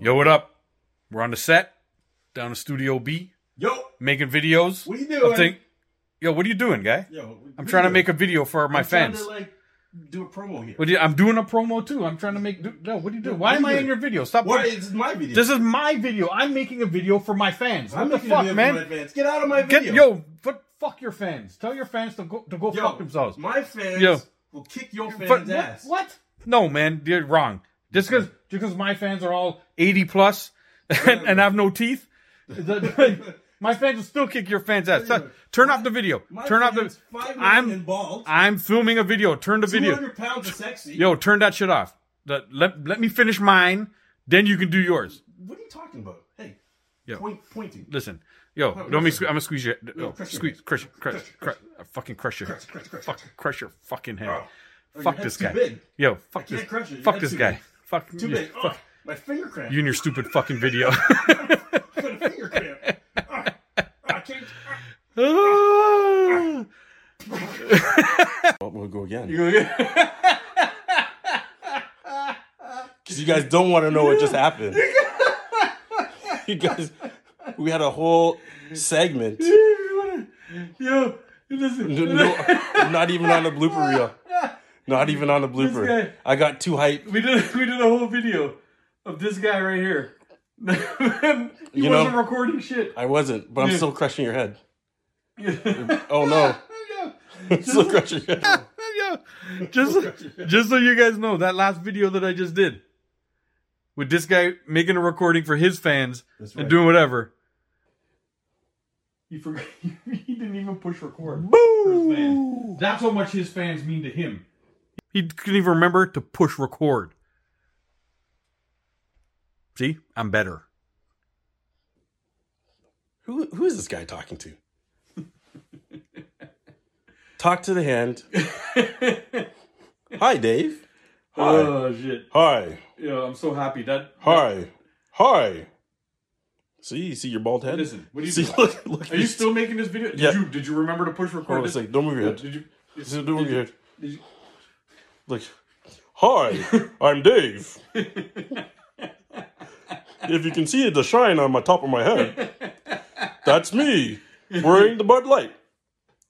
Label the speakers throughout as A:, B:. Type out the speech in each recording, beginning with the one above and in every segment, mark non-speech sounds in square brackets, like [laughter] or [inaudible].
A: Yo, what up? We're on the set down in Studio B
B: Yo,
A: making videos.
B: what are you doing?
A: I think, yo, what are you doing, guy?
B: Yo, what
A: I'm
B: you
A: trying to
B: doing?
A: make a video for my
B: I'm trying
A: fans.
B: To, like, do a promo here.
A: What do you- I'm doing a promo too. I'm trying to make. do- No, what are you doing? Why
B: What
A: am
B: are
A: I
B: you
A: in
B: doing?
A: your video? Stop.
B: Why is this my video?
A: This is my video. I'm making a video for my fans. What
B: I'm
A: the
B: making a
A: fuck,
B: video for my
A: man?
B: fans. Get out of my video.
A: Get yo, but fuck your fans. Tell your fans to go to go
B: Yo,
A: fuck themselves.
B: My fans
A: Yo.
B: will kick your fans'
A: But what,
B: ass.
A: what? No, man, you're wrong. Just because my fans are all 80 plus [laughs] and, and have no
B: [laughs]
A: teeth, the- my fans will still kick your fans ass. Turn- Turn off the video.
B: My
A: Turn off the.
B: fans, Five
A: I'm-
B: I'm and bald.
A: I'm filming a video. Turn the video.
B: 200 pounds of sexy.
A: Yo, turn that shit off. Let, let, let me finish mine, then you can do yours.
B: What are you talking about? Hey.
A: Yo.
B: Point, pointing.
A: Oh, Listen, yo, don't me. sque- I'm gonna squeeze your. Oh,
B: crush your
A: squeeze,
B: head.
A: crush, crush, crush, I fucking crush your,
B: Crush, crush, crush,
A: fuck,
B: crush.
A: crush your fucking head.
B: Oh. Oh,
A: fuck
B: your
A: this guy.
B: head's too big.
A: Yo, fuck
B: can't
A: this.
B: crush it. Your
A: Fuck
B: head's
A: this
B: too
A: guy.
B: big.
A: Fuck
B: Too
A: you.
B: big.
A: Fuck
B: Oh, my finger cramp.
A: you and your stupid fucking video.
B: I got a finger cramp.
A: [laughs]
B: Ah, I can't. ah.
A: oh,
C: Oh, we'll go again. [laughs] Because you guys don't want to know what just happened. [laughs] you guys, we had a whole segment.
A: [laughs] yo, listen.
C: No,
A: [laughs]
C: no- not even on the blooper reel. Not even on the
A: This guy.
C: blooper. I got too hyped.
A: We did we did a whole video of this guy right here. [laughs] he
C: You know-
A: wasn't recording shit. [laughs]
C: I wasn't, but I'm still crushing your head. Oh no,
A: [laughs]
C: [laughs]
A: Yo,
C: I'm still crushing your head.
A: yo, just just so you guys know, that last video that I just did with this guy making a recording for his fans
B: That's
A: and
B: right.
A: doing whatever. He forgot. [laughs] He didn't even push record.
C: Boo!
A: That's how much his fans mean to him. He couldn't even remember to push record. See, I'm better.
C: Who, who is this guy talking to? Talk to the hand. Hi, Dave.
B: ah,
C: Hi.
A: Oh shit!
C: Hi.
A: Yo, I'm so happy that.
C: Hi. Hi. See, you see your bald head?
A: Listen, what are you
C: [laughs] see,
A: doing?
C: look, look.
A: Are you still making this video? Did
C: Yeah.
A: you did you remember to push record?
C: Hold on a
A: this-
C: second. Don't move your head.
A: Did you?
C: Just Don't move your head.
A: Did you
C: Look. Hi, I'm
A: [laughs]
C: Dave. if you can see the shine on my top of my head, that's me wearing the Bud Light.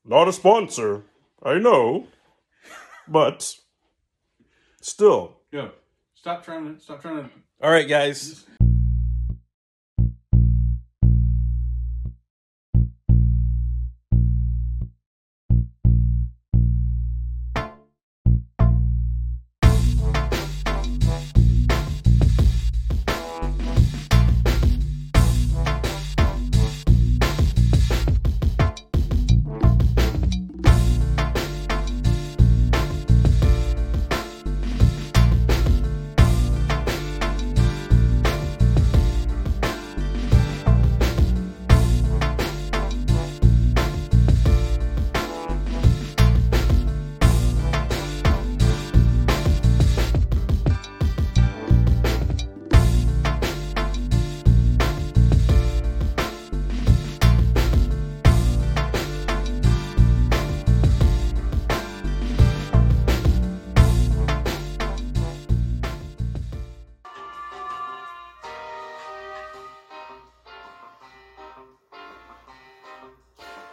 C: Not a sponsor, I know, but still.
A: yo, stop trying to stop trying to.
C: All right, guys.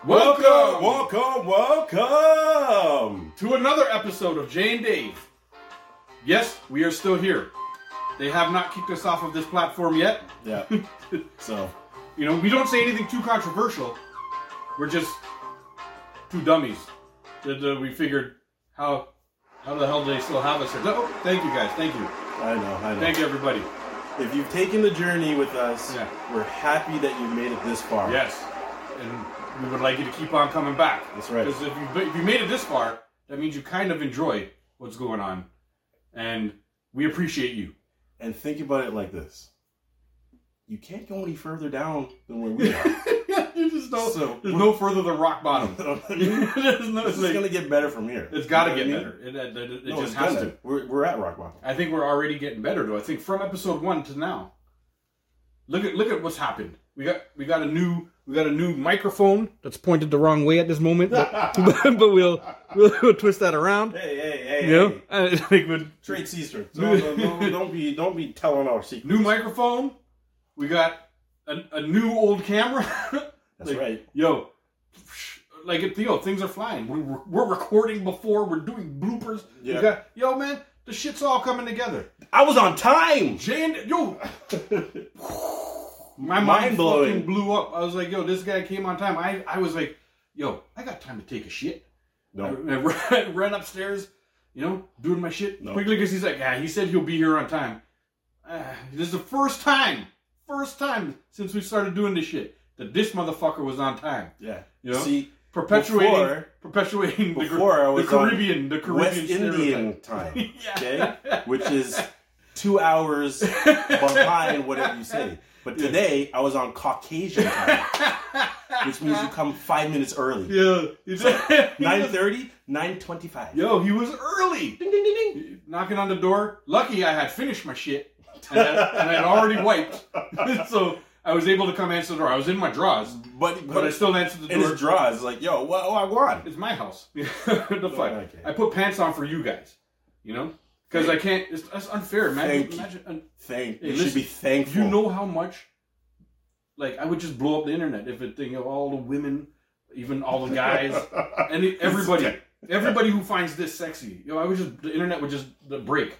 A: Welcome,
C: welcome, welcome.
A: to another episode of Jay and Dave. Yes, we are still here. They have not kicked us off of this platform yet. [laughs]
B: Yeah. So,
A: You know, we don't say anything too controversial. We're just two dummies. That that we figured how how the hell do they still have us here? Oh, thank you guys. Thank you.
C: I know, I know.
A: Thank you everybody.
C: If you've taken the journey with us,
A: Yeah.
C: we're happy that you've made it this far.
A: Yes, and we would like you to keep on coming back.
C: That's right.
A: Because if you if you made it this far, that means you kind of enjoy what's going on, and we appreciate you.
C: And think about it like this. You can't go any further down than where
B: [laughs]
C: we are.
A: [laughs] There's just no,
C: So-
A: there's no further than rock [laughs] bottom.
C: this
A: There's no-
C: is
A: like,
C: gonna get better from here.
A: it's got to
C: You
A: get
C: know what I
A: better. It, it, it- it
C: mean? No,
A: just
C: it's
A: has
C: gonna.
A: to.
C: We're, we're at rock bottom.
A: I think we're already getting better, though. I think from episode one to now, Look at look at what's happened. We got we got a new we got a new microphone that's pointed the wrong way at this moment, but, [laughs] but we'll, we'll we'll twist that around.
B: Hey, hey, hey,
A: You know, Uh,
B: hey.
A: I [laughs] think we'd-
B: Trade Caesar. No, no, no, don't be, don't be telling our secrets.
A: new microphone. We got a, a new old camera. [laughs]
B: That's
A: Like,
B: right.
A: Yo, like Theo, things are flying. We're, we're recording before we're doing bloopers. We
B: Yeah.
A: got, yo, man, the shit's all coming together.
B: I was on time.
A: Jay and yo, my mind
B: Mind-blowing.
A: fucking blew up. I was like, yo, this guy came on time. I I was like, yo, I got time to take a shit.
B: No.
A: I, I ran, [laughs] ran upstairs, you know, doing my shit
B: No.
A: quickly because he's like, yeah, he said he'll be here on time. Ah, this is the first time, first time since we started doing this shit that this motherfucker was on time.
B: Yeah.
A: You know?
B: See,
A: perpetuating
B: Before-
A: perpetuating the,
B: before I
A: the
B: was on
A: Caribbean, the
B: West
A: Caribbean
B: Indian [laughs] time,
A: stereotype. yeah.
B: okay, which is two hours behind whatever you say. But today I was on Caucasian time, which means you come five minutes early.
A: yeah. He just- he
B: Nine
A: just-
B: thirty, nine twenty-five.
A: Yo, he was early.
B: Ding ding ding ding.
A: Knocking on the door. Lucky I had finished my shit and I, and I had already wiped, [laughs] so I was able to come answer the door. I was in my drawers,
B: But
A: but I still answered the
B: in
A: door.
B: his draws, like, yo, what, what I want?
A: It's my house. [laughs] the fuck.
B: okay.
A: I put pants on for you guys. You know, because I can't. It's, that's unfair. Imagine,
B: Thank you.
A: imagine un-
B: Thank
A: Hey,
B: you
A: listen,
B: should be thankful.
A: You know how much, like, I would just blow up the internet if it thing of all the women, even all the [laughs] guys, and it- everybody, everybody who finds this sexy. You know, I would just the internet would just the break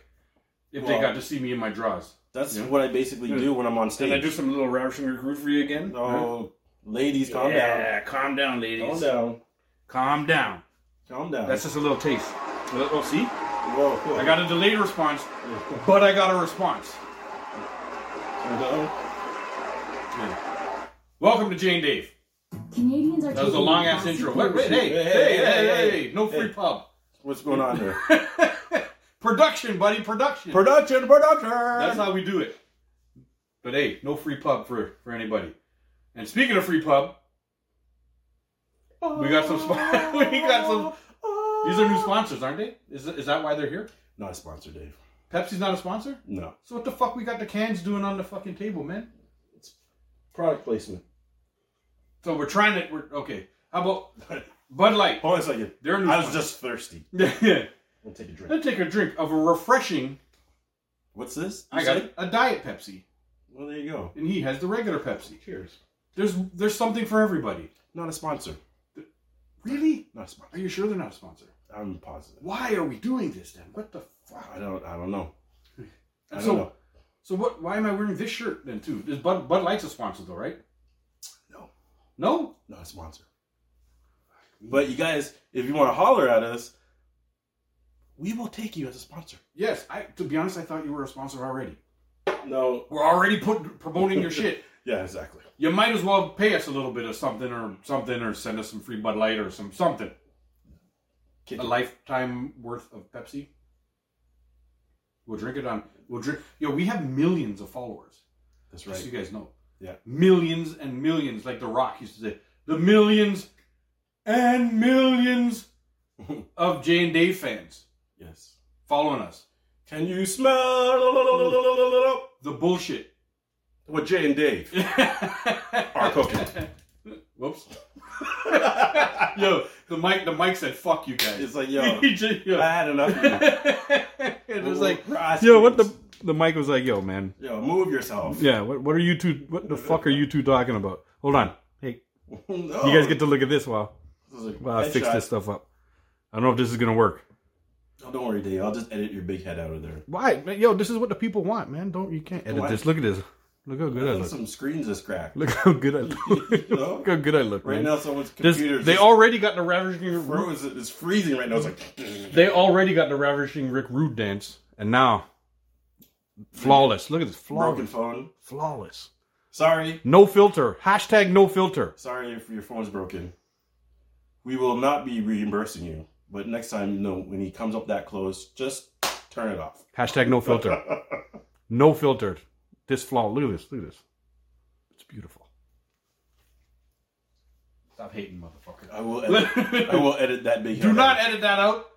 A: if they
B: Well-
A: got to see me in my draws.
B: that's
A: Yeah.
B: what I basically
A: Yeah.
B: do when I'm on stage.
A: some little ravishing recruit for you again?
B: oh, ladies, calm
A: yeah, calm down,
B: down, calm
A: ladies.
B: down,
A: Calm down.
B: calm down.
A: That's just a little taste. Oh, see,
B: whoa, whoa.
A: I got a delayed response, but I got a response.
B: Uh-oh.
A: Welcome to Jane Dave.
D: Canadians are
A: That was a long ass intro. Wait, wait, hey, hey,
B: Hey,
A: hey, hey,
B: hey,
A: hey,
B: hey.
A: no free
B: Hey.
A: pub. [laughs]
B: What's going on there?
A: production, buddy, production.
B: production, production.
A: That's how we do it. But hey, no free pub for for anybody. And speaking of free pub, we got some. Sp- [laughs] we got some. These are new sponsors, aren't they? Is is that why they're here?
B: Not a sponsor, Dave.
A: Pepsi's not a sponsor.
B: No,
A: So what the fuck we got the cans doing on the fucking table, man?
B: product placement.
A: So we're trying to. We're okay. How about Bud Light?
B: Hold on a second.
A: They're new.
B: I was just thirsty.
A: [laughs] just.
B: I'll take a drink.
A: Let's take a drink of a refreshing.
B: What's this?
A: I
B: You
A: got
B: said
A: it. A diet Pepsi,
B: Well, there you go.
A: and he has the regular Pepsi.
B: Cheers.
A: There's there's something for everybody.
B: Not a sponsor.
A: Really?
B: Not a
A: Are
B: sponsor.
A: you sure they're not a sponsor?
B: I'm positive.
A: Why are we doing this then? What the fuck?
B: I don't. I don't know. I don't
A: so,
B: know.
A: so what? Why am I wearing this shirt then too? This Bud Bud Light's a sponsor though, right?
B: No.
A: No.
B: not a sponsor. But you guys, if you want to holler at us, we will take you as a sponsor.
A: Yes. I to be honest, I thought you were a sponsor already.
B: No.
A: We're already put promoting your shit.
B: Yeah, exactly.
A: You might as well pay us a little bit of something or something or send us some free Bud Light or some something.
B: Kick
A: A
B: it.
A: lifetime worth of Pepsi. We'll drink it on. We'll drink. Yo, we have millions of followers.
B: That's
A: Just so
B: right.
A: you guys know.
B: Yeah.
A: Millions and millions, like The Rock used to say, the millions and millions of Jane Dave fans
B: Yes.
A: following us.
B: Can you
A: [laughs]
B: smell
A: The bullshit.
B: what Jay and Dave are cooking?
A: Whoops. [laughs] Yo, the mic, the mic said, "Fuck you guys."
B: It's
A: [laughs]
B: like, yo,
A: He just-
B: I
A: yo.
B: had enough. Of you.
A: it was like,
B: We're asking
A: yo, what
B: us.
A: the? The mic was like, yo, man.
B: Yo, move yourself.
A: Yeah, what, what are you two? What the fuck are you two talking about? Hold on. Hey,
B: [laughs] No.
A: you guys get to look at this while
B: This is a
A: while I fix
B: headshot.
A: this stuff up. I don't know if this is gonna work.
B: Oh, don't worry, Dave. I'll just edit your big head out of there.
A: Why, man, yo? This is what the people want, man. Don't you can't edit
B: Why?
A: this. Look at this. Look how good I,
B: I think
A: look.
B: some screens is cracked.
A: Look how good I look.
B: [laughs] You
A: [laughs]
B: know?
A: look how good I look.
B: Right
A: man.
B: now, someone's
A: This-
B: computer.
A: they
B: just
A: already got the ravishing. Rick-
B: froze. It's freezing right now. It's like. [clears throat]
A: They already got the ravishing Rick Rude dance, and now flawless. Look at this,
B: broken
A: flawless,
B: phone.
A: flawless.
B: Sorry,
A: No filter. Hashtag no filter.
B: sorry if your phone's broken. We will not be reimbursing you, but next time, no, when he comes up that close, just turn it off.
A: Hashtag no [laughs] filter. No filtered. This flaw. Look at this. Look at this. It's beautiful. Stop hating, motherfucker.
B: I will. Edit, I will edit that
A: [laughs]
B: big.
A: Do not edit that out.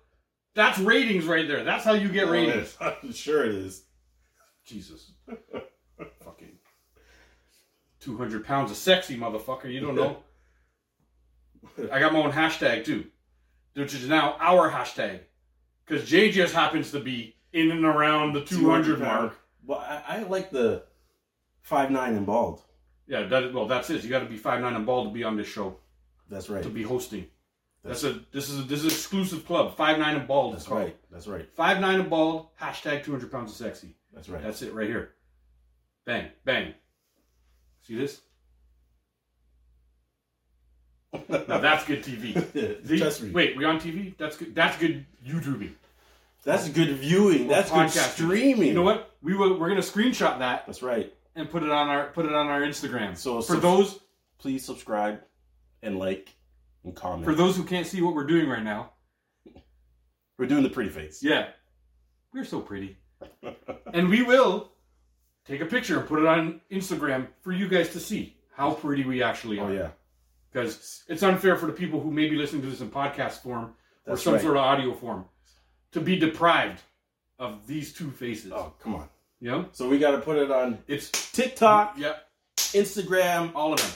A: That's ratings right there. That's how you get
C: [laughs]
A: ratings.
B: I'm sure it is.
A: Jesus. Fucking. 200 pounds of sexy motherfucker. You don't [laughs] know. I got my own hashtag too, which is now our hashtag. Because Jay just happens to be in and around the 200 mark.
C: Well, I, I like the five nine and bald.
A: Yeah, that, well, that's it. You got to be five nine and bald to be on this show,
C: That's right.
A: to be hosting. That's a this is a, this is an exclusive club. Five nine and bald.
C: That's right. That's right.
A: Five nine and bald. Hashtag 200 pounds of sexy.
C: That's right.
A: That's it right here. Bang, bang. See
C: [laughs]
A: this? Now that's good
C: [laughs]
A: TV. See?
C: Trust me.
A: Wait, we on TV? That's good. That's good YouTubing.
C: That's good viewing. That's good
A: podcasting.
C: streaming.
A: You know what? We will, we're gonna screenshot that
C: That's right.
A: and put it on our put it on our Instagram.
C: So-
A: for
C: so-
A: those
C: Please subscribe and like and comment.
A: for those who can't see what we're doing right now,
C: We're doing the pretty face.
A: yeah, we're so pretty, and we will take a picture and put it on Instagram for you guys to see how pretty we actually
C: Oh
A: are.
C: yeah.
A: because it's unfair for the people who may be listening to this in podcast form or
C: That's
A: some
C: right.
A: sort of audio form to be deprived of these two faces.
C: Oh come on.
A: You know,
C: So we got to put it on
A: it's
C: TikTok,
A: yeah,
C: Instagram,
A: all of them.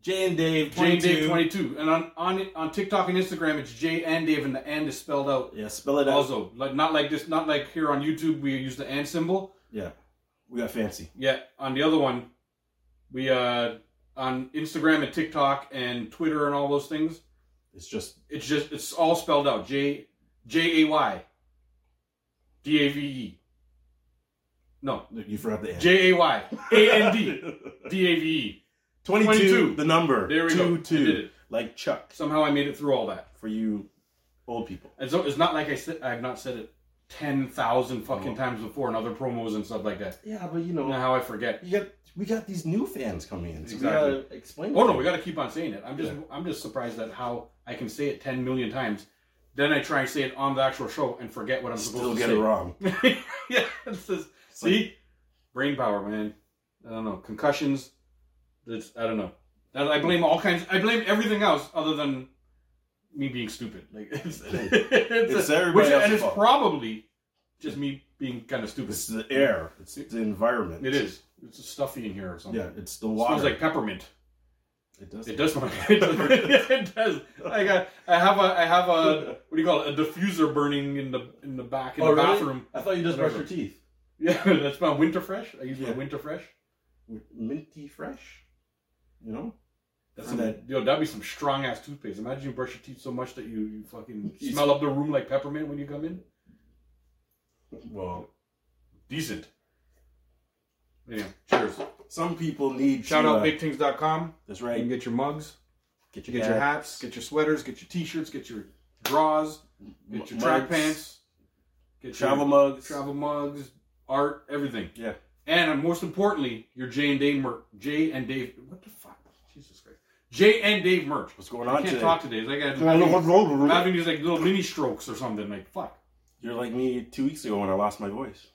C: Jay and Dave.
A: J and
C: 22.
A: Dave twenty two, and on on on TikTok and Instagram, it's J and Dave, and the and is spelled out.
C: Yeah, spell it out.
A: Also, like not like this, not like here on YouTube, we use the and symbol.
C: Yeah, we got fancy.
A: Yeah, on the other one, we uh on Instagram and TikTok and Twitter and all those things,
C: It's just
A: It's just it's all spelled out. J J A Y D A V E. No,
C: you forgot the end.
A: J A Y A N
C: [laughs]
A: D D A V E.
C: 22,
A: 22.
C: The number.
A: There we
C: two,
A: go. I
C: Two.
A: did it.
C: Like Chuck
A: Somehow I made it through all that.
C: for you old people.
A: And so it's not like I said I've not said it ten thousand fucking times before in other promos and stuff like that.
C: Yeah, but you
A: I
C: know,
A: don't know how I forget.
C: you got we got these new fans coming in. So
A: Exactly.
C: We gotta explain.
A: Oh
C: to
A: no,
C: them.
A: we got to keep on saying it. I'm just I'm just surprised at how I can say it ten million times. Then I try and say it on the actual show and forget what I'm
C: still
A: supposed to
C: get
A: say.
C: it wrong.
A: [laughs] yeah, it's just,
C: It's like-
A: see, brain power, man. I don't know concussions. That's I don't know. That, I blame all kinds. I blame everything else other than me being stupid.
C: [laughs]
A: Like [laughs] it's,
C: It's
A: a-
C: everybody
A: which, and
C: else's
A: it's
C: fault.
A: probably just me being kind of stupid.
C: It's the air. It's the environment.
A: It is. It's stuffy in here or something.
C: Yeah, it's the
A: It
C: water.
A: smells like peppermint.
C: it does.
A: It does. smell- It does. [laughs] it does. I got. I have a. I have a. What do you call it? A diffuser burning in the in the back in the
C: Oh, really?
A: bathroom. [laughs]
C: I thought you just brushed your
A: Whatever.
C: teeth.
A: Yeah, that's my winter fresh. I use my
C: Yeah.
A: winter fresh.
C: Minty fresh. You know,
A: That's
C: For
A: some,
C: that-
A: yo, that'd be some strong ass toothpaste. Imagine you brush your teeth so much that you, you
C: [laughs]
A: fucking
C: Jeez.
A: smell up the room like peppermint when you come in.
C: well,
A: Decent. Yeah, cheers.
C: some people need
A: Shout
C: to,
A: out
C: uh,
A: bigtings.com.
C: That's
A: You can
C: right.
A: get your mugs,
C: Get
A: you get your hats, get your sweaters, get your t shirts, get your draws, get your track
C: mugs,
A: pants, get
C: travel
A: your
C: mugs.
A: travel mugs, art, everything.
C: Yeah.
A: And uh, most importantly, your J and Dave merch. J and Dave. What the fuck? Jesus Christ. J and Dave merch.
C: What's going
A: I
C: on
A: can't
C: today?
A: talk today. I got I'm having these like little mini strokes or something. Like fuck.
C: You're like me two weeks ago when I lost my voice.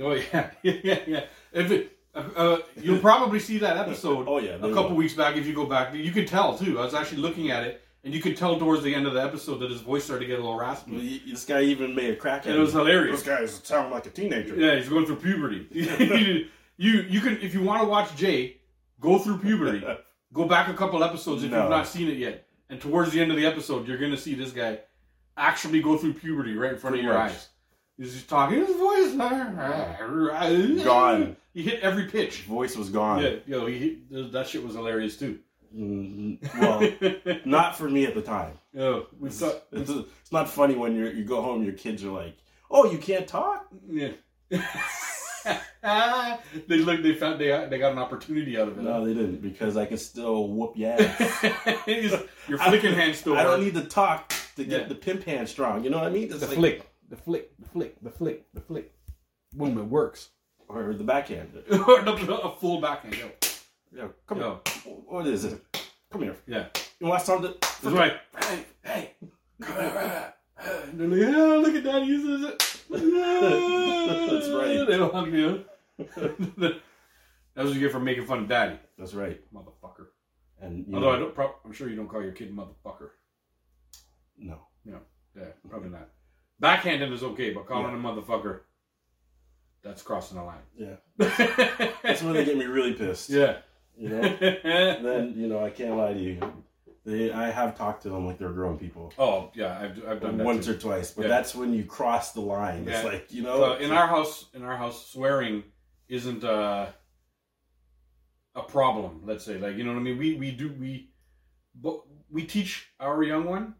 A: Oh yeah, [laughs] yeah, yeah. If it, uh, uh, you'll probably see that episode
C: [laughs] Oh yeah,
A: a
C: there you
A: couple
C: go.
A: weeks back if you go back. You can tell too. I was actually looking at it, and you could tell towards the end of the episode that his voice started to get a little raspy.
C: Y- This guy even made a crack at
A: And it was
C: me.
A: hilarious.
C: guys sound like a teenager.
A: Yeah, he's going through puberty. [laughs] you you can if you want to watch Jay go through
C: [laughs]
A: puberty, go back a couple episodes if
C: No.
A: you've not seen it yet. And towards the end of the episode, you're gonna see this guy actually go through puberty right in front
C: Pretty
A: of your
C: much.
A: eyes. He's just talking. His voice uh,
C: Gone.
A: [laughs] He hit every pitch.
C: Voice was gone.
A: Yeah, yo, he hit, that shit was hilarious too.
C: Mm,
A: [laughs]
C: well, not for me at the time.
A: yo, we
C: It's,
A: saw.
C: it's, it's not funny when you you go home, your kids are like, "Oh, you can't talk."
A: Yeah. [laughs] they look. They found. They got- they got an opportunity out of it.
C: No, they didn't because I can still whoop your
A: [laughs]
C: ass.
A: He's- your flicking hand still.
C: I don't
A: works.
C: need to talk to get
A: Yeah.
C: the pimp hand strong. You know what I mean? It's like-
A: the flick, the flick, the flick, the flick. Boom! It works.
C: or the backhand.
A: or the, [laughs] a full backhand. Yo,
C: Yeah, come
A: yo,
C: here. What is it? Come here.
A: yeah.
C: You want something?
A: That's right.
C: Hey, hey.
A: And [laughs] they're like, oh, look at that. He uses it.
C: That's right.
A: [laughs] They don't hug you. [laughs] That's what you get for making fun of daddy,
C: That's right.
A: motherfucker.
C: And you
A: Although
C: know,
A: I don't. Pro- I'm sure you don't call your kid motherfucker.
C: no.
A: Yeah, probably not. Backhanding is okay, but calling him motherfucker. That's crossing the line. [laughs]
C: Yeah.
A: yeah.
C: That's when they get me really
A: [laughs]
C: pissed. You know? And then, you know, I can't lie to you. They, I have talked to them like they're grown people.
A: oh yeah, I've, I've done that
C: Once
A: too.
C: or twice, but
A: Yeah.
C: that's when you cross the line. It's
A: Yeah.
C: like, you know,
A: Uh, in our house, in our house, swearing isn't uh, a problem. Let's say, like you know what I mean. We we do we, but we teach our young one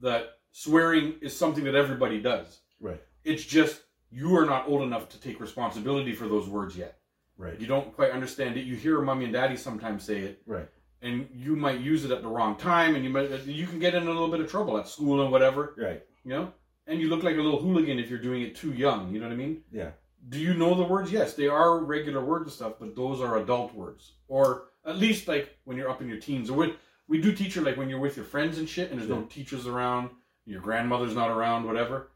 A: that swearing is something that everybody does.
C: Right.
A: It's just you are not old enough to take responsibility for those words yet.
C: right,
A: You don't quite understand it. You hear mommy and daddy sometimes say it,
C: right,
A: and you might use it at the wrong time, and you might you can get in a little bit of trouble at school and whatever
C: right.
A: you know and you look like a little hooligan if you're doing it too young you know what i mean
C: Yeah.
A: do you know the words yes they are regular words and stuff but those are adult words or at least like when you're up in your teens or when we do teach her like when you're with your friends and shit and there's no teachers around your grandmother's not around whatever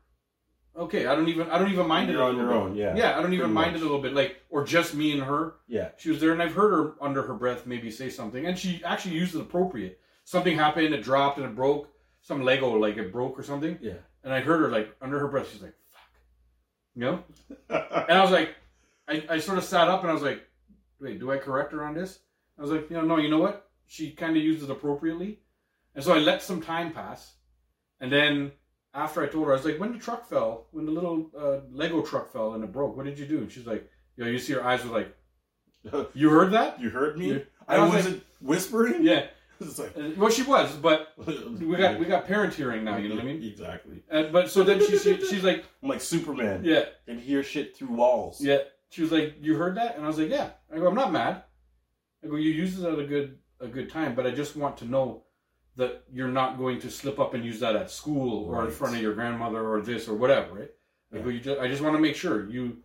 A: okay i don't even i don't even mind it
C: You're
A: a
C: on
A: little
C: your
A: bit.
C: own, yeah.
A: yeah i don't even
C: pretty
A: mind
C: much.
A: it a little bit like or just me and her
C: Yeah.
A: she was there and i've heard her under her breath maybe say something and she actually used it appropriate something happened it dropped and it broke some lego like it broke or something
C: Yeah.
A: and I heard her like under her breath, she's like, "Fuck," you know. and I was like, I, I sort of sat up and I was like, "Wait, do I correct her on this?" I was like, "You know, no, you know what? She kind of used it appropriately," and so I let some time pass, and then after I told her, I was like, "When the truck fell, when the little uh, Lego truck fell and it broke, what did you do?" And she's like, "You know, you see her eyes were like, you heard that?"
C: [laughs] You heard me?
A: Yeah.
C: I
A: I was
C: wasn't whispering? [laughs]
A: Yeah,
C: It's like,
A: And- well, she was, but [laughs] we
C: [laughs]
A: got we got parent hearing now. You know what I mean?
C: Exactly.
A: And, but so then she, she she's like,
C: I'm like Superman.
A: "Yeah."
C: Can hear shit through walls.
A: Yeah. She was like, "You heard that?" And I was like, "Yeah." I go, "I'm not mad." I go, "You used it at a good a good time, but I just want to know that you're not going to slip up and use that at school or in
C: Right.
A: front of your grandmother or this or whatever, right?" I go,
C: Yeah.
A: "You just, I just want to make sure you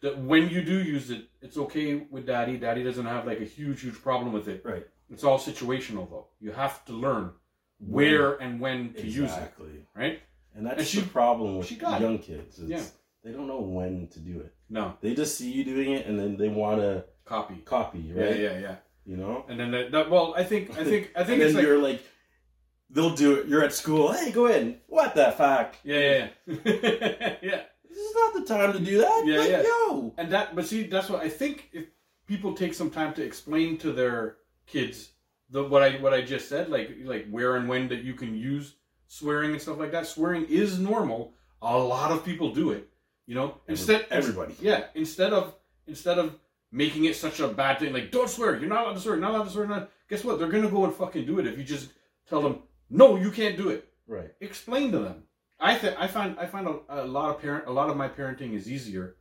A: that when you do use it, it's okay with daddy. Daddy doesn't have like a huge huge problem with it.
C: Right.
A: It's all situational though. You have to learn where and when to use it,
C: exactly.
A: right?
C: And that's
A: And she-
C: the problem with
A: she got it.
C: young kids. Is
A: Yeah.
C: They don't know when to do it.
A: No,
C: They just see you doing it and then they want to
A: copy.
C: copy, right?
A: Yeah, yeah, yeah.
C: You know?
A: And then that, that well, I think I think I think
C: and
A: it's
C: then
A: like
C: you're like, they'll do it. You're at school. Hey, go in. What the fuck?
A: Yeah, yeah, [laughs] yeah. yeah.
C: This is not the time to do that.
A: Yeah,
C: like,
A: yeah.
C: yo.
A: And that, but see, that's what I think. If people take some time to explain to their kids the what I what I just said, like like where and when that you can use swearing and stuff like that. Swearing is normal. A lot of people do it. You know, instead,
C: everybody.
A: yeah, instead of instead of making it such a bad thing, like don't swear, you're not allowed to swear, you're not allowed to swear. you're Not, guess what? They're gonna go and fucking do it if you just tell them no, you can't do it
C: Right.
A: explain to them. I th- I find I find a, a lot of parent a lot of my parenting is easier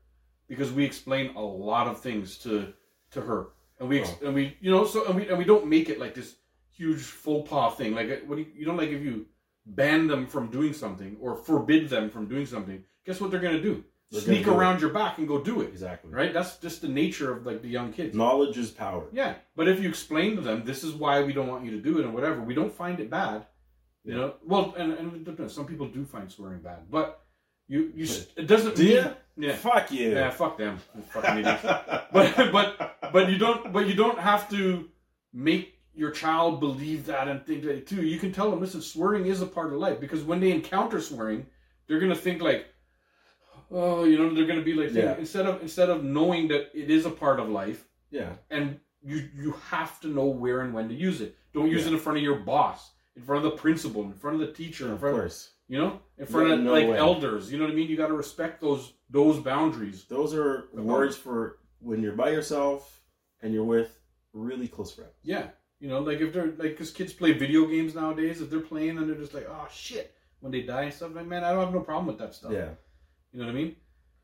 A: because we explain a lot of things to to her and we ex- and we you know so and we and we don't make it like this huge faux pas thing like uh, what do you, you don't like if you ban them from doing something or forbid them from doing something guess what they're gonna do
C: They're gonna
A: sneak
C: do it.
A: around your back and go do it
C: Exactly.
A: right that's just the nature of like the young kids
C: Knowledge is power.
A: yeah, but if you explain to them this is why we don't want you to do it and whatever, we don't find it bad. You know, well, and, and it depends. some people do find swearing bad, but you you s- it doesn't.
C: Do ya?
A: mean- Yeah,
C: Fuck you.
A: yeah, fuck them, you fucking idiots. But but but you don't but you don't have to make your child believe that and think that too. You can tell them, listen, swearing is a part of life because when they encounter swearing, they're gonna think like, oh, you know, they're gonna be like
C: Yeah.
A: instead of instead of knowing that it is a part of life
C: yeah.
A: and you you have to know where and when to use it. Don't use it in front of your boss, in front of the principal, in front of the teacher, in
C: Of
A: front of,
C: course.
A: you know, in front of
C: no
A: like
C: way.
A: elders. You know what I mean? You got to respect those those boundaries.
C: Those are
A: Of
C: words for when you're by yourself and you're with really close friends.
A: Yeah, you know, like if they're like because kids play video games nowadays. If they're playing and they're just like, oh shit, when they die and stuff, like man, I don't have no problem with that stuff.
C: Yeah.
A: you know what I mean.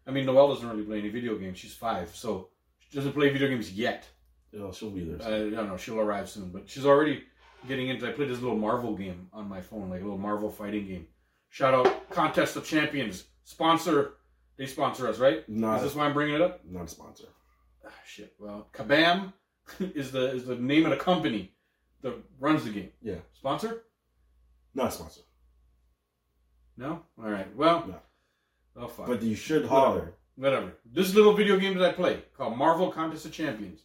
A: I mean, Noelle doesn't really play any video games. She's five, so she doesn't play video games yet.
C: You know, she'll be there.
A: I don't know. She'll arrive soon, but she's already getting into. I played this little Marvel game on my phone, like a little Marvel fighting game. Shout out Contest of Champions sponsor. They sponsor us, right? Is
C: not
A: this why I'm bringing it up?
C: not a sponsor.
A: Ah, shit. Well, Kabam [laughs] is the is the name of the company that runs the game.
C: Yeah.
A: Sponsor?
C: Not a sponsor.
A: No. All right. Well.
C: No.
A: Oh fuck.
C: But you should holler.
A: whatever. This little video game that I play called Marvel Contest of Champions.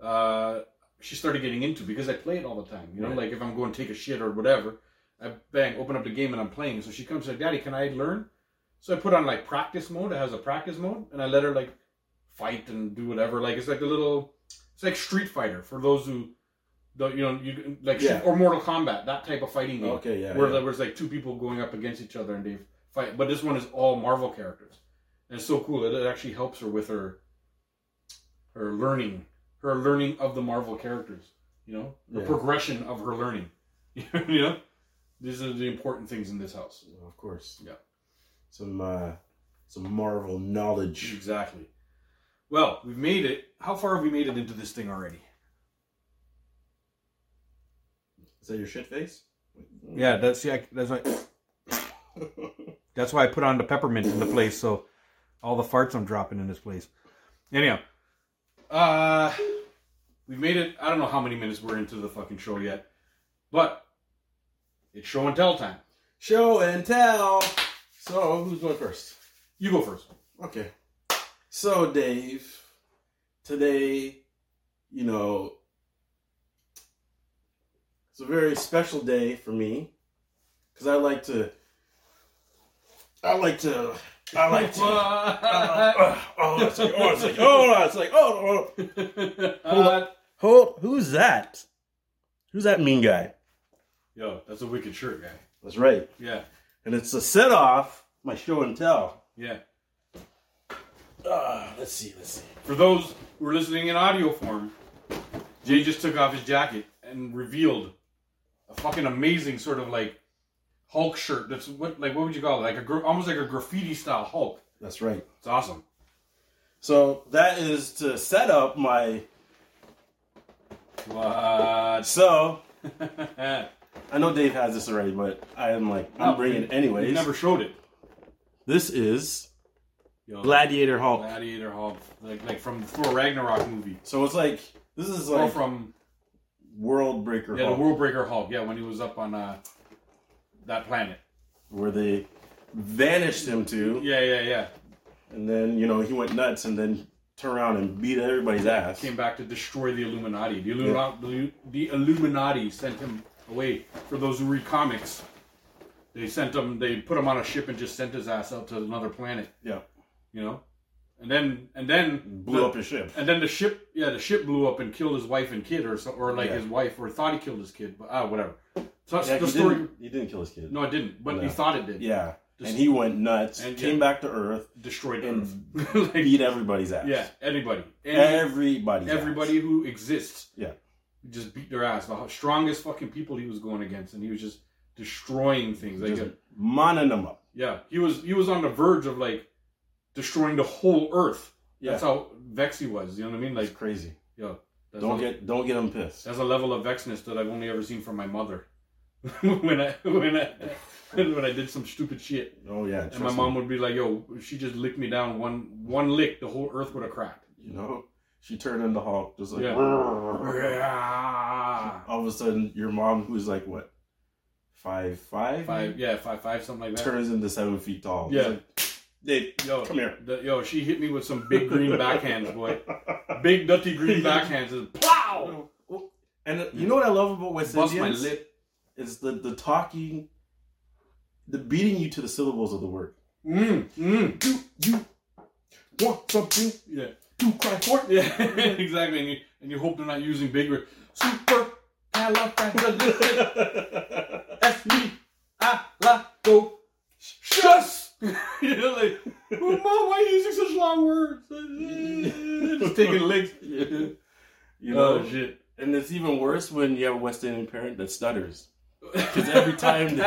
A: Uh, she started getting into because I play it all the time. You know,
C: Right.
A: like if I'm going to take a shit or whatever, I bang open up the game and I'm playing. So she comes like, "Daddy, can I learn?" So I put on like practice mode. It has a practice mode, and I let her like fight and do whatever. Like it's like a little, it's like Street Fighter for those who, don't, you know, you can- like
C: Yeah.
A: or Mortal Kombat that type of fighting game
C: Okay, yeah.
A: where
C: yeah.
A: there was like two people going up against each other and they fight. But this one is all Marvel characters, and it's so cool. It, it actually helps her with her her learning, her learning of the Marvel characters. You know, the
C: Yeah.
A: progression of her learning. [laughs] you know, these are the important things in this house.
C: Well, of course.
A: Yeah.
C: Some uh, some Marvel knowledge.
A: Exactly. Well, we've made it. How far have we made it into this thing already?
C: Is that your shit face?
A: Yeah, that's yeah, that's why. that's why I put on the peppermint in the place, so all the farts I'm dropping in this place. Anyhow, uh, we've made it. I don't know how many minutes we're into the fucking show yet, but it's show and tell time.
C: Show and tell. So who's going first?
A: You go first.
C: Okay. So Dave, today, you know, it's a very special day for me because I like to. I like to. I like to. [laughs] oh, oh, it's like, oh, it's like, oh, it's like, oh, oh.
A: [laughs] Uh,
C: Hold, who's that? Who's that mean guy?
A: yo, that's a wicked shirt, guy.
C: That's right.
A: Yeah,
C: And it's a set off, my show and tell.
A: yeah.
C: Uh, let's see, let's see.
A: For those who are listening in audio form, Jay just took off his jacket and revealed a fucking amazing sort of like Hulk shirt. That's what like what would you call it? Like a gra- almost like a graffiti style Hulk.
C: That's right.
A: It's awesome.
C: So that is to set up my.
A: [laughs] What?
C: So
A: I'm
C: I know Dave has this already, but I am like, I'm bringing it anyways.
A: Oh, never showed it.
C: This is
A: Yo,
C: Gladiator Hulk.
A: Gladiator Hulk, like like from the Thor Ragnarok movie,
C: So it's like this is
A: or
C: like
A: from
C: World Breaker
A: yeah the
C: Hulk,
A: Worldbreaker Hulk. Yeah, when he was up on uh, that planet.
C: where they vanished him to,
A: Yeah, yeah, yeah.
C: and then you know he went nuts, and then turned around and beat everybody's ass.
A: came back to destroy the Illuminati. The Illuminati, the Illuminati sent him away. For those who read comics, they sent him. They put him on a ship and just sent his ass out to another planet.
C: Yeah,
A: You know, and then and then
C: blew
A: the-
C: up his ship.
A: And then the ship, yeah, the ship blew up and killed his wife and kid, or so, or like
C: Yeah.
A: his wife, or thought he killed his kid, but ah, whatever. So that's
C: Yeah,
A: the
C: he,
A: story.
C: didn't, he didn't kill his kid.
A: No, it didn't, but he
C: No.
A: thought it did.
C: Yeah,
A: Just-
C: and he went nuts,
A: And-
C: came
A: yeah.
C: back to Earth,
A: destroyed
C: and
A: Earth. [laughs] Like,
C: beat everybody's ass.
A: yeah, anybody, Any-
C: everybody's ass.
A: everybody who exists.
C: Yeah.
A: Just beat their ass. The strongest fucking people he was going against, and he was just destroying things. Like,
C: Just manning them up.
A: yeah, he was he was on the verge of like destroying the whole earth.
C: Yeah,
A: That's how vexed he was. You know what I mean?
C: it's
A: Like,
C: crazy.
A: yo, that's
C: Don't
A: a,
C: get don't get him pissed.
A: that's a level of vexedness that I've only ever seen from my mother. [laughs] when I when I [laughs] when I did some stupid shit,
C: Oh yeah,
A: and my
C: trust
A: mom
C: me.
A: would be like, "Yo, if she just licked me down one one lick, the whole earth would have cracked."
C: you know, she turned into Hulk, just like.
A: Yeah.
C: all of a sudden your mom who's like what five five,
A: Five, yeah, five, five, something like that.
C: turns into seven feet tall
A: Yeah.
C: It's like, Dave,
A: Yo,
C: come here
A: The, yo, she hit me with some big green backhands, boy. Big dirty green backhands. and Plow!
C: and uh, you know what i love about west
A: Bust my
C: indians
A: lip.
C: is the the talking the beating you to the syllables of the word
A: Mm, mm.
C: do you want something
A: Yeah,
C: to cry for
A: [laughs] [laughs] yeah, exactly. And you, and you hope they're not using big words. Super califragilistic. That's me. I like go. [laughs] Shush! you know, like, well, mom, why are you using such long words? [laughs] Just taking licks.
C: you know
A: Oh, shit.
C: and it's even worse when you have a west indian parent that stutters because every
A: [laughs]
C: time they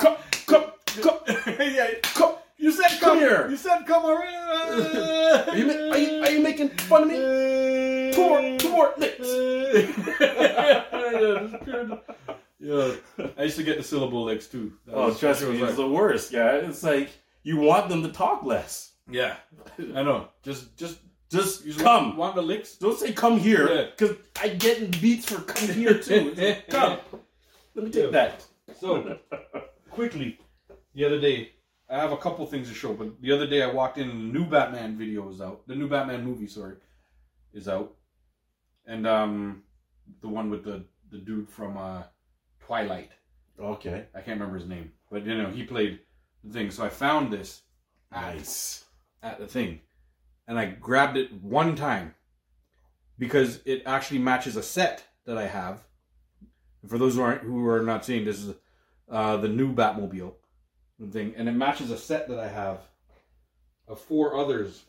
A: come, come, come. [laughs] yeah, come. You said come.
C: Come here.
A: You said come already.
C: [laughs] Are you, ma- are, you, are you making fun of me? Two more, two more licks.
A: [laughs] yeah, I used to get the syllable licks too. That
C: Oh,
A: was-
C: trust
A: it
C: me,
A: was
C: it's
A: like-
C: the worst, guy. It's like you want them to talk less.
A: yeah, I know. Just, just,
C: Just
A: you just
C: come.
A: Want, want the [laughs] licks?
C: Don't say come here,
A: Yeah.
C: because I get beats for come here too.
A: [laughs]
C: It's like, come. Let me take that.
A: So quickly, the other day I have a couple things to show, but the other day I walked in and the new Batman video was out. The new Batman movie, sorry, is out, and um, the one with the the dude from uh, Twilight.
C: Okay.
A: I can't remember his name, but you know he played the thing. So I found this
C: Nice.
A: at the thing, and I grabbed it one time because it actually matches a set that I have. For those who aren't who are not seeing, this is uh, the new Batmobile thing, and it matches a set that I have of four others,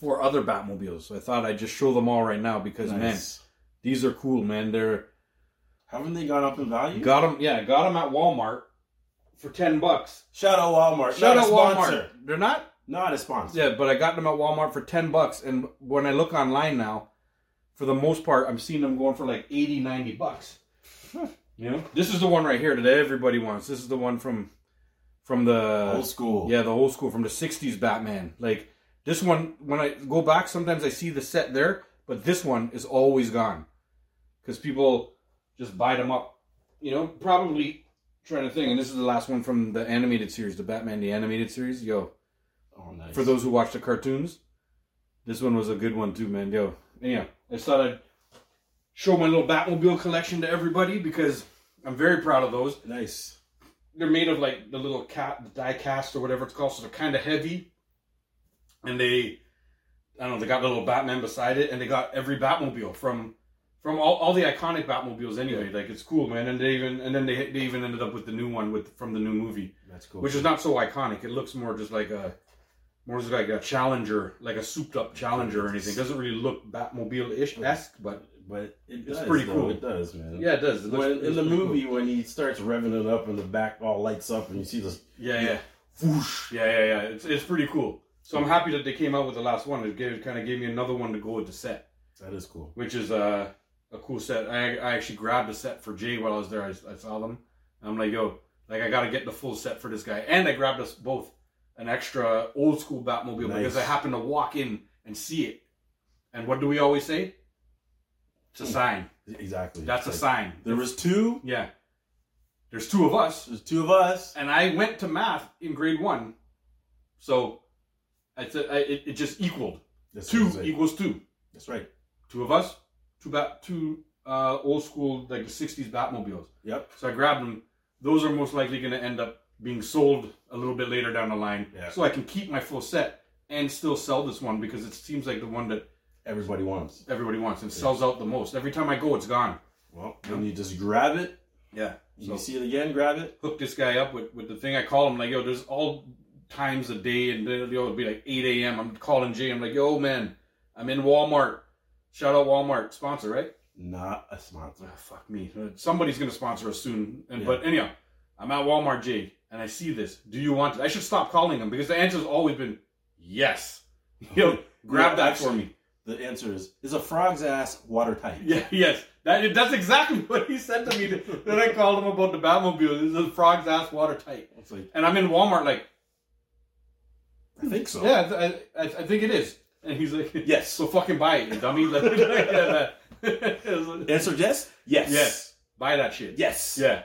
A: four other Batmobiles. So I thought I'd just show them all right now because man,
C: nice.
A: these are cool, man. They're
C: Haven't they gone up in value?
A: got them, yeah, got them at Walmart for ten bucks.
C: Shout out Walmart.
A: Shout out
C: Not a sponsor.
A: Walmart. They're not
C: Not a sponsor.
A: Yeah, but I got them at Walmart for 10 bucks. And when I look online now, for the most part, I'm seeing them going for like 80, 90 bucks. you know? This is the one right here that everybody wants. This is the one from from the
C: Old school.
A: yeah, the old school from the 60s Batman. Like this one when I go back sometimes I see the set there, but this one is always gone. Cuz people just buy them up. You know, probably trying to think and this is the last one from the animated series, the Batman the animated series. Yo,
C: Oh, nice.
A: for those who watch the cartoons, this one was a good one too, man. Yo, anyhow, I just thought I'd show my little Batmobile collection to everybody because I'm very proud of those.
C: Nice.
A: They're made of like the little cat, the die cast or whatever it's called, so they're kind of heavy. And they, I don't know, they got the little Batman beside it, and they got every Batmobile from from all, all the iconic Batmobiles anyway. Like it's cool, man. And they even and then they they even ended up with the new one with from the new movie
C: That's cool.
A: which is not so iconic. It looks more just like a more just like a Challenger, like a souped-up Challenger or anything. doesn't really look Batmobile-ish esque, but
C: but it
A: it's
C: does,
A: pretty
C: though.
A: cool.
C: It does, man.
A: yeah, it does. It looks-
C: When,
A: it's
C: in the
A: pretty
C: movie, when he starts revving it up and the back all lights up and you see this,
A: cool. yeah, yeah, whoosh, yeah, yeah, yeah. It's it's pretty cool. So I'm happy that they came out with the last one. It gave kind of gave me another one to go with the set,
C: that is cool.
A: which is uh, a cool set. I I actually grabbed a set for Jay while I was there. I, I saw them. I'm like, yo, like I gotta get the full set for this guy, and I grabbed us both an extra old school Batmobile because I
C: Nice.
A: happened to walk in and see it. And what do we always say? It's a sign.
C: Exactly.
A: That's a
C: Like,
A: sign.
C: There was two.
A: Yeah. There's two of us,
C: There's two of us.
A: and I went to math in grade one, so I said I, it, it just equaled
C: That's
A: two
C: what I'm saying.
A: equals two.
C: That's right.
A: Two of us, two bat, two uh, old school like the '60s Batmobiles.
C: Yep.
A: So I grabbed them. Those are most likely going to end up being sold a little bit later down the line.
C: Yeah.
A: So I can keep my full set and still sell this one because it seems like the one that
C: Everybody wants.
A: everybody wants and sells out the most. Every time I go, it's gone.
C: Well, when you just grab it,
A: Yeah.
C: you
A: So
C: see it again, grab it.
A: hook this guy up with, with the thing. I call him like, yo, there's all times a day and then, you know, it'd be like 8 a.m. I'm calling Jay. I'm like, yo, man, I'm in Walmart. Shout out Walmart sponsor, right?
C: Not a sponsor.
A: Ah, fuck me. Somebody's gonna sponsor us soon. And
C: Yeah.
A: but anyhow, I'm at Walmart, Jake, and I see this. Do you want it? I should stop calling them because the answer's always been yes. [laughs] Yo, grab
C: Yeah,
A: that for
C: actually,
A: me.
C: The answer is is a frog's ass watertight.
A: Yeah, [laughs] yes. That that's exactly what he said to me. [laughs] then I called him about the Batmobile. This is a frog's ass watertight.
C: It's like
A: And I'm in Walmart, like,
C: I think so.
A: yeah, I, I, I think it is. And he's like, [laughs]
C: Yes.
A: So fucking buy it, you dummy. [laughs] Like, yeah, that- [laughs]
C: Answer yes. Yes.
A: Yes. buy that shit.
C: Yes.
A: Yeah.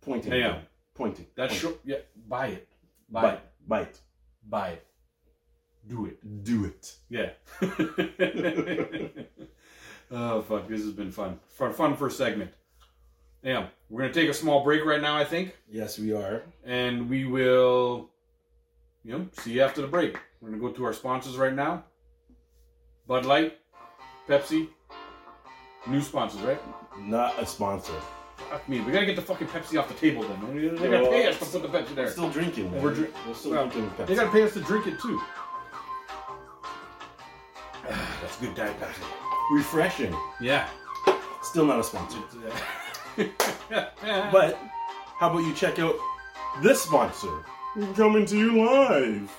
C: Pointing.
A: Yeah, yeah.
C: Pointing.
A: That's
C: Pointing.
A: sure. Yeah. Buy it. Buy it.
C: Bite. Bite.
A: buy it. Do it.
C: Do it.
A: Yeah. [laughs] oh fuck, this has been fun. Fun, fun first segment. Yeah, we're gonna take a small break right now, I think,
C: Yes, we are.
A: and we will, you know, see you after the break. We're gonna go to our sponsors right now. Bud Light, Pepsi, new sponsors, right?
C: Not a sponsor.
A: Fuck me, we gotta get the fucking Pepsi off the table then. They gotta pay us to put the Pepsi
C: We're
A: there.
C: still drinking. man.
A: We're dri-
C: We're still
A: well,
C: drinking. Pepsi.
A: They gotta pay us to drink it too. [sighs] That's good diet Pepsi.
C: Refreshing.
A: Yeah. [laughs]
C: Still not a sponsor.
A: uh, [laughs]
C: But how about you check out this sponsor? Coming to you live.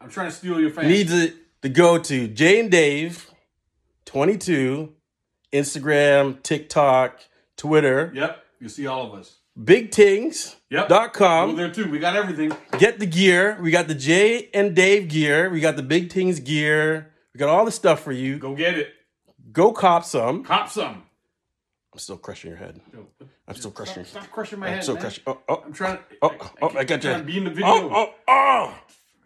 A: I'm trying to steal your fans.
C: needs it to go to Jay and Dave 22 Instagram, TikTok, Twitter,
A: Yep. You see all of us. Yep. Go
C: bigtings.com.
A: there too. We got everything.
C: Get the gear. We got the Jay and Dave gear. We got the Big Tings gear. We got all the stuff for you.
A: Go get it.
C: Go cop some.
A: Cop some.
C: I'm still crushing your head.
A: No.
C: I'm still crushing.
A: Stop, stop crushing my
C: I'm
A: head.
C: still
A: man.
C: crushing. Oh, oh,
A: I'm trying.
C: Oh,
A: I,
C: oh,
A: keep
C: I got you.
A: trying to Be in the video.
C: oh, oh, oh,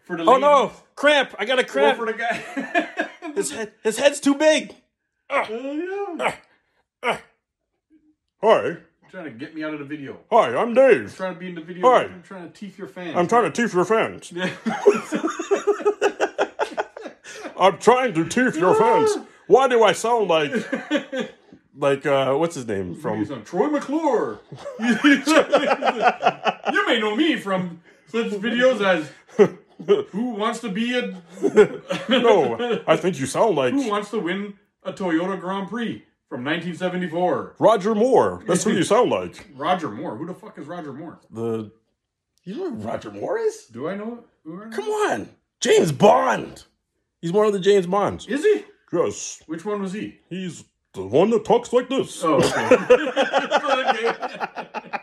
A: For the
C: oh,
A: lady.
C: no! Cramp! I got a
A: Or
C: cramp.
A: for the guy. [laughs]
C: His head, his head's too big. Uh,
A: Oh, yeah.
C: Hi,
A: trying to get me out of the video.
C: hi, I'm
A: I'm
C: Dave.
A: trying to be in the video.
C: Alright.
A: I'm trying to teeth your fans.
C: I'm trying to teeth your fans.
A: to.
C: [laughs] I'm trying to teeth your fans. Why do I sound like like uh what's his name
A: From
C: from?
A: Troy McClure. [laughs] you may know me from such videos as Who Wants to Be a
C: [laughs] No, Oh, I think you sound
A: Who
C: like
A: Wants to Win a Toyota Grand Prix from 1974.
C: Roger Moore. That's who [laughs] you sound like.
A: Roger Moore. Who the fuck is Roger Moore?
C: The you know who Roger Moore is?
A: Do I know? Who I know?
C: Come on, James Bond. He's one of the James Bonds.
A: Is he?
C: Yes,
A: Which one was he?
C: he's the one that talks like this.
A: Oh, [laughs] okay. okay.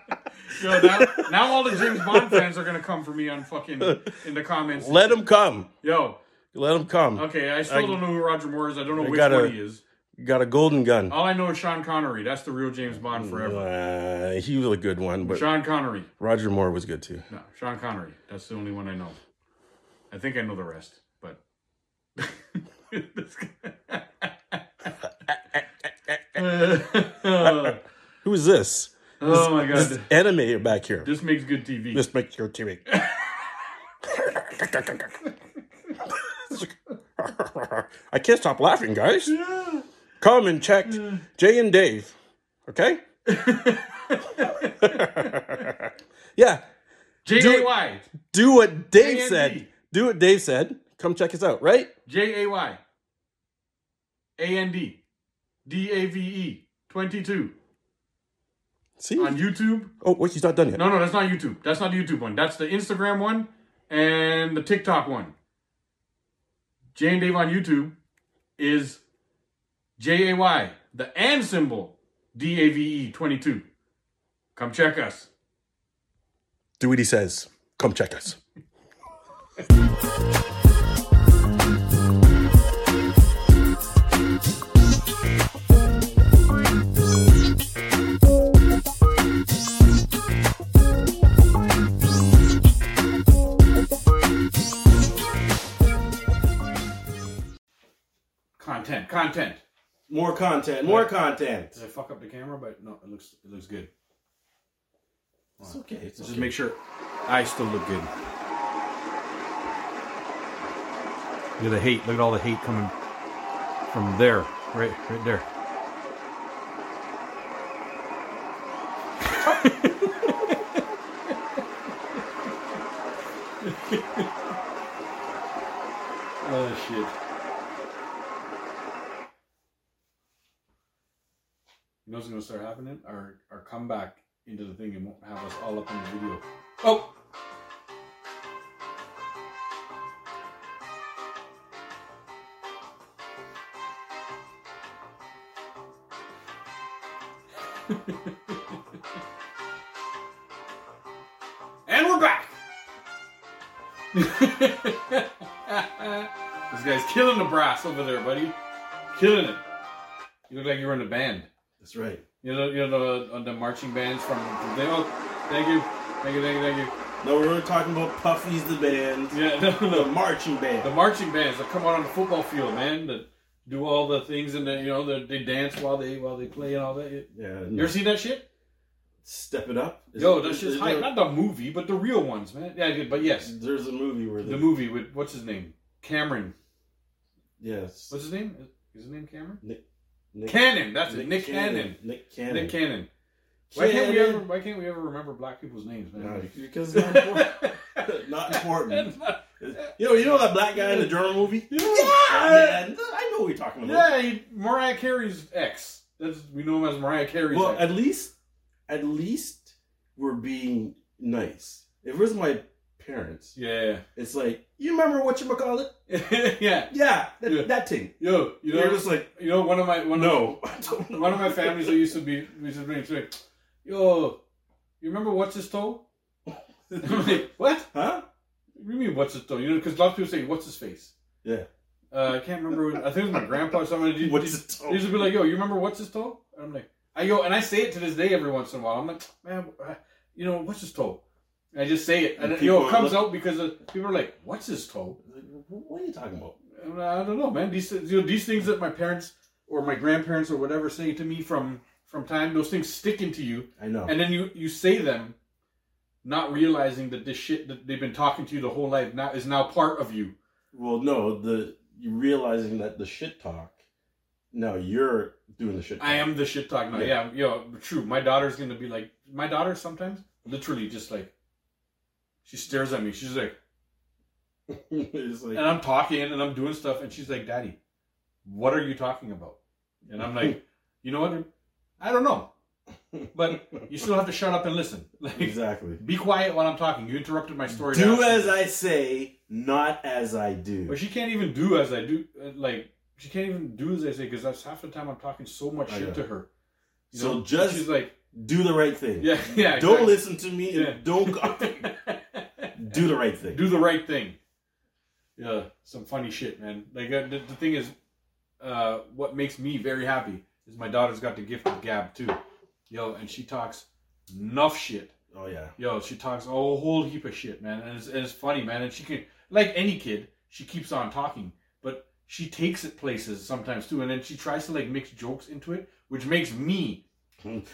A: Yo, now, now all the James Bond fans are gonna come for me on fucking in the comments.
C: Let him come.
A: Yo,
C: Let him come.
A: okay, I still
C: I-
A: don't know who Roger Moore is. I don't know
C: I
A: which
C: gotta-
A: one he is. Oh,
C: Got a golden gun.
A: All I know is Sean Connery. That's the real James
C: Hmm.
A: Bond forever.
C: Uh, he was a good one, but
A: Sean Connery.
C: Roger Moore was good too.
A: No, Sean Connery. That's the only one I know. I think I know the rest, but. This guy-
C: Who is [laughs] this?
A: oh my
C: This
A: god.
C: anime back here.
A: This makes good TV.
C: This makes
A: [laughs]
C: your TV. I can't stop laughing, guys. Come and check Jay and Dave. Okay? [laughs] yeah, Do-
A: J-A-Y.
C: do what Dave
A: J and
C: said.
A: D.
C: Do what Dave said. Come check us out, right?
A: J A Y A N D D A V E 22
C: See?
A: on YouTube.
C: Oh, wait, he's not done yet.
A: No, no, that's not YouTube. That's not the YouTube one. That's the Instagram one and the TikTok one. J and Dave on YouTube is J A Y, the and symbol, D A V E 22. Come check us.
C: Do what he says. Come check us.
A: Content, content.
B: More content. More content.
A: Did I fuck up the camera? But no, it looks it looks good.
B: It's okay. It's
A: Just
B: okay.
A: make sure I still look good. Look at the hate. Look at all the hate coming from there. Right right
B: [laughs]
A: there. oh shit. You know what's gonna start happening? Our our comeback into the thing and won't have us all up in the video. Oh! [laughs] and we're back! [laughs] this guy's killing the brass over there, buddy. Killing it. You look like you were in a band.
B: That's right.
A: You know, you know the, uh, the marching bands from. from they, oh, thank you, thank you, thank you, thank you.
B: No, we were talking about Puffy's the band.
A: Yeah, [laughs] no, no.
B: The marching band.
A: The marching bands that come out on the football field, man, that do all the things and then you know they, they dance while they while they play and all that. You
B: yeah.
A: you
B: no.
A: ever seen that shit?
B: Step it up. Mm. Is
A: Yo,
B: it-
A: that
B: is
A: shit's
B: it-
A: hype. Not the movie, but the real ones, man. Yeah, good, but yes,
B: There's a movie where
A: the
B: the
A: movie with what's his name, Cameron.
B: yes.
A: What's his name? Is- Is his name Cameron?
B: Nick,
A: Cannon. That's it. Nick Cannon.
B: Nick Cannon.
A: Nick Cannon. Why can't we
B: Cannon.
A: ever? Why can't we ever remember black people's names, [laughs]
B: No,
A: man?
B: because it's not
C: [laughs]
B: [laughs] important. not important. You know, you know that black guy in the German movie?
A: Yeah.
B: man, I know what you're talking about.
A: Yeah, he, Mariah Carey's ex. That's we know him as Mariah Carey's
B: Well,
A: ex.
B: at least, at least we're being nice. If it was my parents,
A: yeah, [laughs]
B: it's like you remember what you call it?
A: yeah.
B: Yeah, that,
A: Yeah.
B: that thing.
A: Yo, you
B: You
A: know,
B: are just like
A: you know, one of my one
B: no, I don't
A: of,
B: know.
A: one of my families that used to be used to bring say, yo, you remember what's his toe? [laughs] I'm like, what?
B: huh?
A: What do you mean what's his toe? You know, because a lot of people say what's his face.
B: Yeah.
A: Uh, I can't remember. I think it was my grandpa or somebody.
B: What's it?
C: Oh.
A: They used to be like, yo, you remember what's his toe? And I'm like, I I go and I say it to this day every once in a while. I'm like, man, uh, you know, what's his toe? And I just say it, and,
C: And
A: it, you know, it
C: people are
A: comes
C: look-
A: out because of, people are like, "What's his toe?"
C: Oh, Like, What are you talking about?
A: And I don't know, man. These you know, these things that my parents or my grandparents or whatever say to me from from time, those things stick into you,
C: I know.
A: and then you you say them, not realizing that this shit that they've been talking to you the whole life now is now part of you.
C: well, no, the you realizing that the shit talk. No, you're doing the shit. Talk.
A: I am the shit talk now. Yeah,
C: Yeah.
A: you know, true. My daughter's gonna be like my daughter sometimes, literally just like she stares at me. She's like,
C: [laughs] it's like,
A: and I'm talking and I'm doing stuff, and she's like, "Daddy, what are you talking about?" And I'm
C: [laughs]
A: like, "You know what? I don't know, but you still have to shut up and listen. [laughs] Like,
C: exactly.
A: be quiet while I'm talking. You interrupted my story.
C: Do
A: now."
C: as I say, not as I do.
A: But she can't even do as I do. uh, Like she can't even do as I say because that's half the time I'm talking so much
C: I
A: shit
C: know.
A: to her. You
C: So
A: know?
C: just-
A: she's like, [laughs]
C: Do the right thing.
A: yeah, yeah.
C: Don't
A: exactly.
C: listen to me.
A: Yeah.
C: And
A: [laughs]
C: don't go- do the right thing.
A: do the right thing. Yeah, some funny shit, man. Like uh, the, the thing is, uh, what makes me very happy is my daughter's got the gift of gab too, yo, and she talks enough shit,
C: oh yeah.
A: yo. She talks a whole heap of shit, man, and it's, and it's funny, man. And she can, like any kid, she keeps on talking, but she takes it places sometimes too, and then she tries to like mix jokes into it, which makes me
C: [laughs] Very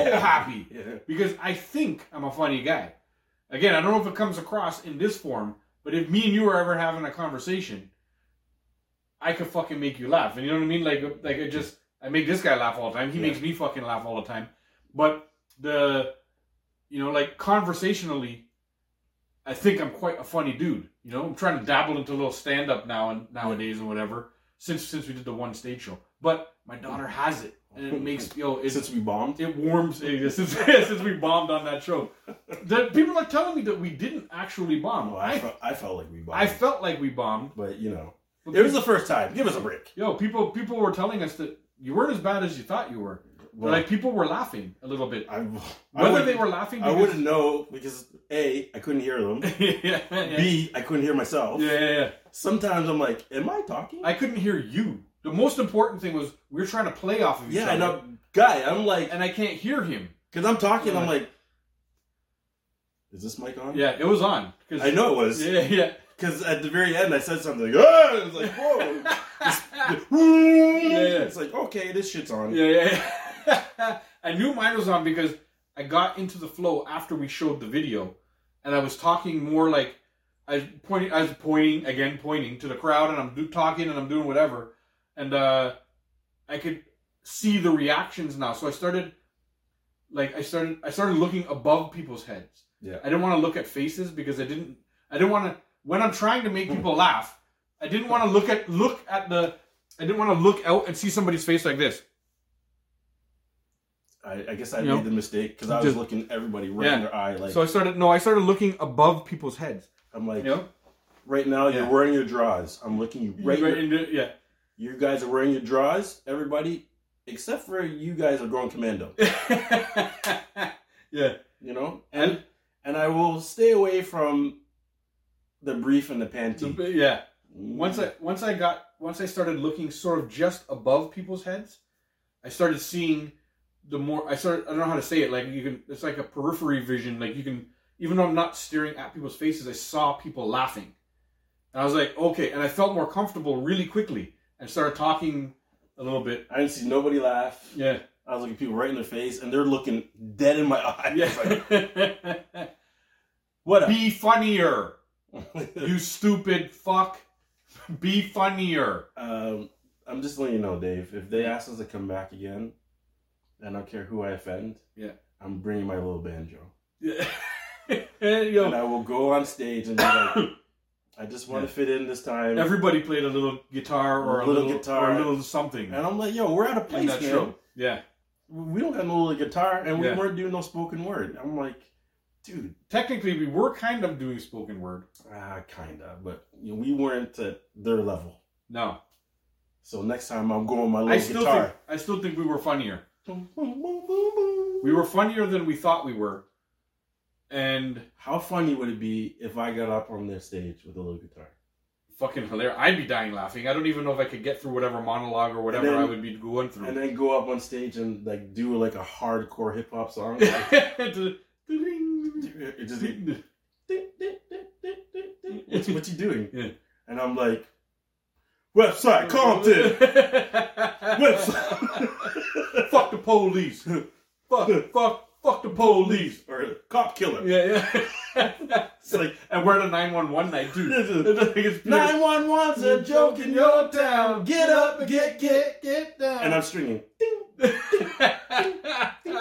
A: so
C: happy.
A: happy
C: Yeah.
A: because I think I'm a funny guy. Again, I don't know if it comes across in this form, but if me and you are ever having a conversation, I could fucking make you laugh. And you know what I mean? Like, like I just I make this guy laugh all the time. He
C: Yeah.
A: makes me fucking laugh all the time. But the, you know, like conversationally, I think I'm quite a funny dude. You know, I'm trying to dabble into a little stand up now and nowadays and whatever. Since since we did the one stage show, but my daughter has it, and it makes yo. It's,
C: Since we bombed.
A: it warms [laughs] it since, since we bombed on that show. The people are telling me that we didn't actually bomb.
C: Oh, I,
A: I,
C: felt, I felt like we bombed.
A: I felt like we bombed.
C: but you know, it was the first time. Give us a break.
A: yo people people were telling us that you weren't as bad as you thought you were.
C: Well,
A: like people were laughing a little bit.
C: I, I
A: Whether
C: wouldn't-
A: they were laughing,
C: I wouldn't know because a I couldn't hear them.
A: [laughs] yeah, yeah,
C: B I couldn't hear myself.
A: yeah, yeah, yeah.
C: Sometimes I'm like, am I talking?
A: I couldn't hear you. The most important thing was we were trying to play off of each
C: yeah,
A: other,
C: and I'm guy. I'm like,
A: and I can't hear him.
C: because I'm talking.
A: Yeah.
C: I'm like, is this mic on?
A: Yeah, it was on. 'cause-
C: I know it was
A: Yeah, yeah.
C: because at the very end I said something. Like, ah! It
A: [laughs]
C: was like, whoa. [laughs] It's like, okay, this shit's on.
A: Yeah, yeah. yeah. [laughs] I knew mine was on because I got into the flow after we showed the video, and I was talking more like I was pointing, I was pointing again, pointing to the crowd, and I'm do, talking and I'm doing whatever, and uh, I could see the reactions now. So I started, like, I started, I started looking above people's heads.
C: Yeah.
A: I didn't want to look at faces because I didn't, I didn't want to. When I'm trying to make people laugh, I didn't want to look at look at the. I didn't want to look out and see somebody's face like this.
C: I, I guess I
A: You know?
C: made the mistake because I was
A: Just-
C: looking everybody right
A: Yeah.
C: in their eye. Like,
A: so I started no, I started looking above people's heads.
C: I'm like,
A: You know,
C: right now
A: Yeah.
C: you're wearing your drawers. I'm looking you right.
A: Right into- yeah, [laughs]
C: You guys are wearing your drawers, everybody, except for you guys are going commando.
A: yeah,
C: You know,
A: and
C: and and I will stay away from the brief and the
A: so,
C: panty.
A: yeah. Once I once I got once I started looking sort of just above people's heads, I started seeing the more I started. I don't know how to say it. Like you can, it's like a periphery vision. Like you can, even though I'm not staring at people's faces, I saw people laughing, and I was like, okay. And I felt more comfortable really quickly and started talking a little bit.
C: I didn't see nobody laugh.
A: Yeah,
C: I was looking people right in their face, and they're looking dead in my [laughs] eyes. Like,
A: yeah.
C: what
A: [laughs]
C: up?
A: Be funnier. You stupid fuck. Be funnier.
C: [laughs] um, I'm just letting you know, Dave. If they ask us to come back again, I don't care who I offend.
A: Yeah.
C: I'm bringing my little banjo.
A: Yeah.
C: and
A: [laughs] Yo,
C: I will go on stage and
A: [coughs]
C: be like, I just want to fit in this time.
A: everybody played a little guitar or a
C: Little
A: little,
C: guitar.
A: or a little something
C: and I'm like, yo, we're out of place,
A: in that
C: man.
A: show. Yeah.
C: We don't got no little guitar, and
A: Yeah.
C: we weren't doing no spoken word. I'm like, dude,
A: Technically, we were kind of doing spoken word.
C: ah, kinda, but you know, we weren't at their level.
A: No,
C: So next time, I'm going with my
A: I
C: little
A: still
C: guitar.
A: think I still think we were funnier.
C: Boom, boom, boom, boom, boom.
A: We were funnier than we thought we were, and
C: How funny would it be if I got up on their stage with a little guitar?
A: fucking hilarious. I'd be dying laughing. I don't even know if I could get through whatever monologue or whatever
C: then-
A: I would be going through. [laughs]
C: And then go up on stage and like do like a hardcore hip hop song. Like,
A: It's
C: it just
A: [laughs]
C: what's what you doing?
A: Yeah.
C: And I'm like,
A: [laughs]
C: website Compton, website, [laughs]
A: fuck the police. Fuck, fuck, fuck the police.
C: or cop killer.
A: Yeah, yeah. [laughs]
C: It's like
A: and we're the 911 night, dude. [laughs] It's
C: nine one one's a joke in your.
A: town. Get up and get, get, get down.
C: And I'm stringing.
A: [laughs]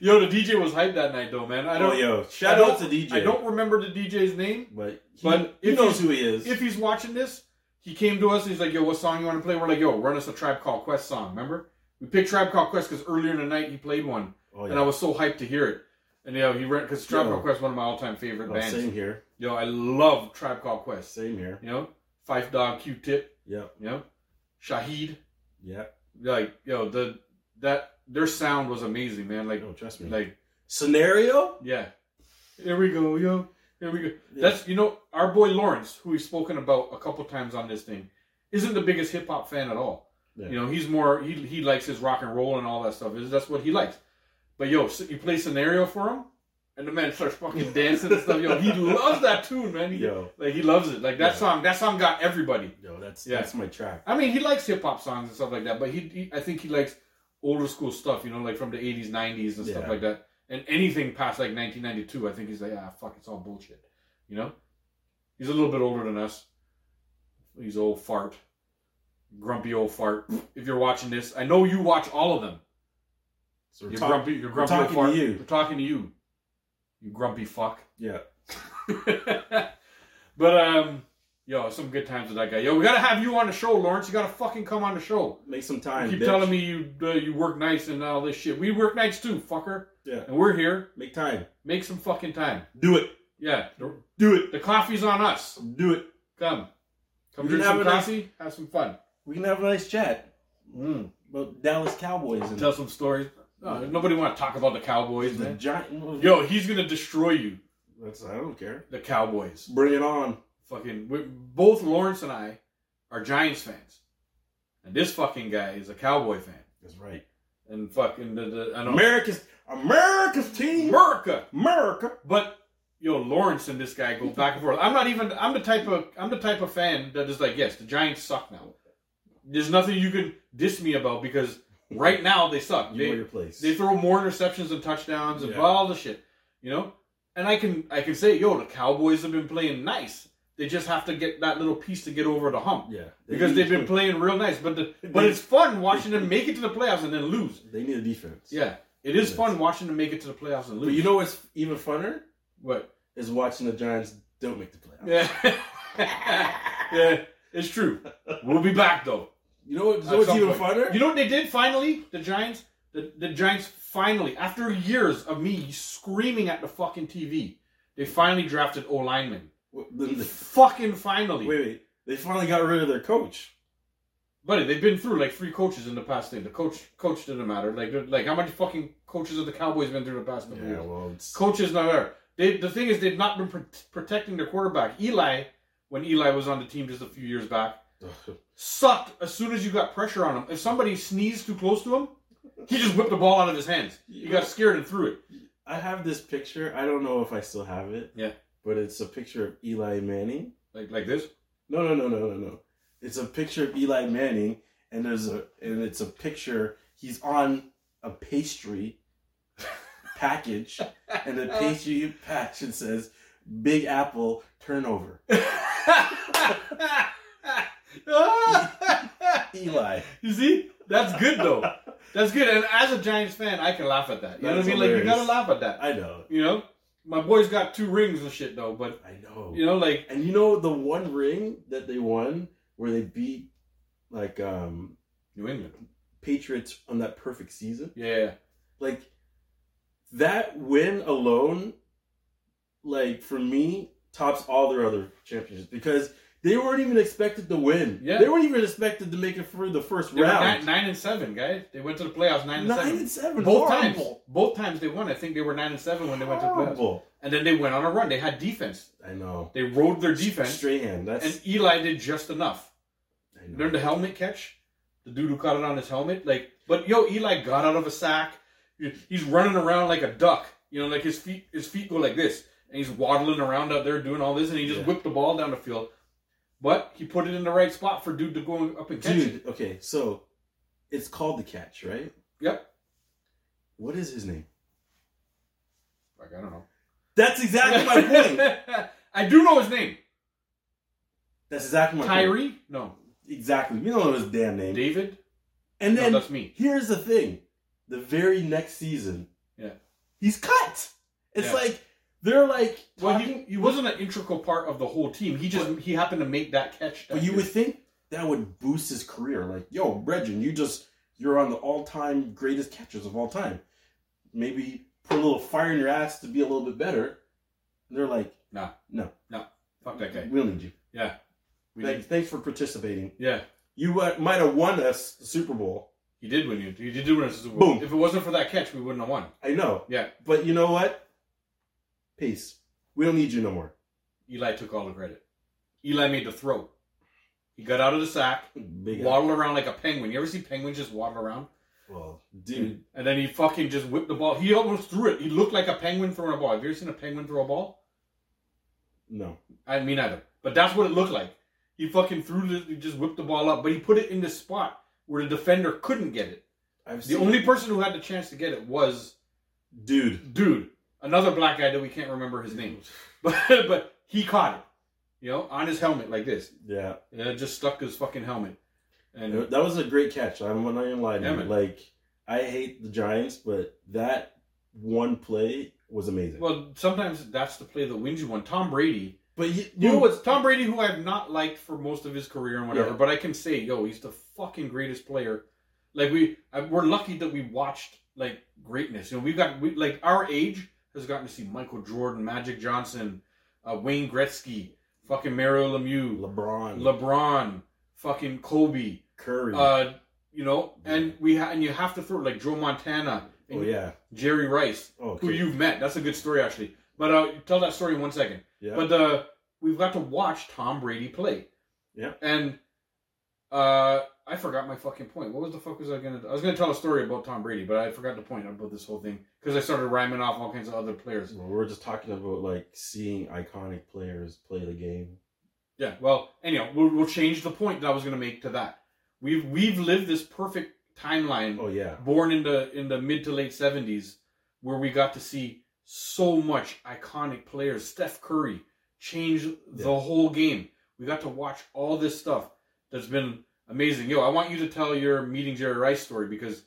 A: Yo, the DJ was hyped that night, though, man. I
C: Oh,
A: don't,
C: yo, shout out to
A: don't-
C: DJ.
A: I don't remember the DJ's name.
C: But he,
A: But
C: he
A: if
C: knows who he is.
A: If he's watching this, he came to us and he's like, "Yo, what song you want to play?" We're like, "Yo, run us a Tribe Called Quest song." Remember? We picked Tribe Called Quest because earlier in the night he played one,
C: oh,
A: and I was so hyped to hear it. And yeah, he ran because Tribe
C: Yo.
A: Called Quest is one of my all-time favorite
C: Oh,
A: bands.
C: same here.
A: Yo, I love Tribe Called Quest.
C: Same here.
A: You know, Five Dog Q-Tip.
C: Yep.
A: You know, Shahid.
C: Yep.
A: Like, yo, the that their sound was amazing, man. Like,
C: No, trust me.
A: like,
C: Scenario?
A: yeah. Here we go, yo. Here we go.
C: Yeah.
A: That's you know our boy Lawrence, who we've spoken about a couple times on this thing, isn't the biggest hip hop fan at all.
C: Yeah.
A: You know he's more he he likes his rock and roll and all that stuff. Is that's what he likes. But yo, s- you play scenario for him, and the man starts fucking dancing and stuff.
C: [laughs]
A: Yo, he loves that tune, man. He,
C: yo,
A: Like he loves it. Like that
C: Yeah.
A: song. That song got everybody.
C: yo, that's
A: Yeah.
C: that's my track.
A: I mean, he likes hip hop songs and stuff like that, but he, he I think he likes older school stuff, you know, like from the 80s, 90s and stuff
C: Yeah.
A: like that. And anything past like 1992, I think he's like, ah, fuck, it's all bullshit. You know? He's a little bit older than us. He's old fart. Grumpy old fart. If you're watching this, I know you watch all of them.
C: So we're
A: You're
C: talk-
A: grumpy, you're grumpy old
C: talking to
A: fart.
C: you.
A: We're talking to you. You grumpy fuck.
C: Yeah.
A: [laughs] but um yo, some good times with that guy. Yo, we gotta have you on the show, Lawrence. You gotta fucking come on the show.
C: Make some
A: You
C: time.
A: keep
C: bitch.
A: telling me you uh, you work nights and all this shit. We work nights too, fucker.
C: Yeah.
A: And we're here.
C: Make time.
A: Make some fucking time.
C: Do it.
A: Yeah. The,
C: Do it.
A: the coffee's on us.
C: Do it.
A: Come. Come
C: We
A: drink
C: can
A: some
C: have a nice-
A: coffee. Have some fun.
C: We can have a nice chat Hmm.
A: Mm.
C: about Dallas Cowboys and
A: Tell some stories. No,
C: Yeah.
A: nobody want to talk about the Cowboys,
C: the
A: man.
C: giant.
A: Yo, he's gonna destroy you.
C: that's I don't care.
A: The Cowboys.
C: Bring it on.
A: Fucking. We, both Lawrence and I are Giants fans, and this fucking guy is a Cowboy fan.
C: That's right.
A: And fucking the, the I don't
C: America's America's team.
A: America.
C: America.
A: But yo, Lawrence and this guy go back and forth. I'm not even. I'm the type of. I'm the type of fan that is like, yes, the Giants suck now. There's nothing you can diss me about because right now they suck.
C: You know
A: They
C: your place.
A: they throw more interceptions than touchdowns and
C: Yeah.
A: all the shit, you know. And I can I can say, yo, the Cowboys have been playing nice. They just have to get that little piece to get over the hump
C: yeah.
A: because
C: need-
A: they've been playing real nice. But the, but
C: They-
A: it's fun watching them make it to the playoffs and then lose.
C: They need a defense.
A: Yeah, it is
C: Yes.
A: fun watching them make it to the playoffs and lose.
C: But you know what's even funner
A: what? [laughs]
C: is watching the Giants don't make the playoffs.
A: Yeah. yeah, it's true. We'll be back though.
C: You know what- you
A: At
C: know what's
A: some
C: even
A: point.
C: funner?
A: You know what they did finally? The Giants the, the Giants finally, after years of me screaming at the fucking TV, they finally drafted O lineman.
C: What- the- [laughs] the-
A: Fucking finally.
C: Wait, wait. They finally got rid of their coach.
A: Buddy, they've been through like three coaches in the past thing. The coach coach didn't matter. Like they're- like how many fucking coaches have the Cowboys been through the past couple years?
C: well, it's,
A: Coaches not there. They, the thing is, they've not been pro- protecting their quarterback. Eli, when Eli was on the team just a few years back, sucked as soon as you got pressure on him. If somebody sneezed too close to him, he just whipped the ball out of his hands. He got scared and threw it.
C: I have this picture. I don't know if I still have it.
A: Yeah.
C: But it's a picture of Eli Manning.
A: Like like this. [laughs]
C: No, no, no, no, no, no. It's a picture of Eli Manning, and there's a and it's a picture. He's on
A: [laughs]
C: a pastry package, and
A: Oh.
C: the pastry package says "Big Apple turnover." Eli.
A: you see? That's good though. That's good. And as a Giants fan, I can laugh at that. You know what I
C: That's
A: mean? Like you
C: hilarious.
A: gotta laugh at that.
C: I know.
A: You know? My boy's got two rings and shit though, but
C: I know.
A: you know, like
C: And you know the one ring that they won where they beat like um
A: New England.
C: Patriots on that perfect season?
A: Yeah.
C: Like that win alone, like for me, tops all their other championships because they weren't even expected to win.
A: Yeah.
C: They weren't even expected to make it through the first
A: They were nine,
C: round.
A: nine and seven, guys. They went to the playoffs nine and
C: Nine
A: seven.
C: and seven.
A: Both times.
C: horrible.
A: Both times they won. I think they were nine and seven when they went to the playoffs.
C: Horrible.
A: And then they went on a run. They had defense.
C: I know.
A: They rode their defense,
C: Strahan. That's.
A: and Eli did just enough.
C: I know.
A: Learn the helmet catch. The dude who caught it on his helmet. Like, but yo, Eli got out of a sack. He- He's running around like a duck. You know, like his feet, his feet go like this, and he's waddling around out there doing all this, and he just
C: Yeah.
A: whipped the ball down the field. But he put it in the right spot for dude to go up and catch it.
C: Dude, okay, so it's called the catch, right?
A: Yep.
C: What is his name?
A: Like I don't know.
C: That's exactly
A: [laughs]
C: my point.
A: I do know his name.
C: That's exactly my point.
A: Tyree? No.
C: Exactly. You don't know his damn name.
A: David?
C: and
A: No,
C: then
A: that's me.
C: here's the thing: the very next season,
A: Yeah.
C: he's cut. It's
A: Yeah.
C: like they're like,
A: Well,
C: talking-
A: he, he wasn't an integral part of the whole team. He just he happened to make that catch. That
C: but you
A: year.
C: would think that would boost his career. Like, yo, Regin, you just you're on the all-time greatest catchers of all time. Maybe put a little fire in your ass to be a little bit better. And they're like,
A: Nah.
C: no,
A: fuck that guy.
C: we don't need you.
A: We
C: Thank-
A: did-
C: thanks for participating.
A: yeah,
C: You uh, might have won us the Super Bowl.
A: he did win. You he did win us the Super Bowl.
C: Boom.
A: If it wasn't for that catch, we wouldn't have won.
C: I know.
A: Yeah.
C: But you know what? Peace. We don't need you no more.
A: Eli took all the credit. Eli made the throw. He got out of the sack,
C: Big
A: waddled around like a penguin. You ever see penguins just waddle around?
C: Well, dude,
A: And then he fucking just whipped the ball. He almost threw it. He looked like a penguin throwing a ball. Have you ever seen a penguin throw a ball?
C: no.
A: I mean either. But that's what it looked like. He fucking threw the he just whipped the ball up, but he put it in the spot where the defender couldn't get it.
C: I've
A: The only person who had the chance to get it was
C: dude.
A: dude, another black guy that we can't remember his name. [laughs] But but he caught it. You know, on his helmet like this.
C: Yeah,
A: And it just stuck to his fucking helmet. And
C: that was a great catch. I'm not gonna lie to
A: Yeah,
C: you.
A: man.
C: Like, I hate the Giants, but that one play was amazing.
A: well, sometimes that's the play that wins you one. Tom Brady
C: but you,
A: You know
C: dude,
A: what's Tom Brady, who I've not liked for most of his career and whatever,
C: Yeah.
A: but I can say, yo, he's the fucking greatest player. Like we, I, we're lucky that we watched like greatness. You know, we've got we, like our age has gotten to see Michael Jordan, Magic Johnson, uh, Wayne Gretzky, fucking Mario Lemieux,
C: LeBron,
A: LeBron, fucking Kobe.
C: Curry.
A: Uh, you know, and we ha- and you have to throw like Joe Montana and
C: oh yeah.
A: Jerry Rice,
C: Oh,
A: who
C: okay.
A: you've met. That's a good story actually. But uh, tell that story in one second.
C: Yeah.
A: But uh, we've got to watch Tom Brady play.
C: Yeah.
A: And uh, I forgot my fucking point. What was the fuck was I gonna? I was gonna tell a story about Tom Brady, but I forgot the point about this whole thing because I started rhyming off all kinds of other players.
C: Well, we're just talking about like seeing iconic players play the game.
A: Yeah. Well, anyhow, we'll, we'll change the point that I was gonna make to that. We've we've lived this perfect timeline,
C: Oh yeah.
A: born in the in the mid to late seventies, where we got to see so much iconic players. Steph Curry changed the
C: Yeah.
A: whole game. We got to watch all this stuff that's been amazing. Yo, I want you to tell your meeting Jerry Rice story because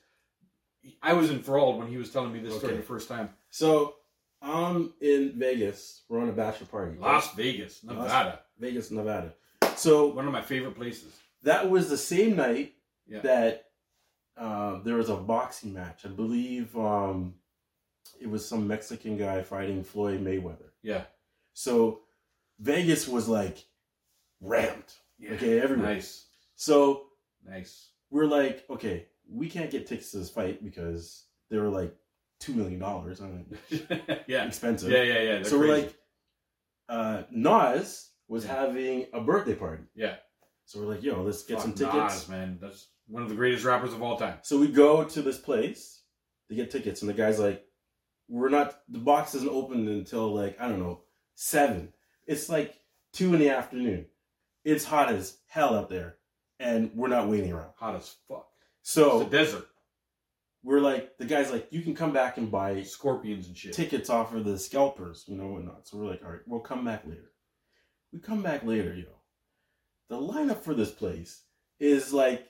A: I was enthralled when he was telling me this story
C: Okay.
A: the first time.
C: So I'm in Vegas. We're on a bachelor party.
A: Las Vegas,
C: Las-
A: Nevada,
C: Vegas, Nevada. So
A: one of my favorite places.
C: that was the same night
A: Yeah.
C: that uh, there was a boxing match. I believe um, it was some Mexican guy fighting Floyd Mayweather.
A: Yeah.
C: So Vegas was like rammed.
A: Yeah.
C: Okay, everywhere.
A: Nice,
C: So
A: nice. [laughs]
C: we're like, okay, we can't get tickets to this fight because they were like two million dollars and
A: yeah,
C: expensive.
A: yeah, yeah, yeah.
C: so we're like, uh, Nas was
A: Yeah.
C: having a birthday party.
A: Yeah.
C: So we're like, yo, let's get some tickets.
A: Nas, man. That's one of the greatest rappers of all time.
C: So we go to this place to get tickets, and the guy's like, "We're not. The box isn't open until like I don't know seven. It's like two in the afternoon. It's hot as hell out there, and we're not waiting around.
A: Hot as fuck. It's
C: So
A: the desert.
C: we're like, the guy's like, you can come back and buy
A: scorpions and shit.
C: tickets off of the scalpers, you know, whatnot. So we're like, all right, we'll come back later. We come back later, yo. The lineup for this place is like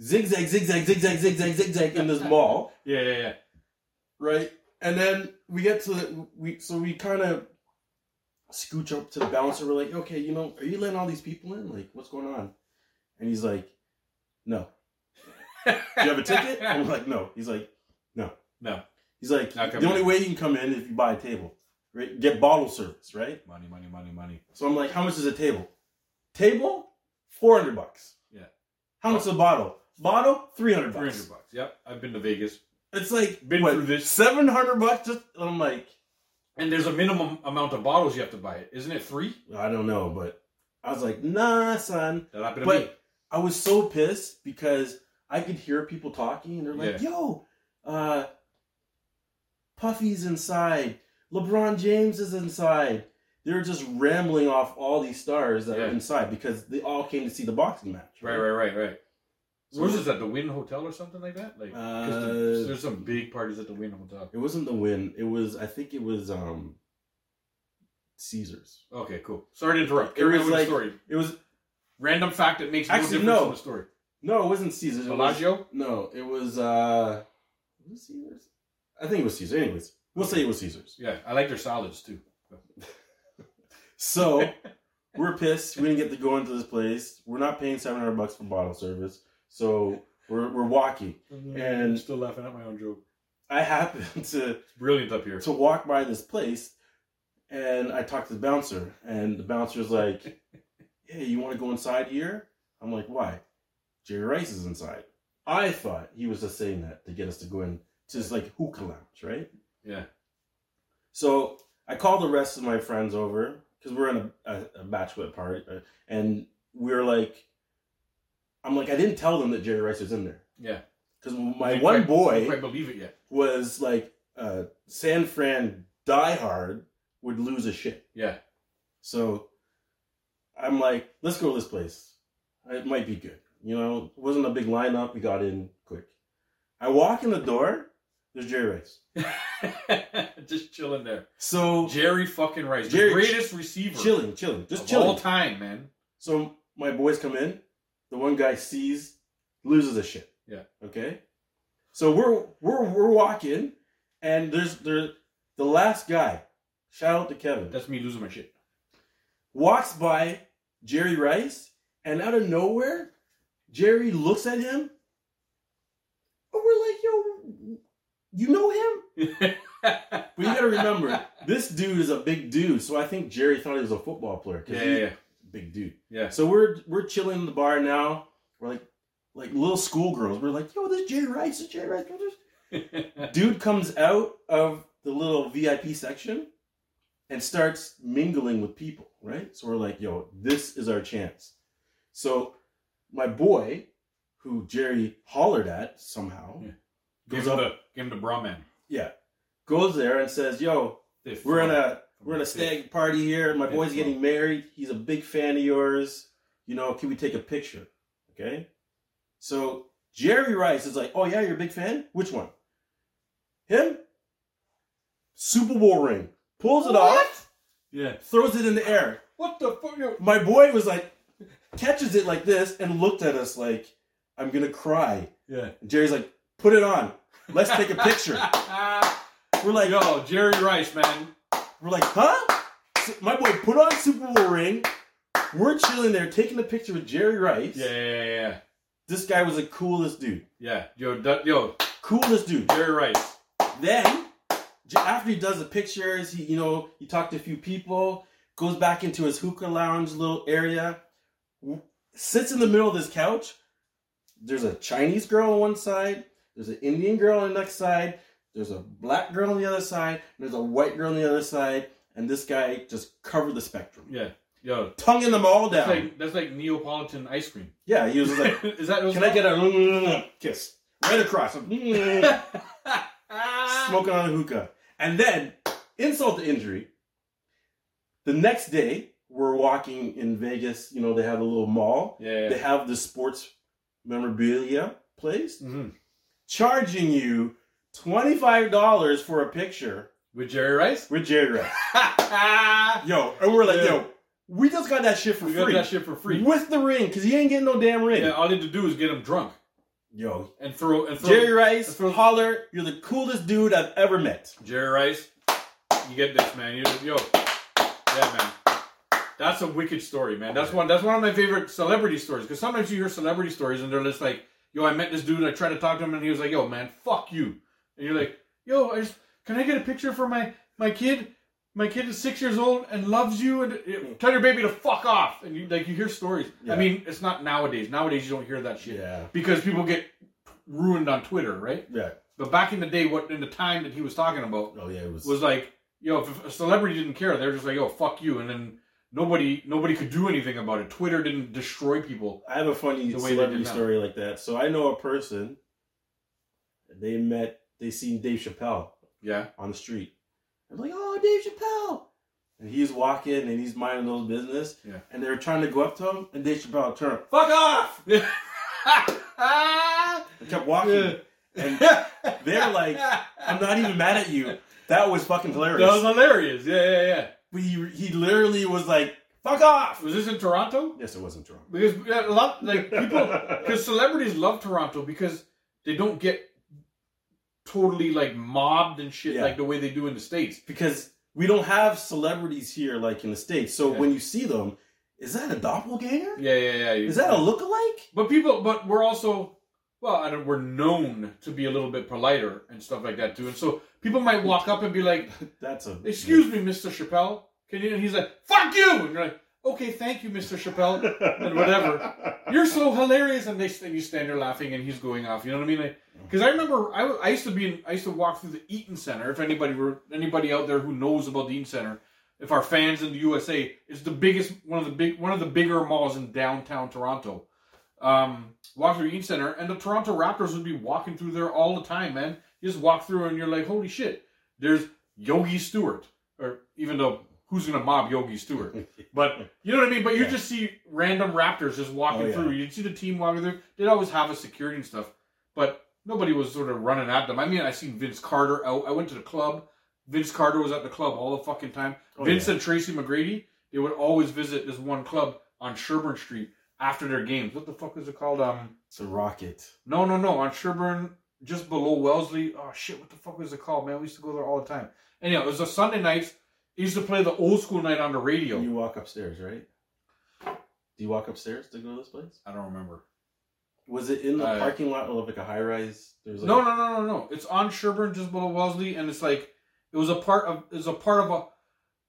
C: zigzag, zigzag, zigzag, zigzag, zigzag in this mall."
A: yeah, yeah, yeah.
C: right? And then we get to the, we so we kind of scooch up to the bouncer. We're like, okay, you know, are you letting all these people in? Like, what's going on? And he's like, no. Do you have
A: [laughs]
C: a ticket? And we're like, no. He's like, no,
A: No.
C: He's like,
A: Not
C: the
A: coming
C: only
A: in."
C: way you can come in if you buy a table, right? Get bottle service, right?
A: Money, money, money, money.
C: So I'm like, how much is a table? Table, four hundred bucks.
A: Yeah.
C: How much is a bottle? Bottle, three hundred
A: Three
C: bucks.
A: hundred bucks. Yep, I've been to Vegas.
C: It's like
A: Been
C: what,
A: through this.
C: seven hundred bucks. Just I'm like,
A: And there's a minimum amount of bottles you have to buy. Isn't it three?
B: I don't know, but I was like, nah, son.
A: That happened to
B: But
A: me.
B: I was so pissed because I could hear people talking and they're like, yo, uh, Puffy's inside. LeBron James is inside. They were just rambling off all these stars that
A: Yeah.
B: are inside because they all came to see the boxing match.
A: Right, right, right, right.
B: So-
A: Where's this at? The Wynn Hotel or something like that? Like, 'cause the-
B: Uh,
A: there's some big parties at the Wynn Hotel.
B: It wasn't the win. It was, I think it was um Caesars.
A: Okay, cool. Sorry to interrupt.
B: It
A: Carry
B: was
A: on with
B: like-
A: the story.
B: It was,
A: Random fact that makes no
B: Actually,
A: difference
B: no.
A: in the story.
B: no, it wasn't Caesars. It was-
A: Bellagio?
B: No, it was uh was it Caesars? I think it was Caesars. Anyways, we'll say it was Caesars.
A: Yeah, I like their salads too.
B: So we're pissed. We didn't get to go into this place. We're not paying seven hundred bucks for bottle service. So we're we're walking. And-
A: still laughing at my own joke.
B: I
C: [laughs]
B: happened to
A: It's brilliant up here.
B: to walk by this place and I talked to the bouncer and the bouncer's like, Hey, you wanna go inside here? I'm like, Why? Jerry Rice is inside. I thought he was just saying that to get us to go in to this like hookah lounge, right?
A: Yeah.
B: So I called the rest of my friends over because we're in a, a, a bachelorette party, uh, and we are like, I'm like, I didn't tell them that Jerry Rice was in there
A: Yeah.
B: because my
A: They
B: one
A: quite- I
B: boy
A: can't believe it yet.
B: was like, uh, San Fran diehard would lose his shit.
A: Yeah.
B: So I'm like, let's go to this place. It might be good. You know, it wasn't a big lineup. We got in quick. I walk in the door. There's Jerry Rice.
A: [laughs] Just chilling there.
B: So
A: Jerry fucking Rice, the
B: Jerry-
A: greatest receiver
B: chilling, chilling,
A: just
B: just
A: of
B: chilling.
A: all time, man.
B: So my boys come in. The one guy sees, loses his shit.
A: Yeah.
B: Okay. So we're we're we're walking, and there's there the last guy. Shout out to Kevin.
A: That's me losing my shit.
B: walks by Jerry Rice, and out of nowhere, Jerry looks at him. And we're like, yo, you know him? But you gotta remember, this dude is a big dude. So I think Jerry thought he was a football player
A: Yeah,
B: because
A: yeah,
B: he's
A: yeah.
B: a big dude.
A: yeah.
B: So we're we're chilling in the bar now. We're like like little schoolgirls. We're like, yo, this Jerry Rice, this Jerry Rice. Dude comes out of the little VIP section and starts mingling with people, right? So we're like, yo, this is our chance. So my boy, who Jerry hollered at somehow,
A: Yeah. Give
B: goes
A: him
B: up,
A: the give him the bra man.
B: goes there and says, yo,
A: Stiff.
B: we're in a we're in a
A: Stiff.
B: stag party here. My
A: Yeah,
B: boy's
A: well.
B: getting married. He's a big fan of yours. You know, can we take a picture? Okay. So Jerry Rice is like, oh yeah, you're a big fan. Which one? Him. Super Bowl ring. Pulls it off.
A: Yeah.
B: Throws it in the air.
A: What the fuck? yo? [laughs]
B: My boy was like, catches it like this and looked at us like, I'm gonna cry.
A: Yeah.
B: And Jerry's like, put it on. Let's take a picture. We're like,
A: Yo, Jerry Rice, man.
B: We're like, huh? So my boy put on Super Bowl ring. We're chilling there, taking a picture with Jerry Rice.
A: Yeah, yeah, yeah, yeah.
B: This guy was the coolest dude.
A: Yeah. Yo, du- yo,
B: Coolest dude.
A: Jerry Rice.
B: Then, j- after he does the pictures, he you know he talked to a few people, goes back into his hookah lounge little area, w- sits in the middle of this couch. There's a Chinese girl on one side, there's an Indian girl on the next side, there's a black girl on the other side, and there's a white girl on the other side, and this guy just covered the spectrum.
A: Yeah. Yo,
B: tonguing them all
A: that's
B: down.
A: like that's like Neapolitan ice cream. [laughs]
B: yeah, he was just like,
A: Is that?
B: "Can I get a kiss right across?"
A: [laughs]
B: Smoking
A: Ah.
B: on a hookah, and then insult to injury. The next day, we're walking in Vegas. You know, they have a little mall.
A: Yeah.
B: They have the sports memorabilia place,
A: hmm
B: charging you twenty five dollars for a picture
A: With Jerry Rice. [laughs]
B: with Jerry Rice.
A: we
B: Yo, and we're like,
A: Yeah.
B: yo, we just got that shit for
A: got
B: free.
A: that shit for free.
B: With the ring, because he ain't getting no damn ring.
A: Yeah, all I need to do is get him drunk
B: Yo,
A: and throw and throw
B: Jerry Rice,
A: Throw-
B: holler, you're the coolest dude I've ever met.
A: Jerry Rice. You get this, man. You, yo, yeah, man. That's a wicked story, man. That's one. That's one of my favorite celebrity stories. Because sometimes you hear celebrity stories and they're just like, "Yo, I met this dude. I tried to talk to him, and he was like, yo, man, fuck you.'" And you're like, "Yo, I just, can I get a picture for my my kid? My kid is six years old and loves you, and uh, tell your baby to fuck off." And you like you hear stories.
B: Yeah.
A: I mean, it's not nowadays. Nowadays you don't hear that shit
B: Yeah.
A: because people get ruined on Twitter, right?
B: Yeah.
A: But back in the day, what in the time that he was talking about
B: Oh yeah, it was.
A: was like you know, if a celebrity didn't care, they're just like, oh, fuck you, and then nobody nobody could do anything about it. Twitter didn't destroy people.
C: I have a funny
A: The way they did
C: celebrity
A: now.
C: story like that. So I know a person. They met. They seen Dave Chappelle
A: Yeah,
C: on the street. I'm like, oh, Dave Chappelle. And he's walking and he's minding his own business.
A: Yeah.
C: And they were trying to go up to him, and Dave Chappelle turned
A: fuck off.
C: and kept walking.
A: Yeah.
C: And they're like, I'm not even mad at you. That was fucking
A: That
C: hilarious.
A: was hilarious. Yeah, yeah, yeah.
C: But he, he literally was like, fuck off.
A: Was this in Toronto?
C: Yes, it wasn't drunk.
A: Because yeah, a lot like people because celebrities love Toronto because they don't get totally like mobbed and shit
C: Yeah.
A: like the way they do in the states.
C: because we don't have celebrities here like in the states. So
A: Yeah.
C: when you see them, is that a doppelganger?
A: Yeah, yeah, yeah.
C: Is that a lookalike?
A: But people, but we're also well, I don't, we're known to be a little bit politer and stuff like that too. And so people might walk up and be like,
C: That's a
A: "Excuse me, Mr. Chappelle, can you?" And he's like, "Fuck you!" And you're like, "Okay, thank you, Mr. Chappelle. and whatever. You're so hilarious." And they and you stand there laughing, and he's going off. You know what I mean? Because I remember I, w- I used to be in, I used to walk through the Eaton Center. If anybody were anybody out there who knows about the Eaton Center, if our fans in the USA, it's the biggest one of the big one of the bigger malls in downtown Toronto um, walk through Eaton Center, and the Toronto Raptors would be walking through there all the time, man. You just walk through and you're like, holy shit, there's Yogi Stewart. Or even though who's gonna mob Yogi Stewart? But you know what I mean? But you
C: Yeah.
A: just see random Raptors just walking
C: Oh, yeah.
A: through. You'd see the team walking through. They'd always have a security and stuff. But nobody was sort of running at them. I mean, I seen Vince Carter out. I went to the club. Vince Carter was at the club all the fucking time.
C: Oh,
A: Vince
C: yeah.
A: and Tracy McGrady, they would always visit this one club on Sherbourne Street after their games. What the fuck is it called? Um,
C: It's a rocket.
A: no, no, no. On Sherburne, just below Wellesley. Oh shit, what the fuck was it called, man? We used to go there all the time. Anyhow, it was a Sunday nights. They used to play the old school night on the radio.
C: You walk upstairs, right? Do you walk upstairs to go to this place?
A: I don't remember.
C: Was it in the
A: Uh,
C: parking lot of like a high rise? There's like
A: No, no, no, no, no. It's on Sherburne, just below Wellesley, and it's like it was a part of it's a part of a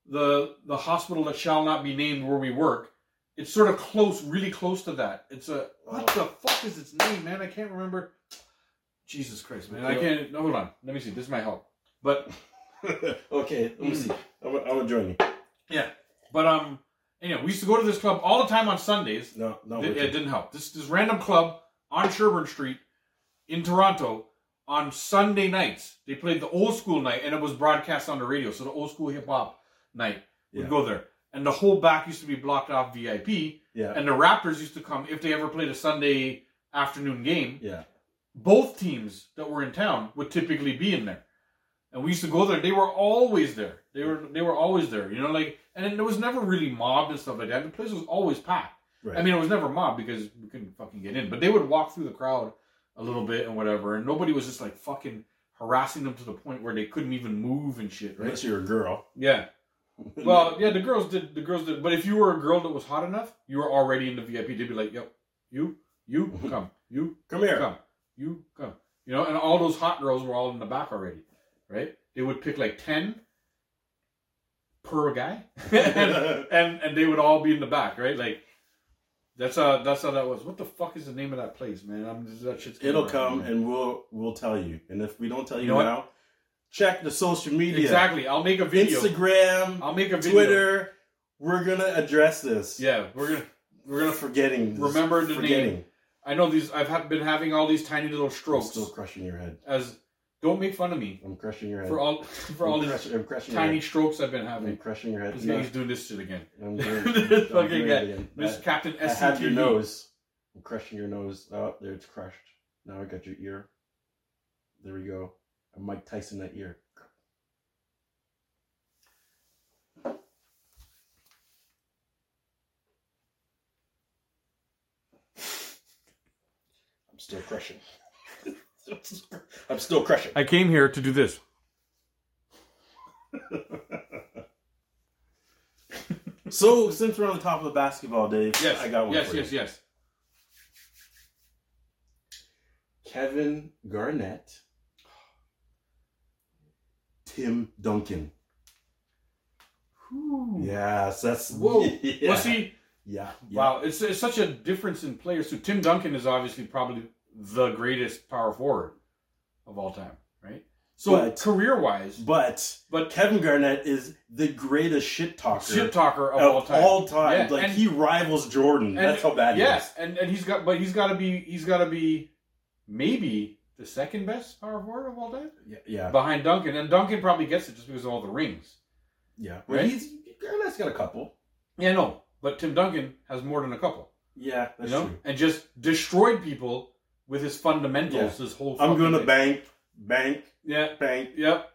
A: the the hospital that shall not be named where we work. It's sort of close, really close to that. It's a what the fuck is its name, man? I can't remember. Jesus Christ, man! I can't. No, hold on. Let me see. This might help. But
C: okay, let me see. I'm, gonna- I'm gonna join you.
A: Yeah, but um, anyway, we used to go to this club all the time on Sundays.
C: No, no.
A: It,
C: we're
A: it didn't help. This this random club on Sherbourne Street in Toronto on Sunday nights. They played the old school night, and it was broadcast on the radio. So the old school hip hop night would
C: Yeah.
A: go there, and the whole back used to be blocked off VIP.
C: yeah,
A: And the Raptors used to come if they ever played a Sunday afternoon game
C: yeah.
A: both teams that were in town would typically be in there. And we used to go there. They were always there. They were they were always there. You know, like and it was never really mobbed and stuff like that. The place was always packed.
C: Right.
A: I mean, it was never mobbed because we couldn't fucking get in. But they would walk through the crowd a little bit and whatever, and nobody was just like fucking harassing them to the point where they couldn't even move and shit. Right?
C: unless you're a girl.
A: Yeah.
C: [laughs]
A: Well, yeah, the girls did. The girls did. But if you were a girl that was hot enough, you were already in the VIP. They'd be like, "Yep, you, you
C: [laughs]
A: come, you
C: come here.
A: come. You come. You know, and all those hot girls were all in the back already, right? They would pick like ten per
C: [laughs]
A: guy, [laughs] and, [laughs] and and they would all be in the back, right? Like that's how that's how that was. What the fuck is the name of that place, man? I'm just, that shit's
C: It'll
A: right
C: come
A: now.
C: and we'll we'll tell you. And if we don't tell you,
A: You know what?
C: now, check the social media.
A: exactly. I'll make a video.
C: Instagram,
A: I'll make a video.
C: Twitter. We're gonna address this.
A: Yeah, we're gonna we're gonna.
C: forgetting. This.
A: Remember the
C: forgetting.
A: name. I know these. I've ha- been having all these tiny little
C: I'm
A: strokes.
C: still crushing your head.
A: As don't make fun of me
C: I'm crushing your head.
A: for all for
C: I'm
A: all these
C: crushing, I'm crushing
A: tiny
C: Your
A: strokes I've been
C: head. I'm
A: having.
C: crushing your head.
A: This
C: No,
A: guy's doing this shit again.
C: I'm doing-
A: [laughs]
C: I'm
A: This
C: doing
A: fucking
C: it
A: guy.
C: again.
A: Miss
C: I,
A: Captain
C: I have your
A: SCTV.
C: nose. I'm crushing your nose. Oh, there it's crushed. Now I got your ear. There we go. I'm Mike Tyson that ear. I'm
A: [laughs]
C: still crushing. I'm still crushing.
A: I came here to do this.
C: So since we're on the top of the basketball, Dave,
A: Yes,
C: I got one
A: Yes,
C: for
A: yes,
C: you.
A: yes.
C: Kevin Garnett, Tim Duncan. Yes, that's [laughs]
A: Whoa.
C: Yeah,
A: Well, see,
C: yeah, yeah.
A: wow, it's, it's such a difference in players. So Tim Duncan is obviously probably the greatest power forward of all time, right? So
C: But-
A: career wise,
C: But
A: but
C: Kevin Garnett is the greatest shit talker
A: shit talker of,
C: of
A: all time. Yeah,
C: Like
A: and-
C: he rivals Jordan.
A: and-
C: That's how bad he
A: yeah,
C: is.
A: and and he's got, but he's got to be, he's got to be, maybe the second best power forward of all time
C: Yeah, yeah,
A: behind Duncan, and Duncan probably gets it just because of all the rings.
C: yeah.
A: Right?
C: Well, he's Garnett's got a couple.
A: Yeah, no, but Tim Duncan has more than a couple,
C: Yeah,
A: you
C: that's
A: know,
C: true.
A: and just destroyed people with his fundamentals. This whole
C: I'm
A: fucking
C: going to
A: thing.
C: bank, bank,
A: Yeah,
C: bank.
A: Yep.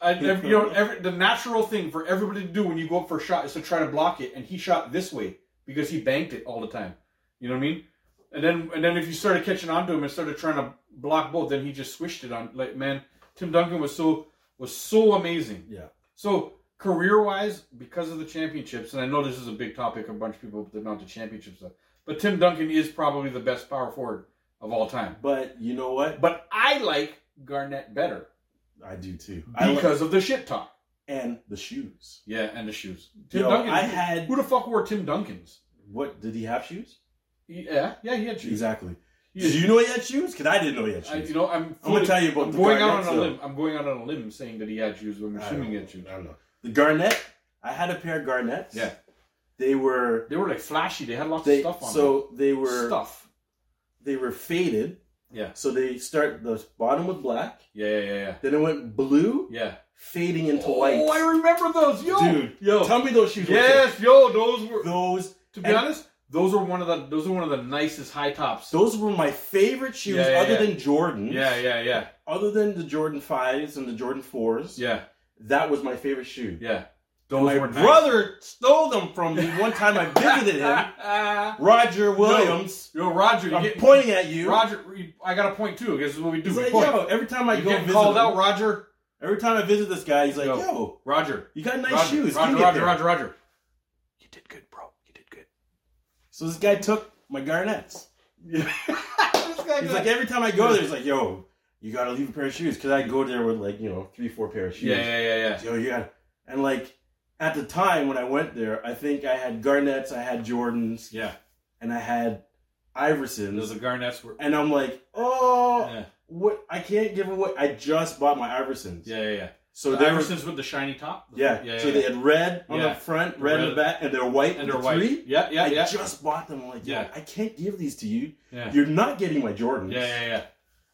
A: I,
C: [laughs]
A: every, you know, every, the natural thing for everybody to do when you go up for a shot is to try to block it, and he shot this way because he banked it all the time. You know what I mean? And then, and then if you started catching onto him and started trying to block both, then he just swished it on. Like man, Tim Duncan was so was so amazing.
C: Yeah.
A: So career wise, because of the championships, and I know this is a big topic, a bunch of people but not the championships stuff. But Tim Duncan is probably the best power forward of all time.
C: But you know what?
A: But I like Garnett better
C: I do too. I like-
A: because of the shit talk.
C: and the shoes.
A: Yeah, and the shoes. Tim
C: Yo,
A: Duncan.
C: I had
A: Who the fuck wore Tim Duncan's?
C: what? Did he have shoes?
A: Yeah, yeah, he had shoes.
C: Exactly.
A: He
C: Did
A: had-
C: you know he had shoes? Because I didn't know he had
A: I, you
C: shoes.
A: know, I'm,
C: I, am gonna
A: fully-
C: tell you about
A: I'm
C: the
A: going out
C: Garnets,
A: on a
C: though.
A: limb. I'm going out on a limb saying that he had shoes. I'm
C: I
A: assuming he had
C: don't
A: shoes.
C: know. I don't know. The Garnet. I had a pair of Garnets.
A: Yeah.
C: They were
A: They were like flashy. They had lots
C: they
A: of stuff on. them.
C: so they were
A: stuff.
C: they were faded.
A: Yeah.
C: So they start the bottom with black,
A: Yeah, yeah, yeah, yeah.
C: then it went blue,
A: Yeah.
C: fading into
A: oh,
C: white.
A: I remember those, yo,
C: Dude,
A: yo.
C: Tell me those shoes. were
A: yes, yo, those were.
C: good. Those
A: to be
C: and-
A: honest, those are one of the those are one of the nicest high tops.
C: those were my favorite shoes,
A: Yeah, yeah,
C: other
A: yeah.
C: than Jordans.
A: yeah, yeah, yeah,
C: Other than the Jordan fives and the Jordan fours.
A: yeah,
C: That was my favorite shoe.
A: yeah.
C: And
A: Those
C: my
A: were nice.
C: brother stole them from me one time I visited him. [laughs] Roger Williams.
A: [laughs] yo, Roger, you
C: I'm
A: get
C: pointing at you.
A: Roger, you- I got a point too. This is what we do.
C: He's
A: We
C: like,
A: point.
C: yo, every time I
A: you
C: go
A: get
C: visit
A: called
C: him-
A: out, Roger.
C: every time I visit this guy, he's like,
A: Yo.
C: yo,
A: Roger.
C: you got nice
A: Roger,
C: shoes.
A: Roger,
C: Give me a
A: Roger,
C: pair."
A: Roger, Roger.
C: You did good, bro. You did good. So this guy took my garnets. [laughs]
A: this guy
C: He's like, every time I go there, he's like, yo, you gotta leave a pair of shoes. Cause I go there with like, you know, three, four pair of shoes.
A: yeah, yeah, yeah, yeah.
C: Yo, you gotta. And like, at the time when I went there, I think I had garnets, I had Jordans,
A: Yeah,
C: and I had
A: and there's
C: Iversons.
A: the Garnets were.
C: And I'm like, oh,
A: Yeah,
C: what? I can't give away. I just bought my Iversons.
A: yeah, yeah. yeah.
C: So
A: the
C: they were-
A: Iversons with the shiny top.
C: Yeah.
A: yeah,
C: so
A: yeah,
C: they
A: yeah.
C: had red on
A: Yeah.
C: the front,
A: The
C: red, in the
A: red-
C: back, and they're white.
A: and
C: the
A: they're white.
C: Three.
A: Yeah, yeah,
C: I
A: yeah,
C: just bought them. I'm like, yeah,
A: Yeah.
C: I can't give these to you.
A: yeah, yeah,
C: You're not getting my Jordans.
A: yeah, yeah.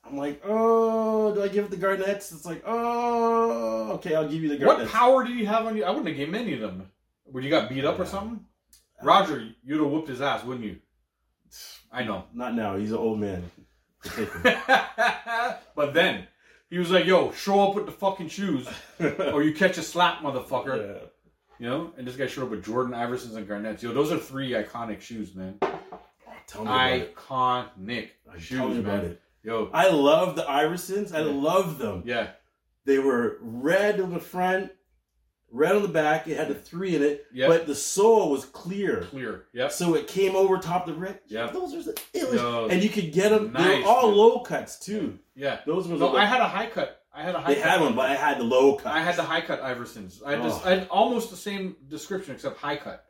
C: I'm like, oh, do I give the Garnets? It's like, oh, okay, I'll give you the
A: What
C: Garnets.
A: power did he have on you? I wouldn't have given any of them. Would you got beat up or
C: Yeah.
A: something? Roger, you'd have whooped his ass, wouldn't you? I know. [laughs]
C: Not now. He's an old man. [laughs] Take them.
A: but then he was like, "Yo, show up with the fucking shoes, or you catch a slap, motherfucker."
C: Yeah.
A: You know, and this guy showed up with Jordan Iversons and Garnets. Yo, those are three iconic shoes, man.
C: Tell me about it.
A: Iconic
C: Tell me
A: shoes,
C: about
A: man.
C: it.
A: Yo,
C: I love the Iversons. I
A: Yeah.
C: love them.
A: yeah,
C: They were red on the front, red on the back. It had a three in it,
A: yeah,
C: but the sole was clear.
A: clear, yep,
C: So it came over top the red.
A: Yeah.
C: Those are the illest.
A: Yo,
C: and you could get them. they
A: nice,
C: were all
A: dude.
C: low cuts too.
A: yeah.
C: Those were
A: No,
C: the.
A: I had a high cut. I had a high.
C: they
A: cut.
C: had one, but I had the low cut.
A: I had the high cut Iversons. I had, this,
C: Oh.
A: I had almost the same description except high cut.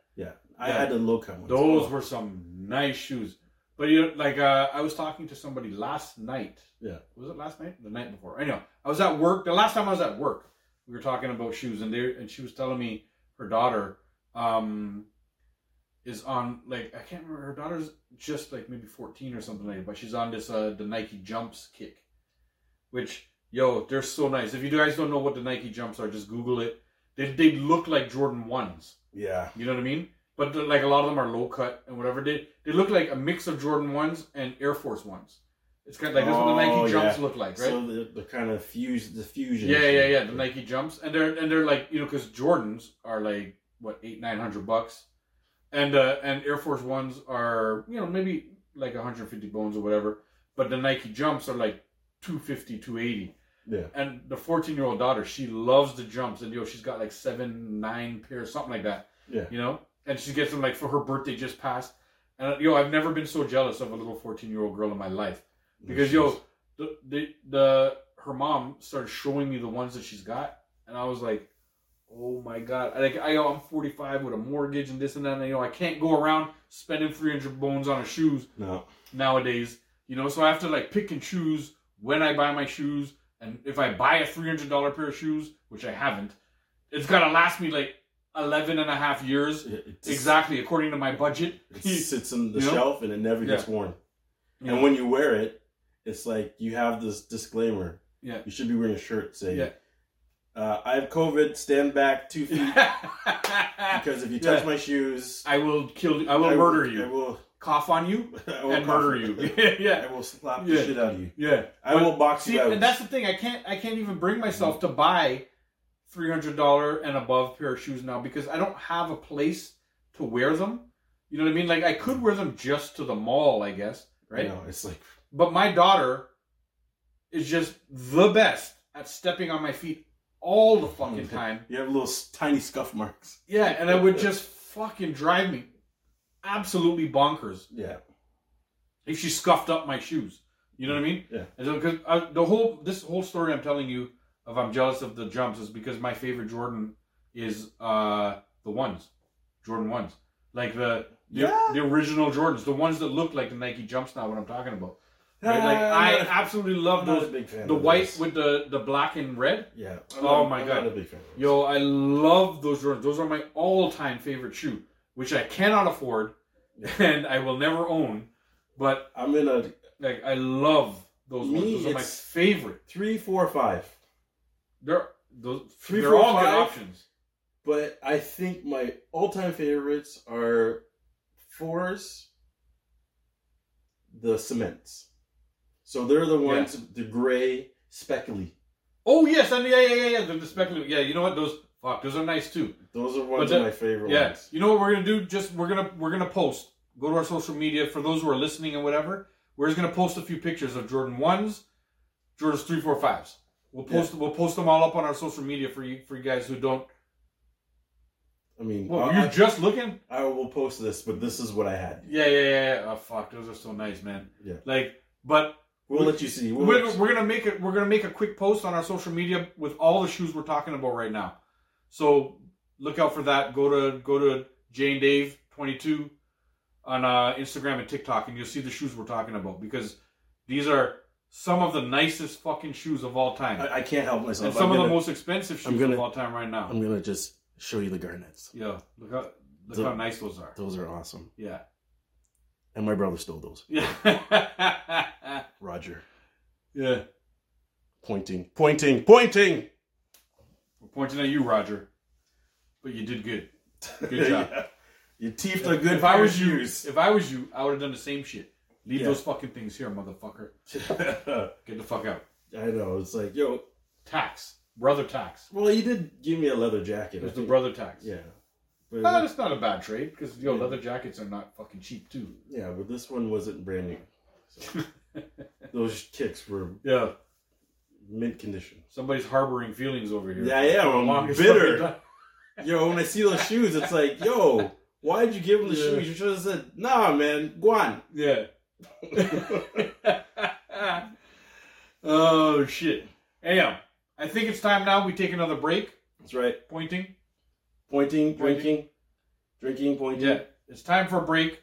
C: I
A: yeah.
C: had the low cut ones.
A: Those were some nice shoes. But you know, like uh, I was talking to somebody last night.
C: Yeah.
A: Was it last night? The night before. Anyhow, I was at work. The last time I was at work, we were talking about shoes, and they and she was telling me her daughter um, is on like I can't remember. Her daughter's just like maybe fourteen or something like that, but she's on this uh, the Nike Jumps kick, which yo, they're so nice. If you guys don't know what the Nike Jumps are, just Google it. They they look like Jordan ones.
C: Yeah.
A: You know what I mean? But the- like a lot of them are low cut and whatever. They they look like a mix of Jordan ones and Air Force ones. It's kind of like that's what the
C: Oh,
A: Nike
C: yeah.
A: jumps look like, right?
C: So the, the kind of fuse, the fusion.
A: yeah, yeah,
C: shit.
A: yeah. The Nike jumps and they're and they're like you know because Jordans are like what eight nine hundred bucks, and uh, and Air Force ones are you know maybe like hundred fifty bones or whatever. But the Nike jumps are like 250, 280.
C: Yeah.
A: And the fourteen year old daughter, she loves the jumps and yo, she's got like seven nine pairs something like that
C: Yeah.
A: you know and she gets them like for her birthday just passed and uh, yo i've never been so jealous of a little 14 year old girl in my life because yo the, the the her mom started showing me the ones that she's got and i was like oh my god I, like i i'm 45 with a mortgage and this and that and you know i can't go around spending 300 bones on her shoes
C: No.
A: nowadays you know so i have to like pick and choose when i buy my shoes And if I buy a three hundred dollar pair of shoes, which I haven't, it's gonna last me like 11 and a half years.
C: It, it just-
A: Exactly, according to my budget.
C: It
A: [laughs]
C: sits in the
A: You know?
C: shelf and it never gets worn.
A: Yeah.
C: And when you wear it, it's like you have this disclaimer.
A: Yeah.
C: You should be wearing a shirt saying,
A: Yeah.
C: uh, "I have COVID. Stand back two feet
A: I
C: because if you touch
A: [laughs] Yeah.
C: my shoes,
A: will kill you. [laughs] I will murder
C: I
A: you.
C: will, [laughs]
A: Cough on you
C: I will
A: and
C: cough- [laughs]
A: murder Oh, you. yeah, [laughs] yeah,
C: I will slap
A: Yeah.
C: the shit out of you.
A: yeah.
C: I
A: But-
C: will box
A: See,
C: you out.
A: and that's the thing. I can't. I can't even bring myself to buy three hundred dollar and above pair of shoes now because I don't have a place to wear them. You know what I mean? Like I could wear them just to the mall, I guess, right?
C: You know, it's like
A: But my daughter is just the best at stepping on my feet all the [laughs] fucking time.
C: you have little s- tiny scuff marks.
A: Yeah, and it would just fucking drive me absolutely bonkers
C: Yeah.
A: if she scuffed up my shoes. You know what I mean?
C: Yeah.
A: And so, cause I, the whole this whole story I'm telling you of I'm jealous of the jumps is because my favorite Jordan is uh the ones, Jordan ones, like the the,
C: Yeah.
A: the original Jordans, the ones that look like the Nike jumps. Now what I'm talking about. Right? Like I absolutely love
C: I'm not a
A: those.
C: big fan.
A: The
C: of
A: white
C: Ah. those.
A: with the the black and red.
C: Yeah.
A: Oh my
C: I'm
A: God.
C: Not a big fan. of those.
A: Yo, I love those Jordans. Those are my all-time favorite shoe, which I cannot afford [laughs] and I will never own. But
C: I'm in a
A: like, I love those
C: Me,
A: ones. Those are my
C: it's-
A: favorite.
C: three, four, five.
A: They're those.
C: Three,
A: they're
C: four,
A: all good
C: five?
A: options.
C: But I think my all-time favorites are fours, the cements. So they're the ones, the gray speckly.
A: Oh yes, and yeah, yeah, yeah, yeah. The, the speculum. Yeah, you know what? Those fuck. Those are nice too.
C: Those are ones
A: But
C: of
A: the-
C: my favorite
A: Yeah.
C: ones.
A: You know what we're gonna do? Just we're gonna we're gonna post. Go to our social media for those who are listening and whatever. We're just gonna post a few pictures of Jordan ones, Jordan's three, four, fives. We'll post we'll post them all up on our social media for you for you guys who don't.
C: I mean,
A: Well,
C: Uh, I,
A: you're just looking.
C: I- I will post this, but this is what I had.
A: Yeah, yeah, yeah, yeah. Oh fuck, those are so nice, man.
C: Yeah.
A: Like, but
C: We'll
A: We-
C: let you see. We'll
A: we're,
C: let you-
A: we're gonna make it. We're gonna make a quick post on our social media with all the shoes we're talking about right now. So look out for that. Go to go to Jane Dave twenty two on uh, Instagram and TikTok, and you'll see the shoes we're talking about because these are some of the nicest fucking shoes of all time,
C: I, I can't help myself.
A: and some
C: I'm
A: of the
C: gonna-
A: most expensive shoes
C: gonna-
A: of all time right now.
C: I'm gonna just show you the garnets.
A: yeah, look how look
C: The-
A: how nice those are.
C: Those are awesome.
A: Yeah,
C: And my brother stole those.
A: yeah,
C: Roger,
A: [laughs] yeah.
C: pointing, pointing, pointing.
A: We're pointing at you, Roger. But you did good. Good job.
C: [laughs] Yeah. You teefed a good.
A: if I
C: pair
A: was
C: of
A: you,
C: shoes.
A: if I was you, I would have done the same shit. Leave
C: Yeah.
A: those fucking things here, motherfucker.
C: [laughs] I
A: Get the fuck out.
C: know. It's like, yo,
A: Tax, brother tax.
C: well, you did give me a leather jacket.
A: It
C: I
A: was the
C: think.
A: brother tax.
C: Yeah. But
A: Nah, that's not a bad trade because yo,
C: Yeah.
A: leather jackets are not fucking cheap too.
C: yeah, but this one wasn't brand new. So.
A: [laughs]
C: Those kicks were
A: Yeah, [laughs]
C: mint condition.
A: somebody's harboring feelings over here.
C: Yeah, yeah,
A: For the
C: I'm
A: longest
C: bitter.
A: fucking time.
C: Yo, when I see those shoes, it's like, yo, why'd you give him the
A: Yeah.
C: shoes? You should have said, nah, man, Guan. [laughs]
A: Yeah. oh shit. Anyhow, I think it's time now we take another break.
C: That's right.
A: Pointing.
C: Pointing,
A: Pointing.
C: drinking, drinking, pointing.
A: Yeah, it's time for a break.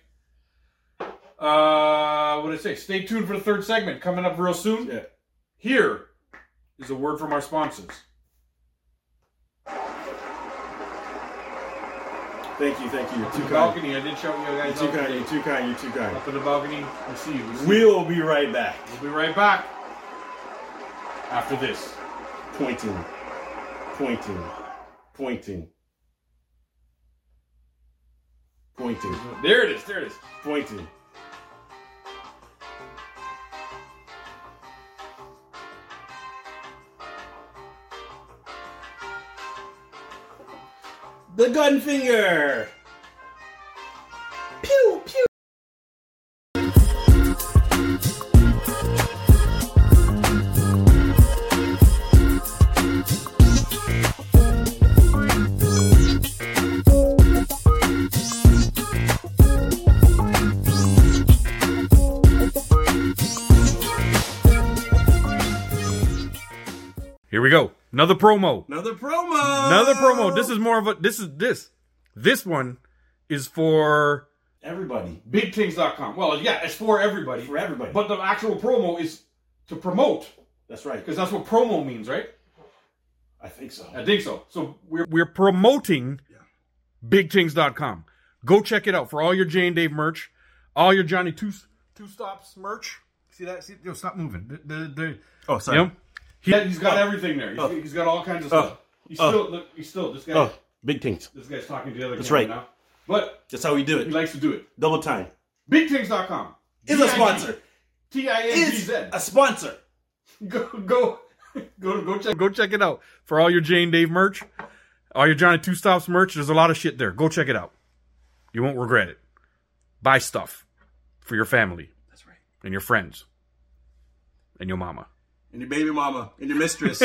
A: Uh, what did I say? Stay tuned for the third segment coming up real soon.
C: Yeah.
A: Here is a word from our sponsors.
C: Thank you, thank you. You're
A: To
C: too
A: the
C: kind.
A: balcony, I did shout you
C: You're
A: guys
C: too
A: out.
C: kind. You're too kind. You're too kind.
A: Up in the balcony, we see you. We see you.
C: We'll be right back.
A: We'll be right back after this.
C: Pointing, pointing, pointing, pointing,
A: There it is. There it is.
C: pointing. The gun finger. Pew pew.
A: Here we go. Another promo.
C: Another promo.
A: Another promo. This is more of a. This is this. This one is for
C: everybody
A: bigthings.com. Well, yeah, it's for everybody.
C: for everybody.
A: But the actual promo is to promote
C: That's right.
A: Because that's what promo means, right?
C: I think so.
A: I think so. So we're
D: We're promoting bigtings.com. Go check it out for all your Jay and Dave merch, all your Johnny Two Two Stops merch. See that? See, yo, stop moving. The, the, the,
C: Oh,
D: you know?
A: yeah, he's got everything there. He's, he's got all kinds of stuff. he's still look, he's still this guy.
C: Oh, big things.
A: This guy's talking to the other.
C: That's
A: camera
C: right.
A: Now. But
C: That's how we do
A: he
C: it.
A: likes to do it.
C: Double time.
A: BigThings.com
C: Is a sponsor.
A: T I N G
C: Is
A: Z.
C: a sponsor.
D: [laughs]
A: Go go go go check.
D: Go check it out for all your Jay and Dave merch, all your Johnny Two Stops merch. There's a lot of shit there. Go check it out. You won't regret it. Buy stuff for your family. That's
C: right.
D: And your friends. And your mama.
C: And your baby mama. And your mistress.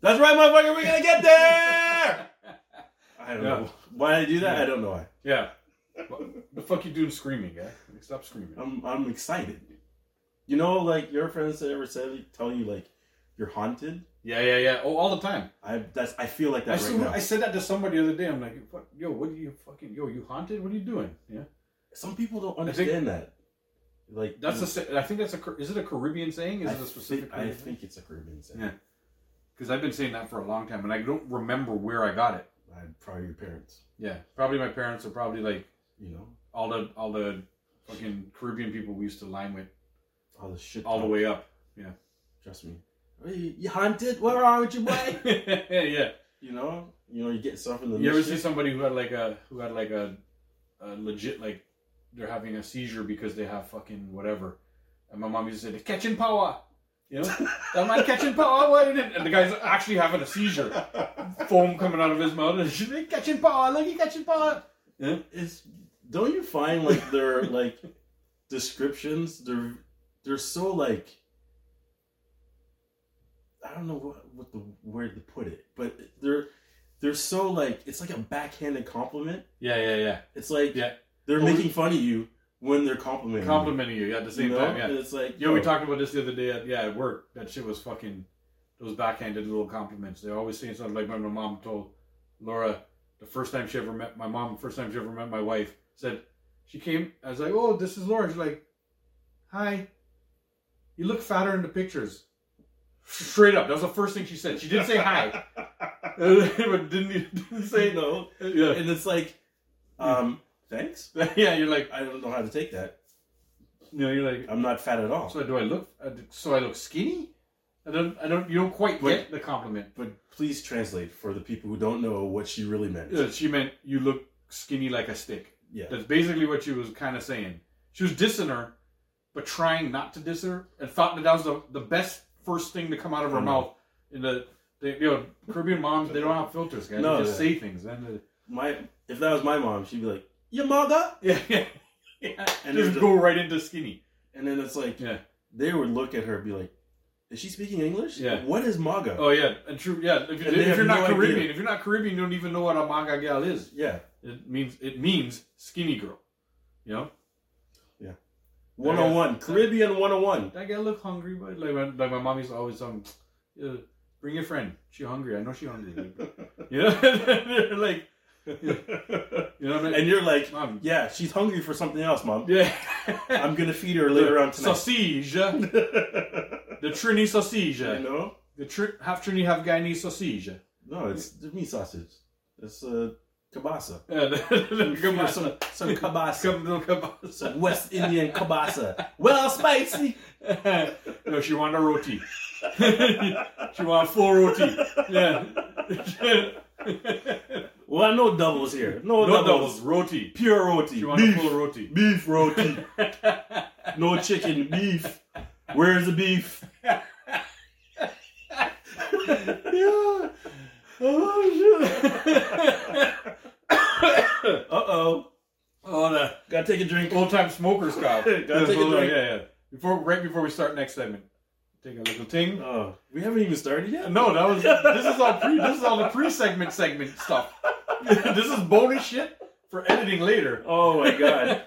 C: That's right, motherfucker. We're gonna get [laughs] there. I don't
A: Yeah.
C: know why I do that. I don't know why.
A: Yeah. What the fuck you doing screaming, guy? Stop screaming.
C: I'm I'm excited. You know, like your friends that ever said tell you like you're haunted.
A: Yeah, yeah, yeah. Oh, all the time.
C: I that's I feel like
A: I,
C: that right
A: said,
C: now.
A: I said that to somebody the other day. I'm like, fuck, yo, what are you fucking, yo, you haunted? What are you doing? Yeah.
C: Some people don't
A: I think-
C: understand that. Like
A: That's
C: you-
A: a, sa- I think that's a, Car- is it a Caribbean saying? Is
C: I
A: it a specific
C: Think, I
A: Caribbean
C: think it's a Caribbean saying.
A: Yeah. Because I've been saying that for a long time and I don't remember where I got it.
C: I, probably your parents.
A: Yeah. Probably my parents or probably like
C: You know,
A: all the, all the fucking Caribbean people we used to line with
C: all the shit.
A: all the way up. [laughs]
C: Trust me. Hey, You, you haunted? What wrong with you, boy?
A: yeah.
C: you know, you know, you get stuff in the.
A: You ever see
C: shit.
A: somebody who had like a, who had like a, a legit, like they're having a seizure because they have fucking whatever. And my mom used to say, "The catching power. You know? Am I catching power? What is it? And the guy's actually having a seizure. Foam coming out of his mouth. [laughs] And she's like, catching power. Look, he catching power.
C: It's don't you find like their [laughs] like descriptions they're they're so like I don't know what what the word to put it, but they're they're so like it's like a backhanded compliment.
A: Yeah, yeah, yeah.
C: It's like
A: Yeah.
C: they're
A: Oh,
C: making fun of you when they're complimenting
A: Complimenting you yeah, at the
C: you.
A: same
C: you know?
A: time. Yeah.
C: And it's like
A: Yo, we
C: oh,
A: talked about this the other day. At, yeah, at work, that shit was fucking. Those backhanded little compliments. They're always saying something like when my mom told Laura the first time she ever met my mom, first time she ever met my wife, said she came. I was like, "Oh, this is Laura." She's like, "Hi, you look fatter in the pictures." Straight up, that was the first thing she said. She didn't say hi, [laughs] but didn't, didn't
C: say
A: say
C: no,
A: yeah.
C: and it's like um thanks.
A: [laughs] yeah, you're like,
C: I don't know how to take that.
A: you know, you're like,
C: I'm not fat at all.
A: so do I look? uh, So I look skinny? I don't, I don't. You don't quite
C: But-
A: get the compliment.
C: But please translate for the people who don't know what she really meant.
A: Yeah, Uh, she meant you look skinny like a stick.
C: Yeah.
A: That's basically what she was kind of saying. She was dissing her, but trying not to diss her, and thought that that was the, the best first thing to come out of her
C: Mhm.
A: mouth. In the they, you know Caribbean moms, they don't have filters, guys.
C: No,
A: they just
C: they-
A: say things. And uh, [laughs]
C: My if that was my mom, she'd be like, "Your mother,"
A: yeah, yeah, yeah. just
C: And there's
A: go right into skinny.
C: and then it's like
A: Yeah.
C: they would look at her and be like, "Is she speaking English?
A: Yeah.
C: What is MAGA?"
A: Oh yeah, and true. Yeah, if, you,
C: And they
A: if
C: have
A: you're not
C: no idea.
A: Caribbean, if you're not Caribbean, you don't even know what a manga gal is.
C: Yeah,
A: It means it means skinny girl. You know.
C: one on one Caribbean one
A: [laughs]
C: on one.
A: That guy look hungry, but like my, like my mom used to always um, uh, bring your friend. She hungry. I know she
C: [laughs]
A: hungry. you know, [laughs] They're like you know what I mean?
C: And you're like, [laughs]
A: mom,
C: "Yeah, she's hungry for something else, mom.
A: yeah.
C: I'm gonna feed her later on tonight."
A: Sausage, the Trini sausage,
C: you know?
A: the tri- half Trini, half Guyanese
C: [laughs]
A: sausage.
C: No, it's the meat sausage. It's uh, kielbasa.
A: Yeah, the- the-
C: Feed her
A: come on,
C: Some some kielbasa.
A: come on, come on.
C: Some West Indian kielbasa. Well, spicy.
A: no, she want a
C: [laughs]
A: roti. she want full roti. Yeah. [laughs]
C: Well, no doubles here. No,
A: no
C: doubles.
A: doubles, roti.
C: Pure roti.
A: She want a
C: Beef.
A: full roti. [laughs]
C: Beef roti. No chicken. Beef. Where's
A: [laughs]
C: the beef? yeah. Oh shit. uh [coughs] oh.
A: Oh, the
C: Gotta take a drink.
A: old time smoker style.
C: Gotta take a
A: hold on,
C: drink.
A: yeah, yeah. Before right before we start next segment, take a little ting.
C: Oh, we haven't even started yet.
A: No, that was this is all pre this is all the pre segment [laughs] segment stuff. this is bonus shit for editing later.
C: [laughs] Oh my god.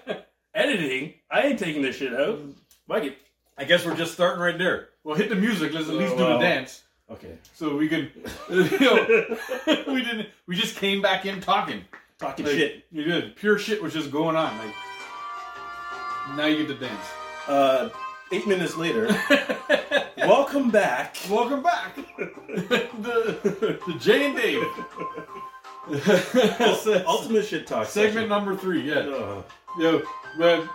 C: editing. I ain't taking this shit out. Fuck it.
A: I guess we're just starting right there. Well, hit the music. Let's at
C: Oh,
A: least do
C: wow.
A: a dance
C: Okay.
A: so we can. [laughs] you know, [laughs] we didn't. We just came back in talking.
C: Talking
A: Like,
C: shit.
A: You did. Pure shit was just going on. Like now you get to dance.
C: Uh, eight minutes [laughs] later.
A: [laughs]
C: welcome back.
A: Welcome back. the the J and Dave.
C: Ultimate shit
A: [laughs]
C: talk.
A: Segment number three. Yeah.
C: session. [laughs] Uh,
A: Yo, but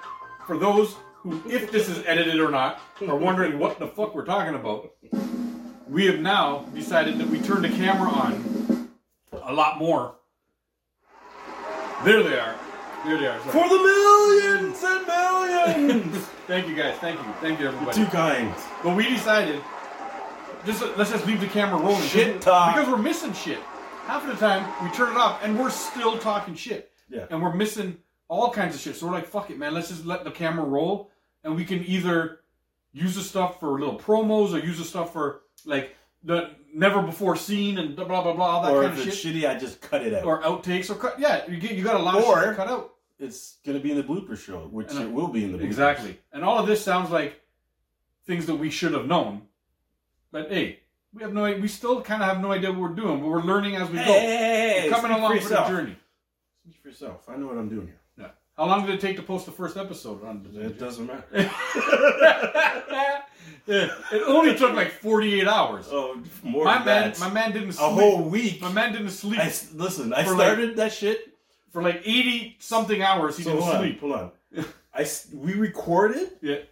A: for those who, if this is edited or not, are wondering what the fuck we're talking about, we have now decided that we turn the camera on a lot more. There they are. There they are. Sorry.
C: for the millions and millions.
A: Thank you guys. Thank you. Thank you everybody.
C: Too kind.
A: But we decided, just let's just leave the camera rolling.
C: Shit talk.
A: Because we're missing shit. Half of the time we turn it off and we're still talking shit.
C: Yeah.
A: And we're missing all kinds of shit. So we're like, fuck it, man. Let's just let the camera roll, and we can either use the stuff for little promos or use the stuff for like the never before seen and blah blah blah, blah all that
C: or
A: kind
C: if
A: of
C: it's
A: shit.
C: shitty, I just cut it out.
A: Or outtakes or cut. Yeah, you get you got a lot of shit
C: Or-
A: to cut out.
C: it's gonna be in the blooper show, which
A: And I-
C: it will be in the bloopers.
A: Exactly. And all of this sounds like things that we should have known. But hey, we have no we still kind of have no idea what we're doing, but we're learning as we
C: Hey,
A: go.
C: hey, hey,
A: we're
C: hey,
A: coming
C: speak
A: along
C: for
A: for
C: yourself.
A: the journey.
C: Speak for yourself. I know what I'm doing here.
A: Yeah. How long did it take to post the first episode on
C: It doesn't matter.
A: yeah, it only took like 48 hours.
C: oh, more
A: my
C: than
A: man
C: that.
A: my man didn't sleep.
C: a whole week.
A: my man didn't sleep
C: I s- listen, I
A: For like-
C: started that shit.
A: for like 80 something hours he
C: So
A: didn't
C: hold
A: sleep.
C: on, hold [laughs] on. I s- we recorded.
A: Yeah.
C: it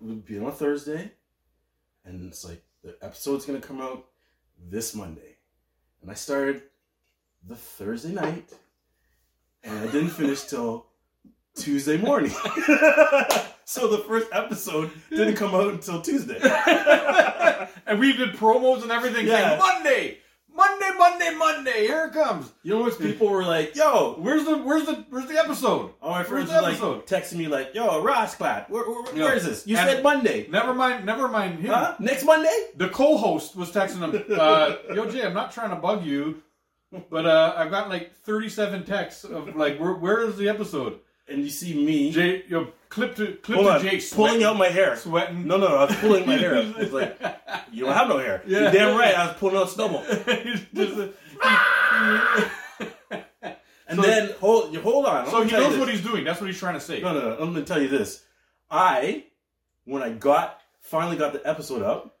C: would be on a Thursday, and it's like the episode's gonna come out this Monday, and I started the Thursday night, and I didn't finish till Tuesday morning. [laughs] so the first episode didn't come out until Tuesday.
A: [laughs] and we did promos and everything
C: Yeah.
A: saying Monday, Monday, Monday, Monday, here it comes.
C: You know, which people were like, "Yo."
A: Where's the where's the where's the episode?
C: All my friends
A: Where's
C: were
A: the
C: like
A: episode?
C: texting me like, "Yo, Ross, clap. Where, where, where-
A: Yeah.
C: where is this? You
A: And-
C: said Monday,
A: Never mind, never mind him.
C: huh? Next Monday?
A: The co-host was texting him,
C: [laughs]
A: uh, "Yo Jay, I'm not trying to bug you, but uh, I've got like 37 texts of like, where, where is the episode?
C: And you see me
A: Jay, yo, clip to clip
C: Hold
A: to
C: on,
A: Jay,
C: pulling
A: sweating,
C: out my hair.
A: sweating.
C: No, no, no, I was pulling my [laughs] hair up. It's like, you don't have no hair.
A: Yeah.
C: You're damn right, I was pulling out [laughs] stubble.
A: [laughs] He's just- uh,
C: And
A: So-
C: then, hold you hold on.
A: so
C: I'm gonna
A: oh, he
C: tell you
A: knows what
C: this.
A: he's doing. That's what he's trying to say. [laughs]
C: No, no, no, I'm going to tell you this. I, when I got, finally got the episode up,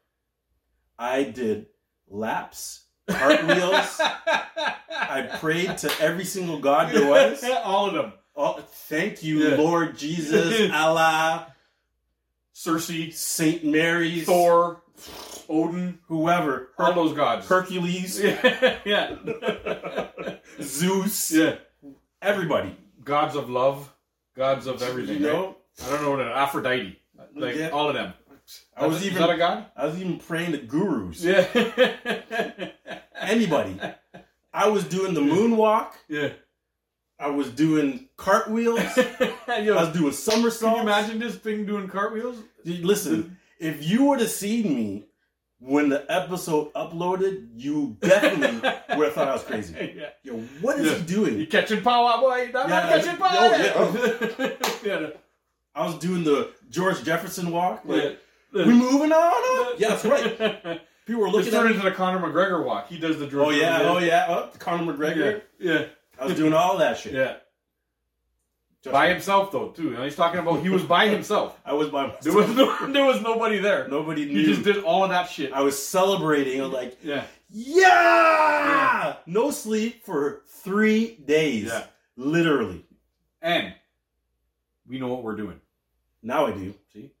C: I did laps, cartwheels. I prayed to every single god there was.
A: [laughs] All of them.
C: Oh, thank you,
A: Yeah.
C: Lord Jesus,
A: [laughs]
C: Allah,
A: Cersei,
C: Saint Mary's,
A: Thor, Odin,
C: whoever,
A: all those gods.
C: Hercules,
A: [laughs] yeah, [laughs] yeah,
C: Zeus,
A: yeah.
C: everybody.
A: Gods of love, gods of everything.
C: You
A: right?
C: know,
A: I don't know what an Aphrodite, like
C: Yeah.
A: all of them.
C: I was
A: Is
C: even
A: that a god?
C: I was even praying to gurus.
A: Yeah,
C: Anybody. I was doing the moonwalk.
A: [laughs] yeah. [laughs]
C: I was doing cartwheels. I
A: Yo,
C: was doing somersaults.
A: can you imagine this thing doing cartwheels? [laughs]
C: Dude, Listen, if you would have seen me when the episode uploaded, you
A: [laughs]
C: definitely would have thought I was crazy.
A: yeah.
C: Yo, what is
A: Yeah.
C: he
A: You
C: doing?
A: catching power, boy? I'm not
C: Yeah,
A: catching power.
C: oh,
A: [laughs] yeah. no.
C: I was doing the George Jefferson walk. Like,
A: Yeah.
C: we moving on? up? Yeah, that's right.
A: [laughs]
C: People were
A: It's
C: looking at
A: turned
C: me.
A: into the Conor McGregor walk. He does the George.
C: Oh yeah, oh
A: yeah,
C: yeah. Oh, Conor McGregor.
A: yeah,
C: I was doing all that shit.
A: yeah.
C: Just-
A: By himself though, too. Now he's talking about he was
C: [laughs]
A: by himself.
C: I was by myself.
A: There was no, [laughs] there was nobody there.
C: Nobody knew.
A: He just did all of that shit.
C: I was celebrating. I was like,
A: Yeah,
C: yeah! No sleep for three days.
A: Yeah.
C: Literally.
A: and we know what we're doing.
C: Now I do.
A: See?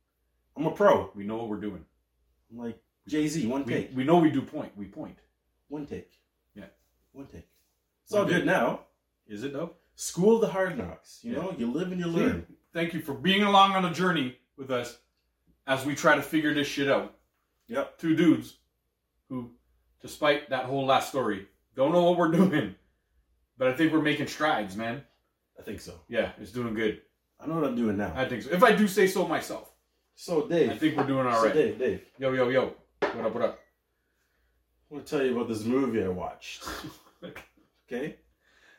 C: I'm a pro.
A: We know what we're doing.
C: I'm like Jay Z, one
A: We,
C: take.
A: we know we do point. We point.
C: One take.
A: Yeah.
C: One take. It's
A: One
C: all good
A: take.
C: now.
A: Is it though?
C: School of the hard knocks. You
A: Yeah.
C: know, you live and you
A: See?
C: learn.
A: Thank you for being along on a journey with us as we try to figure this shit out.
C: Yep.
A: Two dudes who, despite that whole last story, don't know what we're doing. But I think we're making strides, man.
C: I think so.
A: Yeah, it's doing good.
C: I know what I'm doing now.
A: I think so. If I do say so myself,
C: so
A: I
C: Dave.
A: think we're doing all
C: so
A: right.
C: Dave, Dave.
A: Yo, yo, yo. What up, what up? [laughs]
C: I want to tell you about this movie I watched. okay?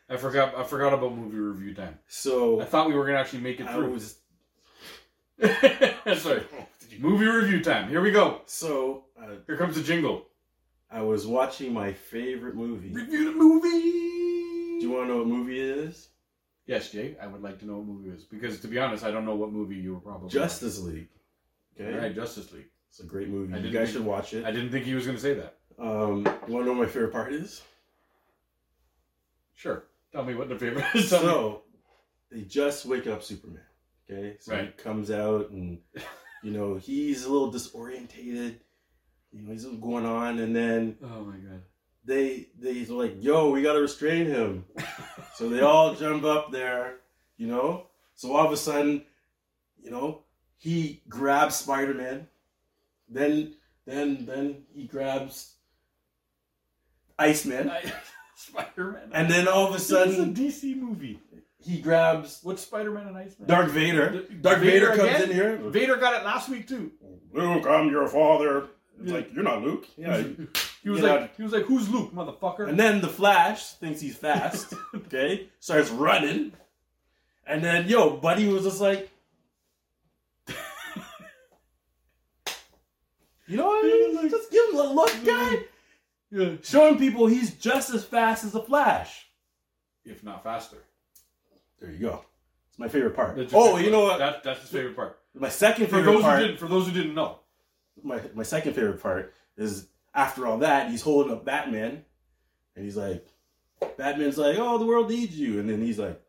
A: I forgot. I forgot about movie review time. I
C: So
A: thought we were gonna actually make it
C: I
A: through.
C: was
A: [laughs] Sorry. Movie review time. Here we go.
C: so uh,
A: Here comes the jingle.
C: I was watching my favorite movie. Do
A: Review the movie.
C: you want to know what movie it is?
A: Yes, Jay. I would like to know what movie it is because, to be honest, I don't know what movie you were probably
C: Justice League. Okay,
A: All right, Justice League.
C: it's a great movie.
A: I
C: You
A: didn't
C: guys
A: think-
C: should watch it.
A: I didn't think he was gonna say that.
C: Um, you want to know what my favorite part is?
A: Sure. Tell me what the favorite is. [laughs] Tell me.
C: so they just wake up Superman. Okay, so he
A: Right.
C: comes out and you know he's a little disorientated. You know he's going on, and then
A: Oh my [laughs] god.
C: they they's like, "Yo, we gotta restrain him." so they all jump up there, you know. So all of a sudden, you know, he grabs Spider Man. Then then then he grabs Iceman,
A: Spider Man.
C: and then all of a sudden
A: it's a DC movie.
C: he grabs
A: What's Spider Man and Iceman?
C: Dark Vader.
A: D-
C: Dark Vader, comes
A: again?
C: in here.
A: Vader got it last week too.
E: Luke, I'm your father. It's like, you're not Luke.
C: Yeah.
A: He was
C: Get
A: like, he was like, who's Luke, motherfucker?
C: And then the Flash thinks he's [laughs] fast. okay, starts running, and then yo, Buddy was just like, you know what? I mean? Like, just give him a look, guy.
A: Yeah.
C: Showing people he's just as fast as the Flash.
A: if not faster.
C: There you go. It's my favorite part.
A: That's your
C: Oh,
A: favorite
C: you know
A: part.
C: what?
A: That, that's his favorite part.
C: my second
A: For
C: favorite
A: those
C: part.
A: who didn't, for those who didn't know,
C: my my second favorite part is after all that he's holding up Batman, and he's like, Batman's like, oh the world needs you, and then he's like,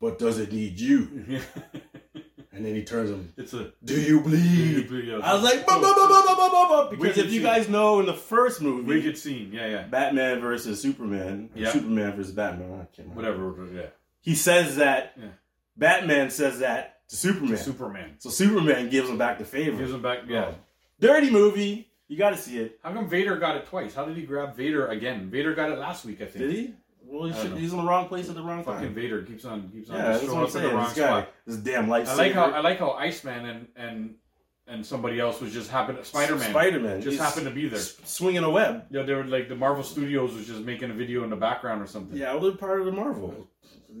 C: but does it need you? And then he turns [laughs] him,
A: it's a.
C: do you bleed? I was like, "Bup, bup, bup, bup, bup, bup, bup," because
A: Wicked
C: if you
A: scene.
C: guys know in the first movie,
A: wicked scene. Yeah, yeah,
C: Batman versus Superman, or
A: Yeah.
C: Superman versus Batman, I can't remember.
A: whatever. Yeah,
C: He says that
A: Yeah.
C: Batman says that to Superman,
A: Superman
C: so Superman gives him back the favor.
A: gives him back. Yeah.
C: Oh. Dirty movie, you got to see it.
A: How come Vader got it twice? How did he grab Vader again? Vader got it last week, I think.
C: Did he? Well, he
A: I don't
C: should,
A: know.
C: he's in the wrong place at the wrong
A: Fucking
C: time.
A: Vader keeps on keeps on
C: Yeah,
A: just
C: that's
A: showing
C: what I'm
A: up in the
C: saying.
A: wrong
C: This guy,
A: spot.
C: this damn life.
A: I like how I like how Iceman and and and somebody else was just happened. Spider Man
C: Spider-Man
A: just
C: He's
A: happened to be there.
C: s- swinging a web.
A: Yeah, they were like the Marvel Studios was just making a video in the background or something.
C: Yeah, well, they're part of the Marvel.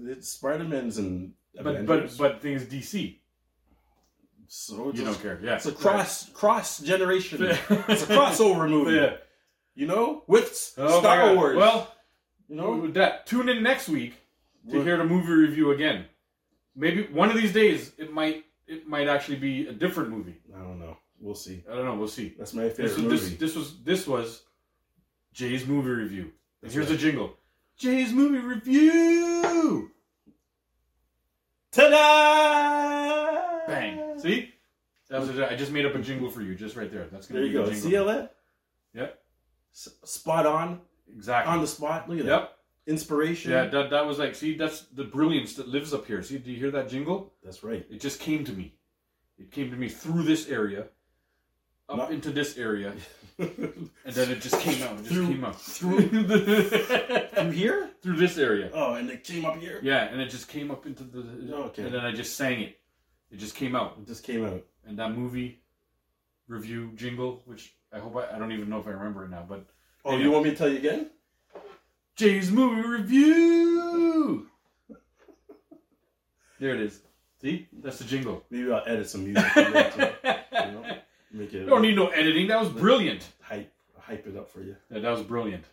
C: It's Spider-Man's and
A: but but but thing is DC,
C: so
A: you
C: you know,
A: don't care. Yeah,
C: it's a cross cross generation. it's
A: it's
C: a crossover movie.
A: Yeah.
C: You know, with s-
A: Oh my
C: Star
A: God.
C: Wars.
A: Well,
C: you know,
A: with that tune in next week to
C: Look.
A: hear the movie review again. Maybe one of these days it might it might actually be a different movie.
C: I don't know. We'll see.
A: I don't know. We'll see.
C: That's my favorite
A: This was,
C: movie.
A: this, this was this was Jay's movie review. And
C: That's
A: here's
C: right.
A: a jingle. Jay's movie review.
C: Ta-da!
A: Bang. See, that was a, I just made up a jingle for you, just right there. That's gonna
C: There
A: be
C: you
A: the
C: go.
A: jingle.
C: See all that?
A: Yep.
C: S- Spot on,
A: Exactly.
C: on the Mm-hmm. spot. Look at that.
A: Yep.
C: Inspiration.
A: Yeah, that, that was like, see, that's the brilliance that lives up here. See, do you hear that jingle?
C: That's right. [laughs]
A: It just came to me. It came to me through this area, up
C: Not-
A: into this area, and then it just came out. It just
C: Through-
A: came out.
C: through-
A: Through,
C: Through here?
A: [laughs] through this area.
C: Oh, and it came up here.
A: Yeah, and it just came up into the.
C: Okay.
A: And then I just sang it. It just came out.
C: It just came out.
A: And that movie review jingle, which I hope I, I don't even know if I remember it now, but
C: Oh,
A: Yeah.
C: you want me to tell you again?
A: Jay's movie review. There it is. See, that's the
C: [laughs]
A: jingle.
C: Maybe I'll edit some music. in there [laughs] to, you know,
A: you
C: make it
A: don't need no editing. That was brilliant.
C: hype, hype it up for you.
A: Yeah, that was brilliant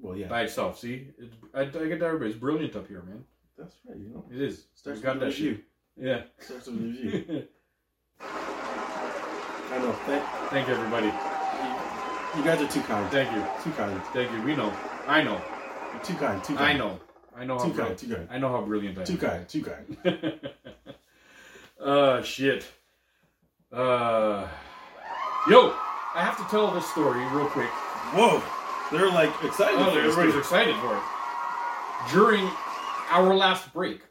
C: Well, yeah,
A: by itself. See, it's, I, I get that everybody. It's brilliant up here, man.
C: that's right. You know,
A: It is.
C: starts
A: We got
C: with the
A: that
C: review.
A: Yeah. [laughs]
C: Starts with the review.
A: Thank
C: I know. Thank,
A: you, everybody.
C: you guys are too kind.
A: Thank you.
C: Too kind.
A: Thank you. We know. I know.
C: You're Too kind. Too kind.
A: I know. I know how
C: Too kind.
A: brilliant.
C: Too kind.
A: I know how brilliant I am.
C: Too kind. Too kind.
A: uh shit. Uh Yo, I have to tell this story real quick.
C: Whoa, they're like excited.
A: Oh,
C: for this
A: everybody's
C: dude.
A: excited for it. During our last break,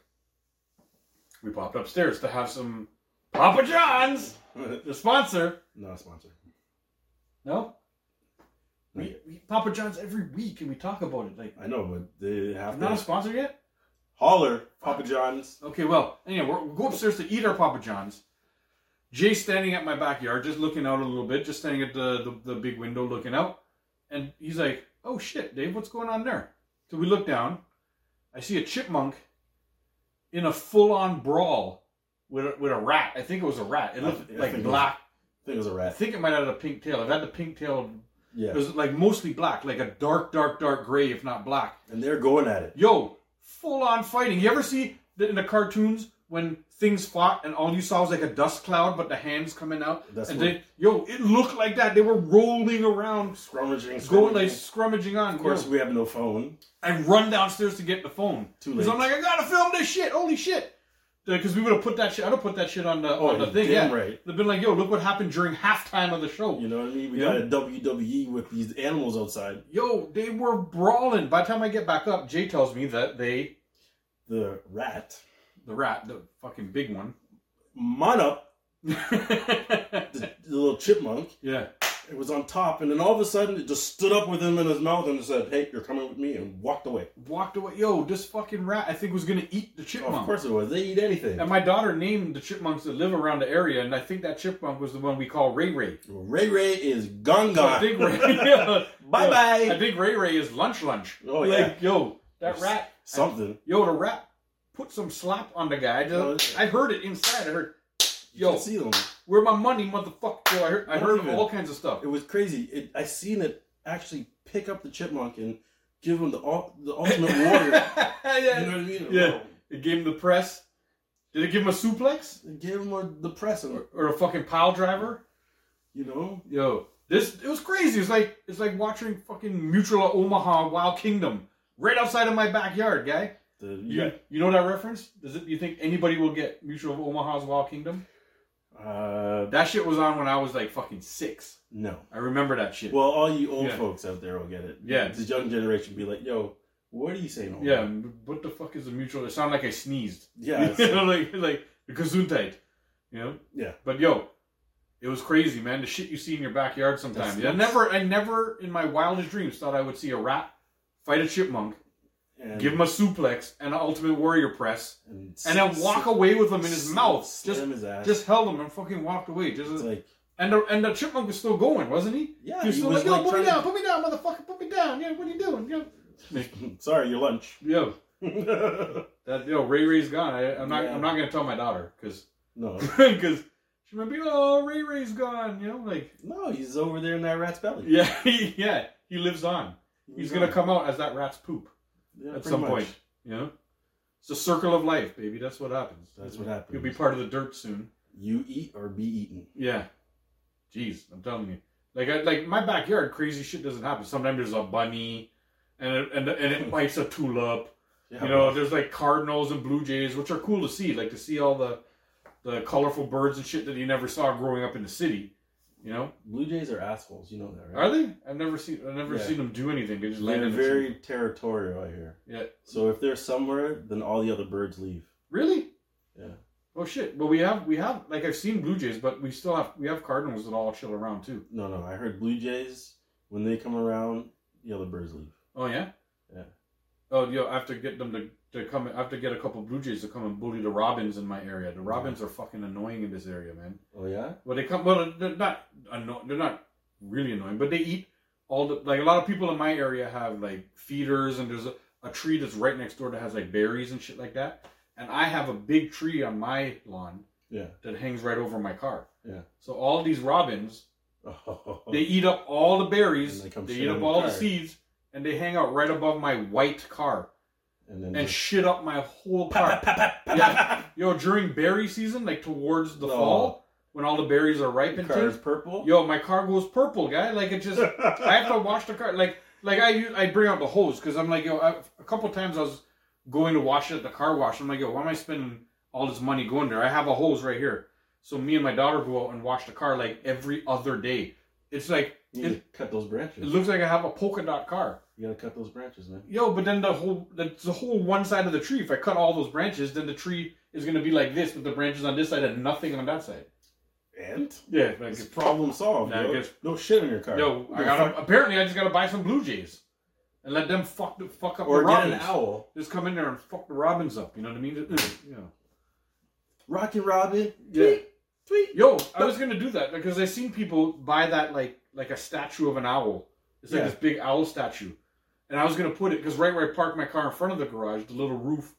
A: we popped upstairs to have some Papa John's, the sponsor.
C: [laughs] Not a sponsor.
A: No? We,
C: Right.
A: we Papa John's every week and we talk about it. Like
C: I know, but they have
A: not a
C: to
A: sponsor yet?
C: holler. Papa John's.
A: Okay, well, anyway, we're, we'll go upstairs to eat our Papa John's. Jay's standing at my backyard, just looking out a little bit, just standing at the, the, the big window looking out. And he's like, oh shit, Dave, what's going on there? So we look down, I see a chipmunk in a full-on brawl with a, with a rat. I think it was a rat. It looked
C: I think
A: like
C: it was-
A: black.
C: I think it was a
A: I
C: rat.
A: think it might have had a pink tail. It had the pink tail. It
C: Yeah.
A: was like mostly black, like a dark, dark, dark gray, if not black.
C: And they're going at it.
A: Yo, full-on fighting. You ever see the, in the cartoons when things fought and all you saw was like a dust cloud, but the hands coming out?
C: That's
A: and
C: what-
A: they, yo, it looked like that. They were rolling around,
C: Scrummaging.
A: going
C: scrummaging.
A: like scrummaging on.
C: Of course,
A: Yo.
C: we have no phone.
A: I run downstairs to get the phone
C: Too
A: because
C: late.
A: I'm like, I gotta film this shit. Holy shit! Because we would have put that shit. I'd have put that shit on the
C: Oh,
A: on the
C: you're
A: thing.
C: damn
A: yeah,
C: right.
A: they've been like, yo, look what happened during halftime of the show.
C: You know what I mean? We
A: Yeah.
C: got a WWE with these animals outside.
A: Yo, they were brawling. By the time I get back up, Jay tells me that they,
C: The rat,
A: the rat, the fucking big one. [laughs]
C: man up,
A: yeah,
C: the, the little chipmunk. It was on top, and then all of a sudden, it just stood up with him in his mouth and said, "Hey, you're coming with me," and walked away.
A: walked away. Yo, this fucking rat, I think was gonna eat the
C: Oh,
A: chipmunk.
C: of course it was. They eat anything.
A: And my daughter named the chipmunks that live around the area, and I think that chipmunk was the one we call Ray Ray.
C: Ray Ray is gone,
A: I
C: gone.
A: think Ray, [laughs] yeah.
C: Bye
A: I
C: bye.
A: think Ray Ray is lunch lunch.
C: Oh
A: like,
C: yeah,
A: yo, that rat.
C: something.
A: Yo, the rat put some slap on the guy.
C: Oh,
A: Just- I heard it inside. I heard,
C: You
A: yo,
C: can see them.
A: where my money, motherfucker? Yo, I heard, I heard all kinds of stuff.
C: It was crazy. It, I seen it actually pick up the chipmunk and give him the ul- the ultimate
A: [laughs]
C: warrior. you know what
A: yeah.
C: I mean?
A: Yeah. It gave him the press. Did it give him a suplex
C: They gave him a, the press, and,
A: or a fucking pile driver?
C: you know.
A: Yo, this it was crazy. It's like it's like watching fucking Mutual of Omaha Wild Kingdom right outside of my backyard, guy.
C: The,
A: You,
C: yeah.
A: you know that reference? Does it? You think anybody will get Mutual of Omaha's Wild Kingdom?
C: Uh,
A: That shit was on when I was like fucking six.
C: no.
A: I remember that shit.
C: Well, all you old
A: Yeah.
C: folks out there will get it.
A: Yeah.
C: The young generation be like, yo, what are you saying? old
A: yeah,
C: man?"
A: m- what the fuck is a mutual? It sounded like I sneezed.
C: Yeah.
A: [laughs] you know,
C: it's-
A: like like gesundheit. You know.
C: Yeah.
A: But yo, it was crazy, man. The shit you see in your backyard sometimes.
C: That's
A: I
C: nuts.
A: never, I never in my wildest dreams thought I would see a rat fight a chipmunk,
C: and,
A: give him a suplex and an ultimate warrior press,
C: and,
A: and then walk away with him in his mouth.
C: Slam
A: Just
C: his ass.
A: just held him and fucking walked away.
C: It's
A: Just
C: like,
A: and the, and the chipmunk was still going, wasn't he?
C: yeah,
A: He was
C: he
A: still
C: was
A: like, yo,
C: like
A: put me
C: trying
A: down, put me down, motherfucker, put me down. Yeah, what are you doing? Yeah.
C: to- [laughs] Sorry, your lunch.
A: Yo,
C: no.
A: that yo, Ray Ray's gone. I, I'm not.
C: Yeah.
A: I'm not gonna tell my daughter because [laughs] because she might be, oh, Ray Ray's gone. You know, like,
C: No, he's over there in that rat's belly.
A: yeah, [laughs] he, yeah, he lives on. He's gonna come out as that rat's poop
C: Yeah,
A: at
C: pretty
A: some
C: much.
A: point. You know, it's a circle of life, baby. That's what happens.
C: That's what happens.
A: You'll be part of the dirt soon.
C: You eat or be eaten.
A: Yeah. Jeez, I'm telling you. Like, I, like my backyard, crazy shit doesn't happen. Sometimes there's a bunny, and it, and and it bites a tulip.
C: Yeah,
A: You know, there's like cardinals and blue jays, which are cool to see. Like to see all the the colorful birds and shit that you never saw growing up in the city. You know,
C: Blue Jays are assholes. You know that, right?
A: are they? I've never seen. I've never
C: Yeah.
A: seen them do anything. They just land
C: They're
A: in the tree.
C: very territorial out here.
A: Yeah.
C: So if they're somewhere, then all the other birds leave.
A: Really?
C: Yeah.
A: Oh shit. Well, we have we have like I've seen blue jays, but we still have we have cardinals that all chill around too.
C: No, no. I heard blue jays when they come around, the other birds leave.
A: Oh yeah.
C: Yeah.
A: Oh yo, I have to get them to. To come, I have to get a couple blue jays to come and bully the robins in my area. The robins are fucking annoying in this area, man.
C: Oh yeah.
A: Well, they come. Well, they're not. Anno- they're not really annoying, but they eat all the. Like a lot of people in my area have like feeders, and there's a, a tree that's right next door that has like berries and shit like that. And I have a big tree on my lawn
C: Yeah.
A: that hangs right over my car.
C: Yeah.
A: So all these robins,
C: Oh,
A: they eat up all the berries,
C: And
A: they,
C: they come
A: eat
C: shit
A: up
C: on the
A: all the
C: car.
A: seeds, and they hang out right above my white car
C: [laughs] and then
A: and
C: just-
A: shit up my whole car. Yeah. Yo, during berry season, like towards the
C: No.
A: fall, when all the berries are ripe
C: the
A: and
C: car
A: things,
C: is purple.
A: Yo, my car goes purple, guy. Like it just, I have to wash the car. Like, like I, u- I bring out the hose because I'm like, yo, I, a couple times I was going to wash it at the car wash. I'm like, yo, why am I spending all this money going there? I have a hose right here. So me and my daughter go out and wash the car like every other day. It's like
C: You need to cut those branches.
A: it looks like I have a polka dot car.
C: you gotta cut those branches, man.
A: Yo, but then the whole the, the whole one side of the tree. If I cut all those branches, then the tree is gonna be like this with the branches on this side and nothing on that side.
C: And
A: Yeah, like,
C: it's problem solved.
A: Nah,
C: yo.
A: I guess-
C: No shit in your car.
A: Yo, I
C: Go
A: gotta.
C: fuck-
A: Apparently, I just gotta buy some Blue Jays and let them fuck the fuck up.
C: Or
A: the
C: get
A: robins.
C: an owl.
A: Just come in there and fuck the robins up. You know what I mean? Just, you know.
C: Rocky Robin.
A: Yeah.
C: Tweet, tweet.
A: Yo, I was gonna do that because I seen people buy that like like a statue of an owl. It's like
C: Yeah.
A: this big owl statue, and I was gonna put it because right where I parked my car in front of the garage, the little roof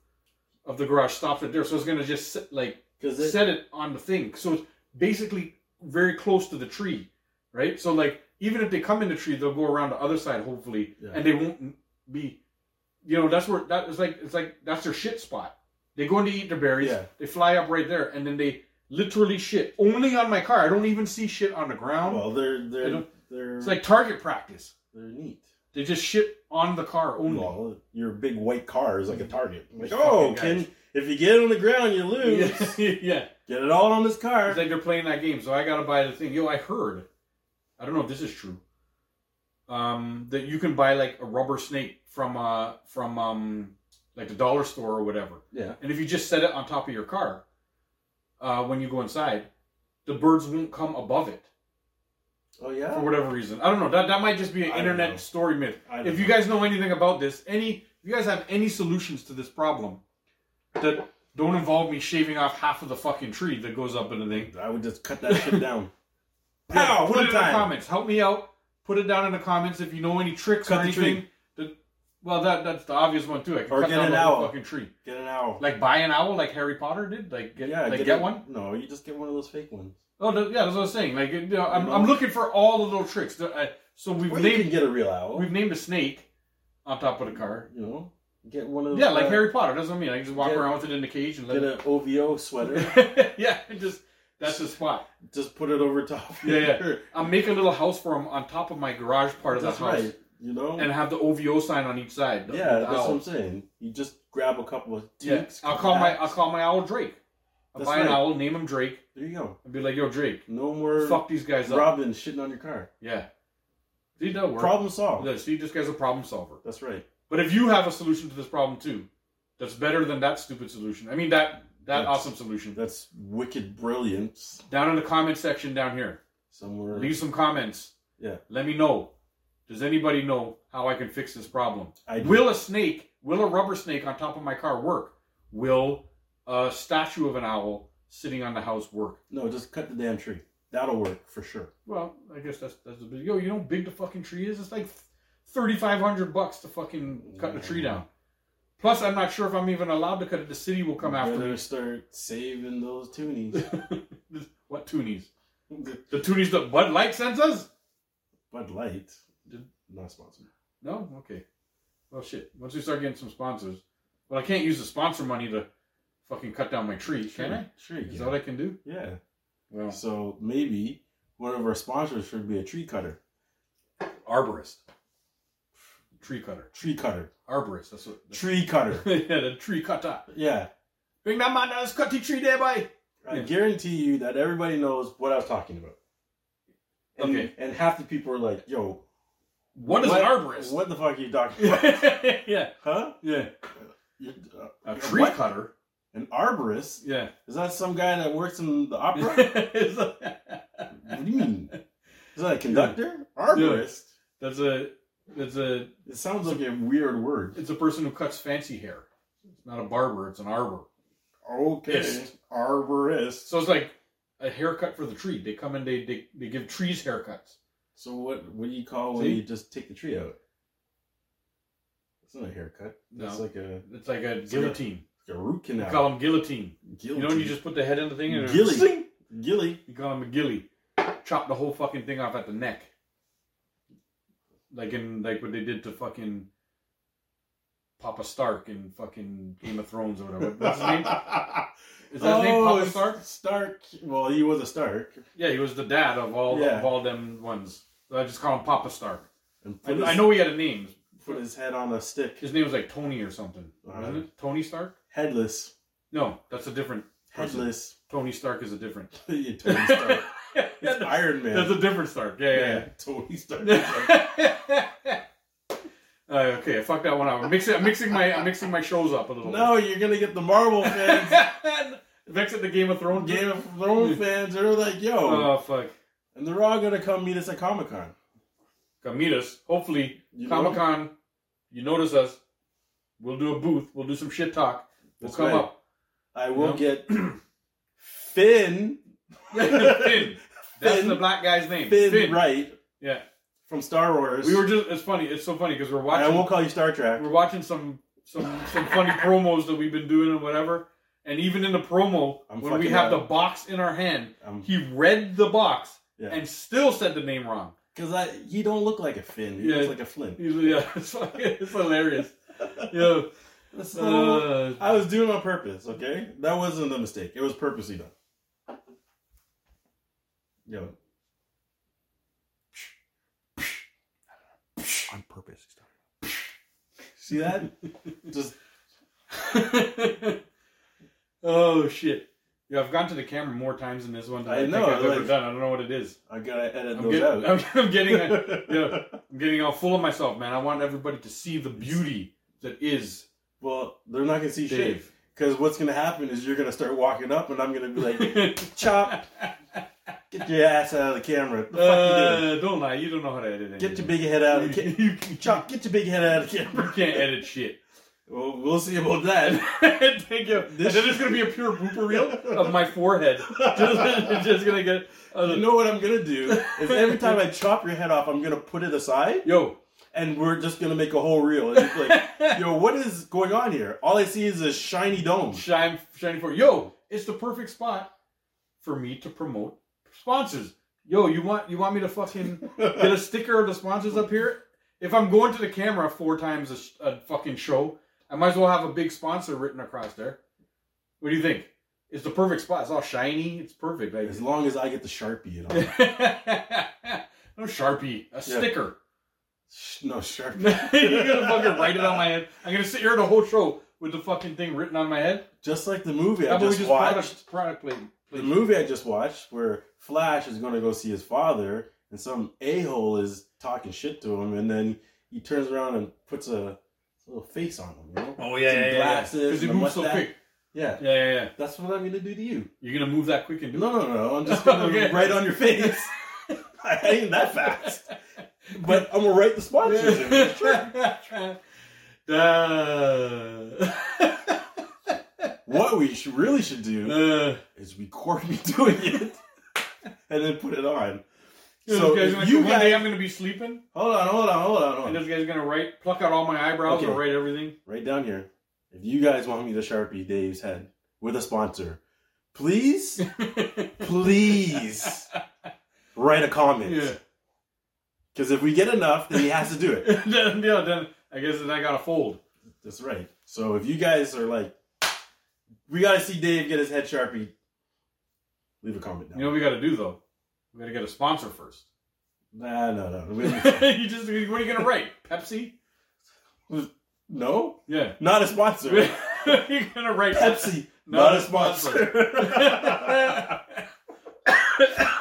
A: of the garage stopped at there, so I was gonna just sit, like
C: Because it,
A: set it on the thing. So it's basically very close to the tree, right? So like even if they come in the tree, they'll go around the other side hopefully,
C: Yeah.
A: and they won't be. You know, that's where that is like it's like that's their shit spot. They go in to eat their berries.
C: Yeah.
A: They fly up right there, and then they literally shit only on my car. I don't even see shit on the ground.
C: well, they're
A: I
C: they're
A: don't-
C: they're
A: it's like target practice.
C: they're neat.
A: They just shit on the car only.
C: Well, your big white car is like a
A: [laughs]
C: target. Like,
A: Fucking
C: oh,
A: guys.
C: can if you get it on the ground, you lose.
A: [laughs] yeah, yeah.
C: Get it all on this car.
A: It's like they're playing that game, so I gotta buy the thing. Yo, I heard, I don't know if this is true, um, that you can buy like a rubber snake from uh from um like the dollar store or whatever,
C: yeah,
A: and if you just set it on top of your car, uh, when you go inside, the birds won't come above it
C: Oh
A: for
C: yeah.
A: whatever reason. I don't know. That that might just be an
C: I don't know.
A: internet story myth.
C: I don't
A: if you
C: know.
A: guys know anything about this, any if you guys have any solutions to this problem that don't involve me shaving off half of the fucking tree that goes up in the thing.
C: I would just cut that shit [laughs] down.
A: Yeah,
C: Pow!
A: put
C: One
A: it in the
C: time.
A: comments. Help me out. Put it down in the comments if you know any tricks
C: Cut
A: or
C: the tree.
A: anything. that- well, that that's the obvious one too. I can
C: Or
A: cut
C: get
A: down
C: an
A: the whole
C: owl.
A: fucking tree.
C: Get an owl.
A: Like buy an owl, like Harry Potter did. Like get, like, get
C: it-
A: one.
C: No, you just get one of those fake ones.
A: Oh, th- yeah, that's what I was saying. Like, you know, I'm,
C: You
A: I'm
C: know?
A: looking for all the little tricks. The- I- so we've
C: Or you
A: named
C: can get a real owl.
A: we've named a snake on top of the car.
C: You know, get one of those.
A: Yeah, like
C: uh,
A: Harry Potter. That's what I mean. I can just walk
C: get-
A: around with it in the cage and let
C: Get
A: it.
C: an
A: [laughs]
C: OVO sweater.
A: yeah, and just that's the spot.
C: just put it over top. of
A: Yeah, yeah.
C: your-
A: I'll make a little house for him on top of my garage part of the
C: That's
A: house.
C: right. You know.
A: and have the OVO sign on each side.
C: yeah, that's
A: Owl.
C: what I'm saying. You just grab a couple of
A: Yeah,
C: teaks.
A: I'll call my I'll call my owl Drake. I'll
C: That's
A: buy an
C: right.
A: owl, name him Drake,
C: There you go.
A: and be like, "Yo, Drake,
C: No more
A: fuck these guys up."
C: Robin shitting on your car.
A: Yeah, see that work.
C: Problem solved.
A: Yeah, see, this guy's a problem solver.
C: That's right.
A: But if you have a solution to this problem too, that's better than that stupid solution. I mean that that
C: Yes.
A: awesome solution.
C: That's wicked brilliance.
A: Down in the comment section down here,
C: Somewhere.
A: leave some comments.
C: Yeah.
A: Let me know. Does anybody know how I can fix this problem?
C: I do.
A: Will a snake, will a rubber snake on top of my car work? Will a statue of an owl sitting on the house work?
C: No, just cut the damn tree. That'll work for sure.
A: Well, I guess that's that's the big. Yo, you know how big the fucking tree is? It's like thirty five hundred bucks to fucking cut the tree down. Plus, I'm not sure if I'm even allowed to cut it. The city will come after
C: Better
A: me.
C: start saving those toonies.
A: [laughs]
C: [laughs]
A: What toonies? The toonies that Bud Light sends us?
C: Bud Light.
A: Did-
C: Not sponsored.
A: No, okay. Well, shit. Once we start getting some sponsors, well, I can't use the sponsor money to fucking cut down my tree, can I?
C: Sure, you
A: Is that
C: can.
A: what I can do?
C: Yeah.
A: Well,
C: So maybe one of our sponsors should be a tree cutter.
A: arborist, tree cutter,
C: Tree cutter.
A: arborist. That's what.
C: Tree cutter.
A: [laughs] yeah, the tree cutter.
C: yeah.
A: Bring that man down, cut the tree there, boy.
C: I
A: Yeah.
C: guarantee you that everybody knows what I was talking about. And,
A: Okay.
C: And half the people are like, yo,
A: What is an arborist?
C: What the fuck are you talking
A: [laughs]
C: about?
A: yeah,
C: huh?
A: yeah.
C: You- uh,
A: A
C: you-
A: tree
C: what?
A: cutter.
C: An arborist?
A: Yeah. [laughs]
C: Is that some guy that works in the opera?
A: that's
C: what do you mean? Is that a conductor? Arborist?
A: a that's a
C: It sounds like a weird word.
A: it's a person who cuts fancy hair. It's not a barber. It's an arbor.
C: Okay.
A: Ist.
C: Arborist.
A: So it's like a haircut for the tree. They come and they they, they give trees haircuts.
C: So what what do you call when
A: See?
C: you just take the tree out? It's not a haircut.
A: No.
C: It's like a
A: It's like a
C: like a-
A: guillotine.
C: like a root
A: You
C: canal.
A: call them guillotine.
C: Guillotine.
A: You know when you just put the head in the thing and it-
C: Gilly. Gilly.
A: You call him a gilly. Chop the whole fucking thing off at the neck. Like in like what they did to fucking Papa Stark in fucking Game of Thrones or whatever. What's
C: [laughs]
A: his name? Is that his name Papa
C: Oh, it's
A: Stark?
C: Stark. Well, he was a Stark.
A: Yeah, he was the dad of all
C: Yeah.
A: of all them ones. So I just call him Papa Stark.
C: And
A: I,
C: put his,
A: I know he had a name.
C: Put his head on a stick.
A: His name was like Tony or something. Wasn't
C: Alright.
A: it? Tony Stark?
C: Headless.
A: No, that's a different person.
C: Headless. [laughs]
A: Tony Stark is a different.
C: You Tony Stark.
A: [laughs]
C: It's
A: that's,
C: Iron Man.
A: that's a different Stark. Yeah, yeah. yeah.
C: Tony
A: [laughs]
C: Stark.
A: Uh, okay, I fucked that one up. I'm mixing, I'm mixing my, I'm mixing my shows up a little.
C: no, you're gonna get the Marvel fans.
A: bit. [laughs] Vex at the Game of Thrones.
C: Game of Thrones fans, they're like, yo,
A: Oh fuck,
C: and they're all gonna come meet us at Comic Con.
A: come meet us. Hopefully,
C: You know?
A: Comic Con. You notice us? We'll do a booth. We'll do some shit talk. We'll
C: That's
A: come
C: right.
A: up. [laughs]
C: I
A: You
C: will
A: know?
C: get Finn.
A: Finn. That's
C: Finn.
A: the black guy's name.
C: Finn, Wright.
A: Yeah.
C: from Star Wars.
A: We were just. It's funny. It's so funny because we're
C: And I
A: watching.
C: won't call you Star Trek.
A: we're watching some some some
C: [laughs]
A: funny promos that we've been doing and whatever. And even in the promo,
C: I'm
A: when we
C: fucking
A: have
C: mad.
A: the box in our hand,
C: Um,
A: he read the box
C: Yeah.
A: and still said the name wrong.
C: Because I he don't look like a Finn. He
A: Yeah.
C: looks like a Flynn.
A: He's, yeah, [laughs] it's, fucking- it's hilarious.
C: [laughs]
A: Yeah.
C: So,
A: Uh,
C: I was doing it on purpose, okay? That wasn't a mistake. It was purposely done. Yo,
D: on purpose.
C: [laughs] see that? Just
A: Uh, [laughs] oh shit! Yeah, I've gone to the camera more times than this one. than
C: I
A: I, think
C: know,
A: I've ever
C: like-
A: done. I don't know what it is.
C: I gotta edit
A: I'm
C: those
A: getting,
C: out.
A: I'm, I'm getting,
C: [laughs]
A: yeah, I'm getting all full of myself, man. I want everybody to see the beauty that is
C: Well, they're not gonna see shit.
A: Dave.
C: Because what's gonna happen is you're gonna start walking up, and I'm gonna be like, [laughs] "Chop, get your ass out of the camera." The fuck you doing?
A: Uh, don't lie, you don't know how to edit.
C: Get your
A: anything.
C: big head out of the camera.
A: [laughs]
C: [laughs]
A: You, you-
C: Chop, get your big head out of the
A: you
C: camera.
A: can't edit shit. [laughs]
C: Well, we'll see about
A: And,
C: that.
A: thank you. and then there's gonna be a pure blooper reel of my
C: [laughs]
A: forehead. [laughs] Just, just gonna get. uh,
C: You know what I'm gonna do is every time I chop your head off, I'm gonna put it aside.
A: Yo,
C: and we're just gonna make a whole reel. And it's [laughs] like, yo, what is going on here? All I see is a shiny dome.
A: shine, shiny for yo. It's the perfect spot for me to promote sponsors. Yo, you want you want me to
C: [laughs]
A: fucking get a sticker of the sponsors up here? If I'm going to the camera four times a, sh- a fucking show, I might as well have a big sponsor written across there. What do you think? It's the perfect spot. It's all shiny. It's perfect. Like, [laughs]
C: As long as I get the sharpie, you know.
A: no sharpie, a sticker. [laughs]
C: Sh- no sharpie.
A: You're gonna fucking write it on my head. I'm gonna sit here the whole show with the fucking thing written on my head.
C: Just like the movie
A: How
C: I
A: about we
C: just
A: just
C: watched.
A: product, product plate?
C: The movie I just watched, where Flash is gonna go see his father, and some a hole is talking shit to him, and then he turns around and puts a little face on him. You know?
A: Oh
C: Some
A: Because
C: glasses.
A: he
C: and a
A: moves so
C: mustache.
A: quick.
C: Yeah,
A: Yeah, yeah, yeah.
C: that's what I'm gonna do to you.
A: You're gonna move that quick and do
C: [laughs] No, no, no. I'm just gonna
A: Okay.
C: right on your face. [laughs] I ain't that fast. But I'm gonna write the sponsors.
A: [laughs]
C: in.
A: it. Uh,
C: What we should, really should
A: [laughs]
C: do
A: uh,
C: is record me [laughs] doing it and then put it on. So
A: so
C: if
A: you
C: you
A: one day
C: guys,
A: I'm gonna be sleeping,
C: hold on, hold on, hold on,
A: and
C: hold on.
A: this guy's gonna write, pluck out all my eyebrows and
C: Okay.
A: write everything. [laughs]
C: Right down here. If you guys want me to sharpie Dave's head with a sponsor,
A: [laughs]
C: please, please write a
A: yeah.
C: comment. Because if we get enough, then he has to do
A: [laughs]
C: it.
A: then, yeah, then I guess then I gotta fold.
C: That's right. So if you guys are like, we gotta see Dave get his head sharpie, leave a comment down.
A: You know what we gotta do though? We gotta get a sponsor first. [laughs]
C: nah, no, no. We don't-
A: you just what are you gonna write? Pepsi?
C: no,
A: Yeah. [laughs]
C: not a sponsor.
A: You're gonna write
C: Pepsi,
A: Not
C: not,
A: a
C: a sponsor. [laughs] Bud
A: [laughs]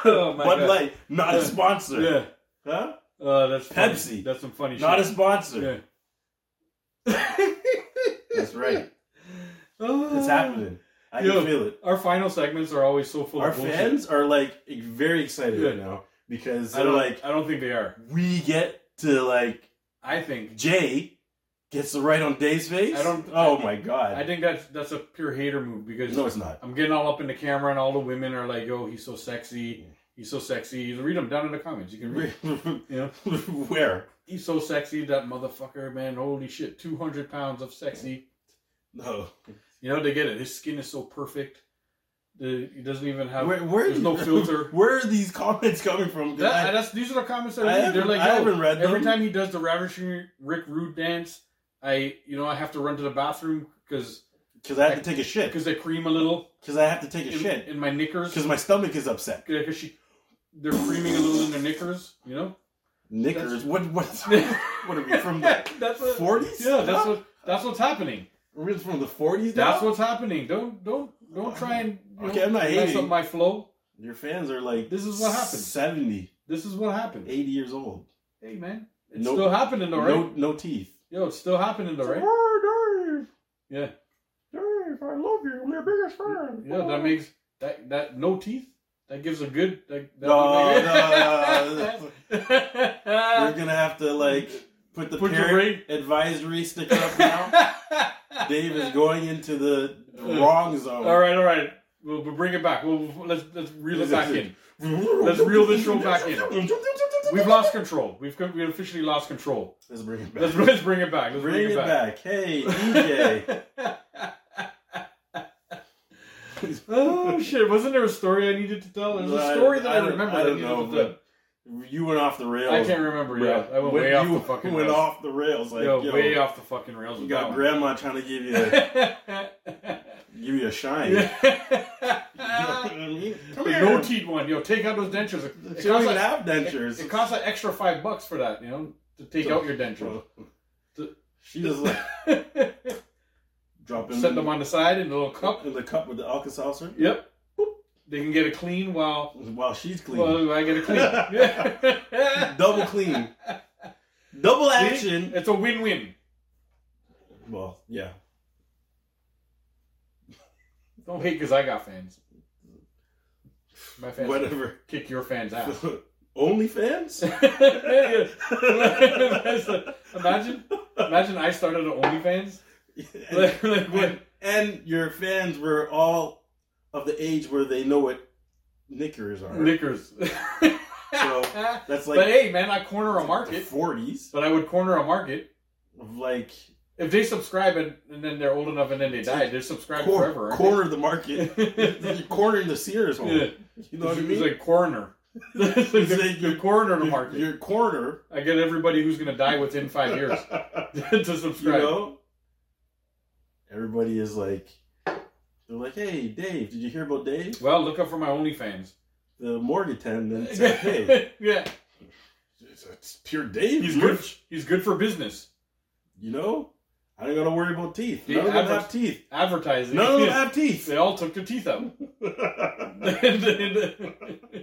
A: oh my god.
C: Light, not
A: Yeah.
C: a sponsor.
A: Yeah.
C: Huh?
A: Uh, that's funny.
C: Pepsi.
A: That's some funny
C: Not a [laughs]
A: shit.
C: sponsor. That's right.
A: Yeah.
C: It's happening. I
A: Um, Yo.
C: can feel it.
A: Our final segments are always so full
C: Our
A: of bullshit.
C: fans are like very excited right
A: Yeah.
C: now because
A: I
C: they're
A: don't
C: like,
A: I don't think they are.
C: we get to like
A: I think
C: Jay gets the right on Dave's face.
A: I don't-
C: Oh
A: I-
C: my god.
A: I think that's that's a pure hater move because
C: [laughs] no, it's not. [laughs]
A: I'm getting all up in the camera and all the women are like, "Yo, he's so sexy. He's so sexy." You read them down in the comments. You can read.
C: [laughs]
A: Yeah.
C: Where?
A: He's so sexy, that motherfucker, man. Holy shit, 200 pounds of sexy.
C: No.
A: You know, they get it. His skin is so perfect. The, he doesn't even have.
C: Where, where
A: there's
C: [laughs]
A: no filter.
C: Where are these comments coming from? 'Cause
A: That-
C: I-
A: that's, these are the comments that
C: I
A: I read. They're
C: haven't-
A: like,
C: I
A: yo,
C: haven't read
A: every
C: them.
A: time he does the ravishing Rick Rude dance, I, you know, I have to run to the bathroom because
C: Because I have to take a shit.
A: because I cream a little
C: Because I have to take a
A: in,
C: shit.
A: in my knickers
C: Because my stomach is upset.
A: because she, they're creaming a little in their knickers, you know.
C: Knickers.
A: That's-
C: What? What? [laughs] What are
A: [laughs]
C: we [laughs] from the
A: that's what,
C: forties?
A: yeah, that's what that's what's happening.
C: We're from the forties.
A: That's what's happening. Don't don't don't try and you
C: Okay,
A: know,
C: I'm not
A: mess
C: hating.
A: up my flow.
C: your fans are like.
A: This is what happened.
C: 70,
A: This is what happened.
C: 80 years old.
A: Hey man, it's
C: No-
A: still happening though, right?
C: No, no teeth.
A: Yo, it's still happening though, right?
C: Oh,
A: Yeah,
C: Dave, Dave, I love you. I'm your biggest fan.
A: yeah. That makes that that no teeth. That gives a good. That, that
C: No,
A: [laughs]
C: no, We're gonna have to like put the
A: Put your
C: parent advisory sticker up now.
A: [laughs]
C: Dave is going into the the wrong zone.
A: [laughs] All right, all right. We'll, we'll bring it back. We'll, we'll- let's let's reel it back in.
C: Let's
A: reel this show back in. We've lost control. We've we officially lost control.
C: Let's bring it back.
A: Let's, let's bring it back. Let's
C: bring, it back. Hey, E DJ.
A: oh shit! Wasn't there a story I needed to tell? [laughs] There's
C: I-
A: a story that I,
C: don't-
A: remember.
C: I
A: that
C: don't
A: needed
C: know,
A: to tell.
C: but you went off the rails.
A: I can't remember. Yeah, I went
C: When
A: way off
C: you
A: the fucking
C: went
A: rails.
C: off the rails. Like,
A: Yo,
C: yo,
A: way off the fucking rails.
C: You
A: with
C: got
A: that
C: grandma trying to give you a,
A: [laughs] one.
C: [laughs] give you a shine. You know what I mean? Come
A: The
C: here.
A: no teeth one, yo. Take out those dentures. It
C: She
A: costs,
C: don't even
A: like,
C: have dentures.
A: it costs an extra five bucks for that, you know, to take out your dentures.
C: [laughs] She just like
A: [laughs]
C: dropping
A: Set them on the side in a little cup.
C: in the cup with the Alka Seltzer
A: Yep. Boop. They can get it clean while
C: while she's clean.
A: Well, I get it clean.
C: [laughs] Double
A: [laughs]
C: clean. Double action.
A: It's a win-win.
C: Well, yeah.
A: Don't hate because I got fans. My fans
C: Whatever.
A: kick your fans
C: [laughs]
A: out. [laughs]
C: OnlyFans?
A: imagine, imagine I started an OnlyFans.
C: and,
A: Like, like what?
C: and your fans were all of the age where they know what knickers are.
A: Knickers.
C: So that's
A: [laughs] but
C: like
A: hey, man, I corner a
C: the
A: market.
C: 40s
A: But I would corner a market
C: of like
A: if they subscribe and, and then they're old enough and then they die. They're subscribed
C: cor-
A: forever. aren't
C: corner of the
A: [laughs]
C: market.
A: they?
C: You're cornering the Sears home.
A: Yeah.
C: You know what I
A: It's
C: mean?
A: like
C: [laughs]
A: coroner. it's like the,
C: like
A: the
C: your-
A: coroner of the
C: Your-
A: market.
C: Your corner,
A: I get everybody who's gonna die within five years [laughs] to
C: you
A: subscribe.
C: know. Everybody is like, they're like, "Hey, Dave, did you hear about Dave,
A: Well, look up for my OnlyFans.
C: the mortgage attendant?" It's
A: [laughs]
C: like, hey,
A: yeah,
C: it's, it's pure Dave.
A: he's
C: merch,
A: good. He's good for business.
C: You know, I don't gotta worry about teeth.
A: Yeah,
C: None of them
A: advert-
C: have teeth.
A: Advertising.
C: None of them have
A: [laughs]
C: teeth.
A: they all took their teeth
C: [laughs]
A: out. [laughs]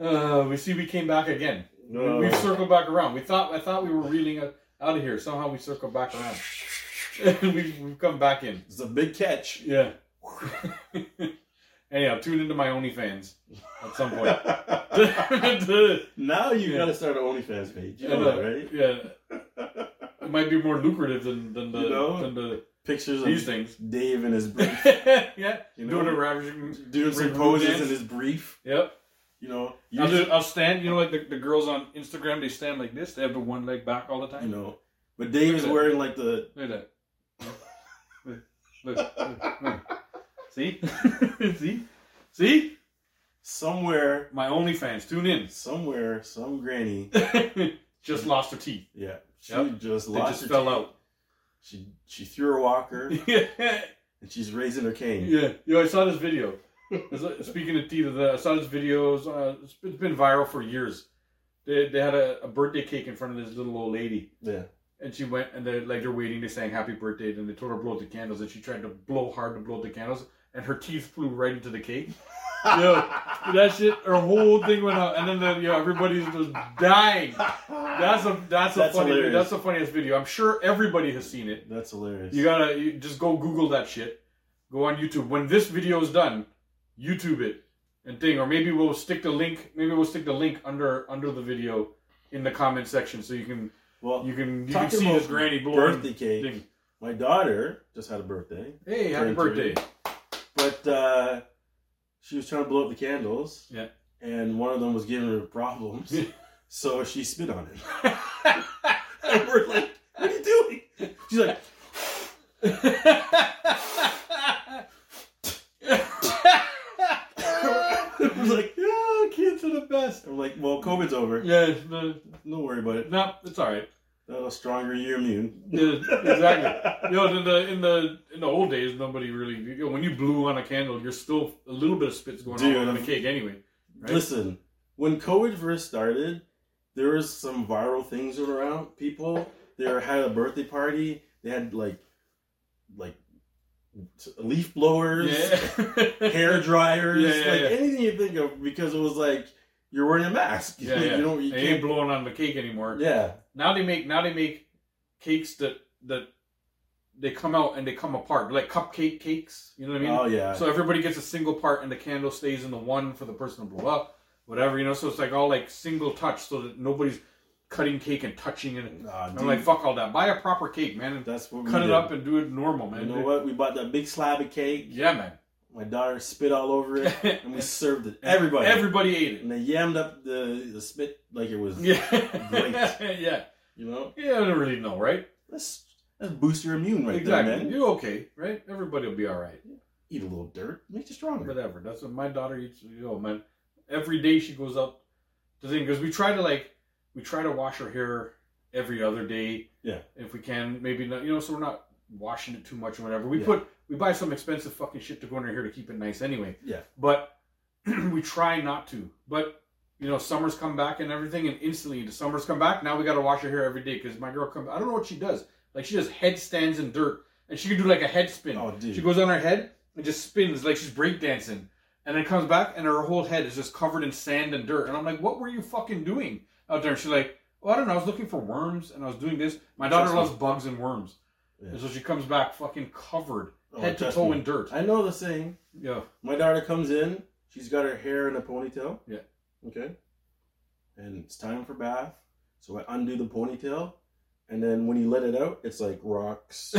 A: uh, we see, we came back again.
C: No.
A: We've circled back around. We thought I thought we were reeling out of here. Somehow we circled back around. [laughs] we've, we've come back in.
C: It's a big catch.
A: [laughs] Yeah. Anyhow, tune into my OnlyFans at some point. [laughs]
C: now [laughs] you
A: Yeah.
C: gotta start an OnlyFans page. You
A: Yeah,
C: know that, right?
A: yeah. uh, It might be more lucrative than, than the
C: You know?
A: than the
C: Pictures
A: these
C: of
A: things. [laughs]
C: Dave in his brief.
A: yeah. [laughs]
C: You
A: Doing a
C: know,
A: ravaging
C: doing some
A: Remove
C: poses
A: dance.
C: in his brief.
A: Yep.
C: You know, you
A: I'll, do, I'll stand you know like the, the girls on Instagram, they stand like this, they have the one leg back all the
C: you
A: time.
C: know. But Dave is
A: Okay.
C: wearing like the
A: Look at that. Look, look, look, look. See? [laughs] See? See?
C: somewhere,
A: My OnlyFans, tune in.
C: somewhere, some
A: [laughs]
C: granny.
A: just lost her teeth.
C: Yeah, she
A: Yep.
C: just
A: They
C: lost
A: just
C: her
A: fell
C: teeth.
A: out.
C: She she threw her
A: [laughs]
C: walker
A: yeah.
C: and she's raising her cane.
A: Yeah. Yo, I saw this video. It's like- Speaking of teeth, I saw this video. It's, uh, it's been- it's been viral for years. They, they had a, a birthday cake in front of this little old lady.
C: Yeah.
A: And she went and they like they're waiting, they sang happy birthday, and they told her to blow out the candles, and she tried to blow hard to blow out the candles, and her teeth flew right into the
C: [laughs]
A: cake. Yo, that shit, her whole thing went out, and then the, yo, everybody's just dying. That's a that's,
C: That's
A: a funny
C: hilarious.
A: that's the funniest video. I'm sure everybody has seen it.
C: [laughs] That's hilarious.
A: You gotta you just go Google that shit. Go on YouTube. When this video is done, YouTube it and thing, or maybe we'll stick the link. Maybe we'll stick the link under under the video in the comment section, so you can
C: well,
A: you can you
C: Talking
A: can see
C: about
A: this granny blowing
C: birthday cake.
A: thing.
C: My daughter just had a birthday,
A: Hey, happy
C: Turned
A: birthday!
C: but uh, she was trying to blow up the candles.
A: Yeah.
C: And one of them was giving her problems, so she spit on it. [laughs] And we're like, "What are you doing?" She's like, [laughs] we're like,
A: yeah, kids are the best.
C: I'm like, well, COVID's over.
A: [laughs] Yeah, no,
C: Don't worry about it.
A: no, it's all right.
C: That'll stronger your immune.
A: Yeah, exactly. you know, in the in the in the old days, nobody really. You know, when you blew on a candle, you're still a little bit of spits going
C: Dude,
A: on on the
C: I'm-
A: cake anyway. Right?
C: Listen, when COVID first started, there was some viral things around. People they were- had a birthday party. They had like, like t- leaf blowers,
A: yeah, [laughs]
C: hair dryers,
A: Yeah, yeah,
C: like
A: yeah.
C: anything you think of, because it was like you're wearing a mask.
A: yeah, yeah.
C: [laughs] you don't. You
A: they ain't
C: can't.
A: blowing on the cake anymore.
C: yeah,
A: Now they make now they make cakes that that they come out and they come apart like cupcake cakes. You know what I mean?
C: oh yeah.
A: So everybody gets a single part, and the candle stays in the one for the person to blow up, whatever you know. So it's like all like single touch, so that nobody's cutting cake and touching it.
C: Nah,
A: And
C: dude,
A: I'm like, fuck all that. Buy a proper cake, man, and
C: that's what we
A: cut it
C: did.
A: up and do it normal, man.
C: You know what? We bought that big slab of cake.
A: Yeah, man.
C: My daughter spit all
A: [laughs]
C: over it, and we served it. [laughs] Everybody.
A: Everybody ate it.
C: and they yammed up the, the spit like it was,
A: Yeah.
C: Mm. Great.
A: [laughs] yeah.
C: you know?
A: Yeah, I don't really know, right?
C: That's, that's boost your immune right
A: exactly.
C: there, man.
A: You're okay, right? Everybody will be all right.
C: Eat a little dirt, makes you stronger.
A: Whatever. That's what my daughter eats. You know, man. Every day she goes up to thing because we try to like we try to wash her hair every other day.
C: Yeah.
A: If we can, maybe not. You know, so we're not washing it too much or whatever. We
C: Yeah.
A: put we buy some expensive fucking shit to go in her hair to keep it nice anyway.
C: Yeah.
A: But [clears throat] we try not to. But you know, summers come back and everything, and instantly the summers come back. Now we got to wash her hair every day because my girl comes. I don't know what she does. Like she does headstands in dirt, and she can do like a head spin.
C: Oh, dude.
A: She goes on her head and just spins like she's breakdancing. And then comes back and her whole head is just covered in sand and dirt. And I'm like, what were you fucking doing out there? And she's like, well, I don't know. I was looking for worms and I was doing this. My daughter
C: Trust me.
A: loves bugs and worms.
C: Yeah.
A: And so she comes back fucking covered,
C: Oh,
A: head to
C: trust
A: toe
C: me.
A: in dirt.
C: I know the saying. [laughs]
A: yeah.
C: My daughter comes in, she's got her hair in a ponytail.
A: Yeah.
C: Okay. And it's time for bath. So I undo the ponytail. And then when you let it out, it's like rocks,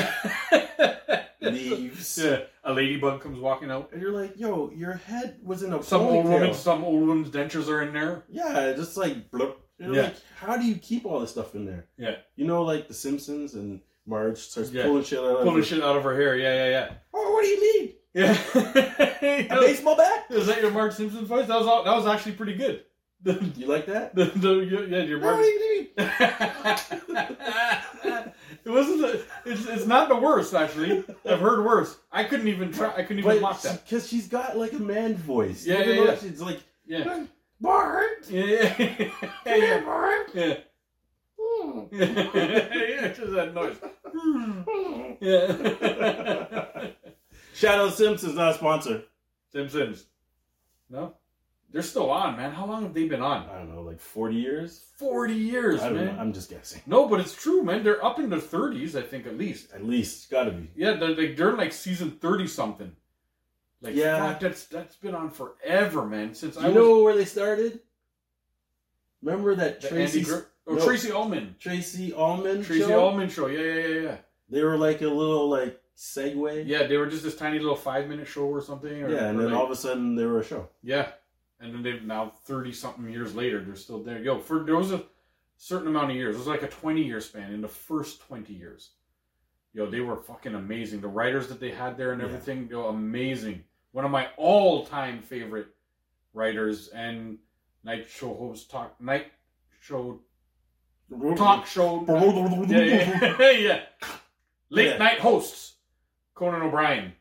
C: [laughs] leaves.
A: yeah. A ladybug comes walking out.
C: And you're like, yo, your head was in a
A: Some old
C: ponytail.
A: woman, some old woman's dentures are in there.
C: Yeah, just like blip. You're
A: Yeah.
C: like, how do you keep all this stuff in there?
A: Yeah.
C: You know, like The Simpsons and Marge starts
A: Yeah.
C: pulling shit out of
A: Pulling
C: it.
A: shit out of her hair. Yeah,
C: Oh, what do you need?
A: yeah, [laughs] yeah.
C: A
A: Yeah.
C: baseball bat?
A: Is that your Mark Simpson voice? That was all, that was actually pretty good. [laughs]
C: [laughs]
A: The,
C: You like that?
A: the, the, yeah, your
C: Oh, what
A: Mark.
C: do you
A: [laughs]
C: need?
A: it wasn't. The, it's, it's not the worst actually. I've heard worse. I couldn't even try. I couldn't even mock that.
C: Because she's got like a man voice.
A: Yeah,
C: Even
A: yeah,
C: though
A: yeah.
C: She's like,
A: Yeah.
C: Bart!
A: Yeah. Yeah.
C: [laughs] Come
A: Yeah.
C: here, Bart!
A: Yeah.
C: Mm,
A: [laughs] yeah. Just that noise. Hmm.
C: mm.
A: Yeah. [laughs]
C: Shadow Simpsons not a sponsor.
A: Simpsons. No, they're still on, man. How long have they been on?
C: I don't know, like 40 years?
A: Forty years,
C: I don't
A: man.
C: know. I'm just guessing.
A: No, but it's true, man. They're up in their thirties, I think, at least.
C: At least. Gotta be.
A: Yeah, they're like they're in like season thirty something. Like
C: Yeah.
A: fuck, that's that's been on forever, man. Since
C: Do
A: I
C: you
A: was
C: know where they started? Remember that
A: the Andy
C: Tracy
A: Gr- or
C: no.
A: Tracy Ullman,
C: Tracy Allman
A: Tracy
C: show?
A: Ullman show. Yeah, yeah, yeah, yeah.
C: They were like a little like segue.
A: Yeah, they were just this tiny little five minute show or something. Or,
C: Yeah, and
A: or
C: then
A: like-
C: all of a sudden they were a show.
A: yeah, and then they've now thirty something years later, they're still there. Yo, for there was a certain amount of years. It was like a twenty year span in the first twenty years. Yo, they were fucking amazing. The writers that they had there and
C: Yeah.
A: everything, yo, amazing. One of my all time favorite writers and night show host talk night show talk show yeah, yeah, yeah, [laughs] yeah. Late
C: Yeah.
A: night hosts. Conan O'Brien.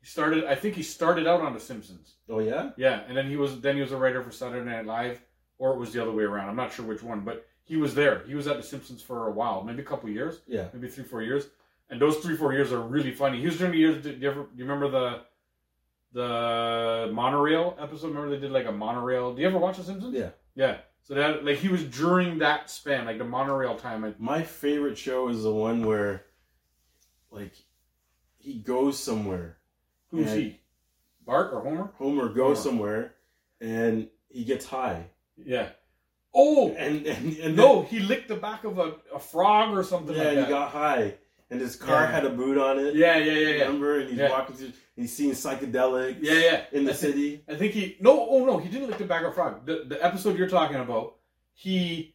A: He started. I think he started out on The Simpsons.
C: Oh yeah?
A: Yeah, and then he was then he was a writer for Saturday Night Live, or it was the other way around. I'm not sure which one, but he was there. He was at The Simpsons for a while, maybe a couple years,
C: Yeah.
A: maybe three four years. And those three four years are really funny. He was during the years. Do you, ever, do you remember the the monorail episode? Remember they did like a monorail. Do you ever watch The Simpsons?
C: Yeah.
A: Yeah. So that like he was during that span, like the monorail time. I,
C: My favorite show is the one where like he goes somewhere.
A: who's
C: Yeah.
A: he? Bart or Homer?
C: Homer goes
A: Homer.
C: somewhere and he gets high.
A: Yeah. Oh
C: And and, and
A: no, he licked the back of a, a frog or something
C: then, yeah,
A: like
C: he
A: that.
C: got high. And his car
A: Yeah.
C: had a boot on it.
A: yeah, yeah, yeah, yeah,
C: Remember? And he's
A: Yeah.
C: walking through he's seeing psychedelics
A: yeah, yeah.
C: in the
A: I think,
C: city.
A: I think he no, oh no, he didn't lick the back of a frog. The the episode you're talking about, he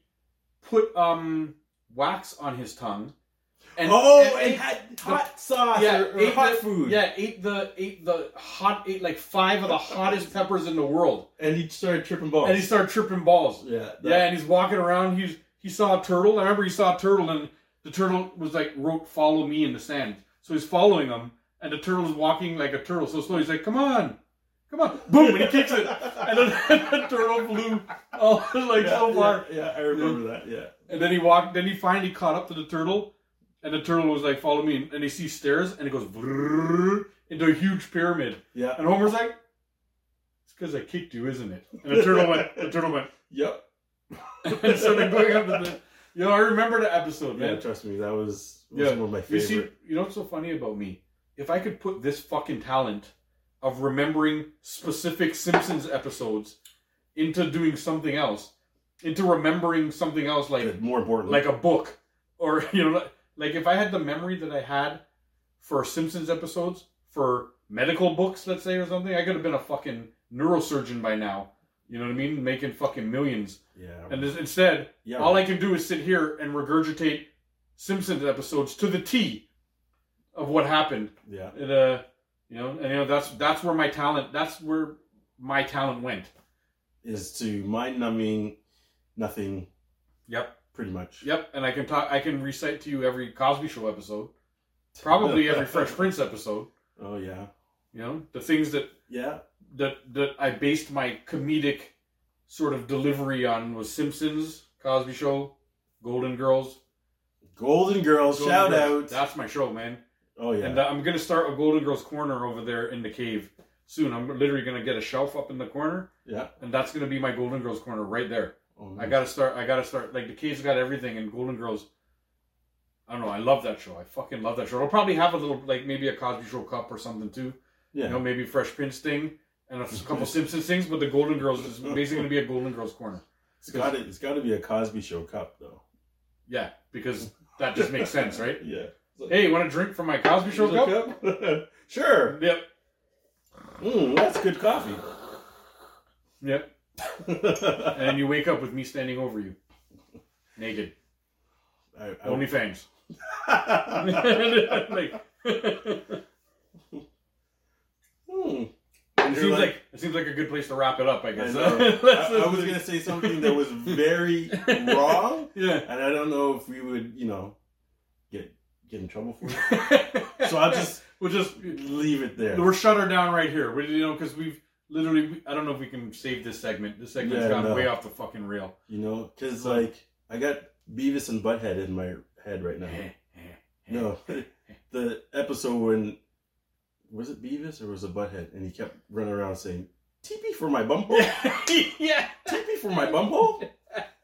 A: put um wax on his tongue.
C: oh,
A: and
C: and,
A: ate-
C: had hot sauce
A: yeah,
C: or, or
A: ate the-
C: hot food.
A: yeah, ate the ate the hot ate like five of the hottest peppers in the world,
C: And he started tripping balls.
A: and he started tripping balls.
C: yeah, that-
A: Yeah, and he's walking around. He's he saw a turtle. I remember he saw a turtle, and the turtle was like wrote "Follow me" in the sand. So he's following him, and the turtle's walking like a turtle, so slow. He's like, "Come on, come on!" Boom, and he kicks it, and then [laughs] the turtle flew oh, [laughs] like
C: yeah,
A: so far.
C: Yeah, yeah, I remember that. Yeah.
A: And then he walked. Then he finally caught up to the turtle, and the turtle was like, "Follow me," and they see stairs, and it goes brrrr into a huge pyramid.
C: Yeah.
A: And Homer's like, "It's because I kicked you, isn't it?" And the turtle went. The turtle went. [laughs]
C: Yep.
A: and started going up to the. Yo, I remember the episode,
C: Yeah,
A: man.
C: trust me, that was, was
A: Yeah.
C: one of my
A: you
C: favorite.
A: see, you know what's so funny about me? If I could put this fucking talent of remembering specific Simpsons episodes into doing something else, into remembering something else like
C: But more importantly,
A: like a book, [laughs] or you know, like if I had the memory that I had for Simpsons episodes for medical books, let's say, or something. I could have been a fucking neurosurgeon by now. You know what I mean? Making fucking millions.
C: Yeah.
A: And this, instead,
C: yeah.
A: all I can do is sit here and regurgitate Simpsons episodes to the T of what happened.
C: yeah.
A: It, uh, you know, and you know that's that's where my talent. That's where my talent went.
C: Is to mind numbing nothing,
A: Yep.
C: pretty much.
A: Yep. And I can talk. I can recite to you every Cosby Show episode, probably
C: [laughs]
A: every Fresh Prince episode.
C: Oh yeah.
A: You know, the things that
C: Yeah.
A: that that I based my comedic sort of delivery on was Simpsons, Cosby Show, Golden Girls.
C: Golden Girls,
A: Golden
C: shout
A: Girls.
C: out.
A: That's my show, man.
C: oh yeah.
A: And uh, I'm gonna start a Golden Girls corner over there in the cave soon. I'm literally gonna get a shelf up in the corner,
C: yeah.
A: and that's gonna be my Golden Girls corner right there.
C: Oh,
A: I gotta start. I gotta start. Like the cave's got everything, and Golden Girls. I don't know. I love that show. I fucking love that show. I'll probably have a little, like maybe a Cosby Show cup or something too.
C: yeah.
A: You know, maybe Fresh Prince thing
C: [laughs]
A: and a couple Simpsons things. But the Golden Girls is basically gonna be a Golden Girls corner.
C: it's got to. It's got to be a Cosby Show cup though.
A: Yeah, because that just makes sense,
C: [laughs]
A: right?
C: Yeah.
A: Hey, you want a drink from my Cosby Show cup?
C: cup? [laughs] sure.
A: Yep.
C: Mm, that's good coffee.
A: Yep.
C: [laughs] I,
A: And then you wake up with me standing over you, naked,
C: I, [laughs]
A: only fangs. [laughs] Like,
C: Hmm.
A: it seems like it seems like a good place to wrap it up. I
C: I,
A: [laughs] guess.
C: know.
A: Let's-
C: I, I was gonna say something that was
A: [laughs]
C: very wrong,
A: Yeah.
C: and I don't know if we would, you know, get get in trouble for it. [laughs] So I'll just
A: we'll just
C: leave it there.
A: we're shut her down right here. We, you know, because we've literally we- I don't know if we can save this segment. This segment's
C: Yeah,
A: gone
C: no.
A: way off the fucking rail.
C: You know, because like I got Beavis and Butthead in my head [laughs] right now. No, [laughs] the episode when was it Beavis or was it Butthead, and he kept running around saying "TP for my bumhole,
A: [laughs] yeah.
C: TP for my bumhole,"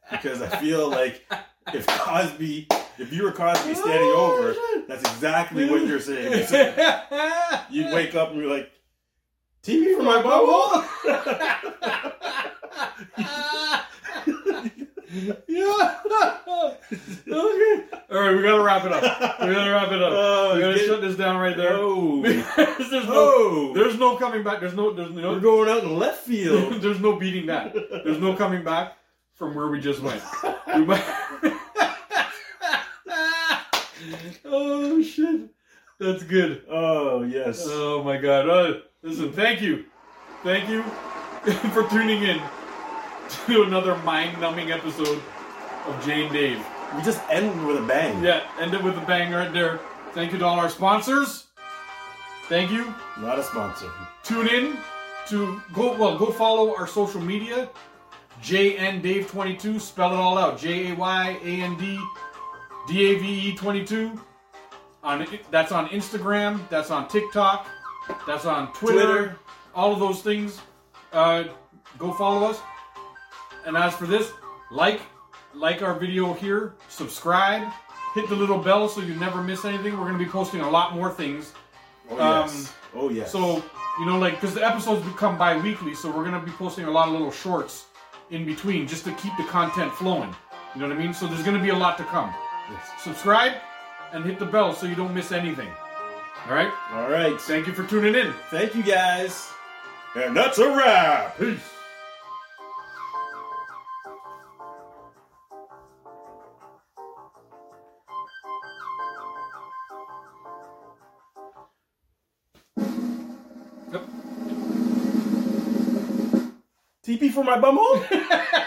C: because I feel like if Cosby, if you were Cosby standing over, that's exactly what you're saying. So
A: [laughs]
C: you wake up and you're like, "TP for my bumhole."
A: okay. All right, we gotta wrap it up. We gotta wrap it
C: [laughs]
A: up.
C: [laughs] Oh,
A: We gotta
C: get-
A: shut this down right there. [laughs]
C: no.
A: there's no,
C: Oh,
A: there's no coming back. There's no, there's no,
C: we're going out in left
A: [laughs]
C: field.
A: There's no beating that. There's no coming back from where we just went. We went- [laughs] oh shit, that's good.
C: oh yes.
A: Oh my god. Uh, listen, thank you, thank you [laughs] for tuning in to another mind-numbing episode of Jane Dave.
C: we just end with a bang.
A: Yeah, end it with a bang right there. Thank you to all our sponsors. Thank you.
C: Not a sponsor.
A: tune in to go well go follow our social media jn dave 22 spell it all out j-a-y-a-n-d d-a-v-e 22 E on that's on instagram that's on tiktok that's on twitter,
C: Twitter.
A: all of those things uh, go follow us and as for this like like our video here subscribe hit the little bell so you never miss anything we're going to be posting a lot more things
C: Oh
A: Um,
C: yes. Oh yes.
A: so, you know, like, because the episodes become bi weekly, so we're going to be posting a lot of little shorts in between just to keep the content flowing. You know what I mean? So, there's going to be a lot to come.
C: Yes.
A: Subscribe and hit the bell so you don't miss anything. All right?
C: All right.
A: Thank you for tuning in.
C: Thank you guys. And that's a wrap.
A: Peace.
C: TP for my bumhole.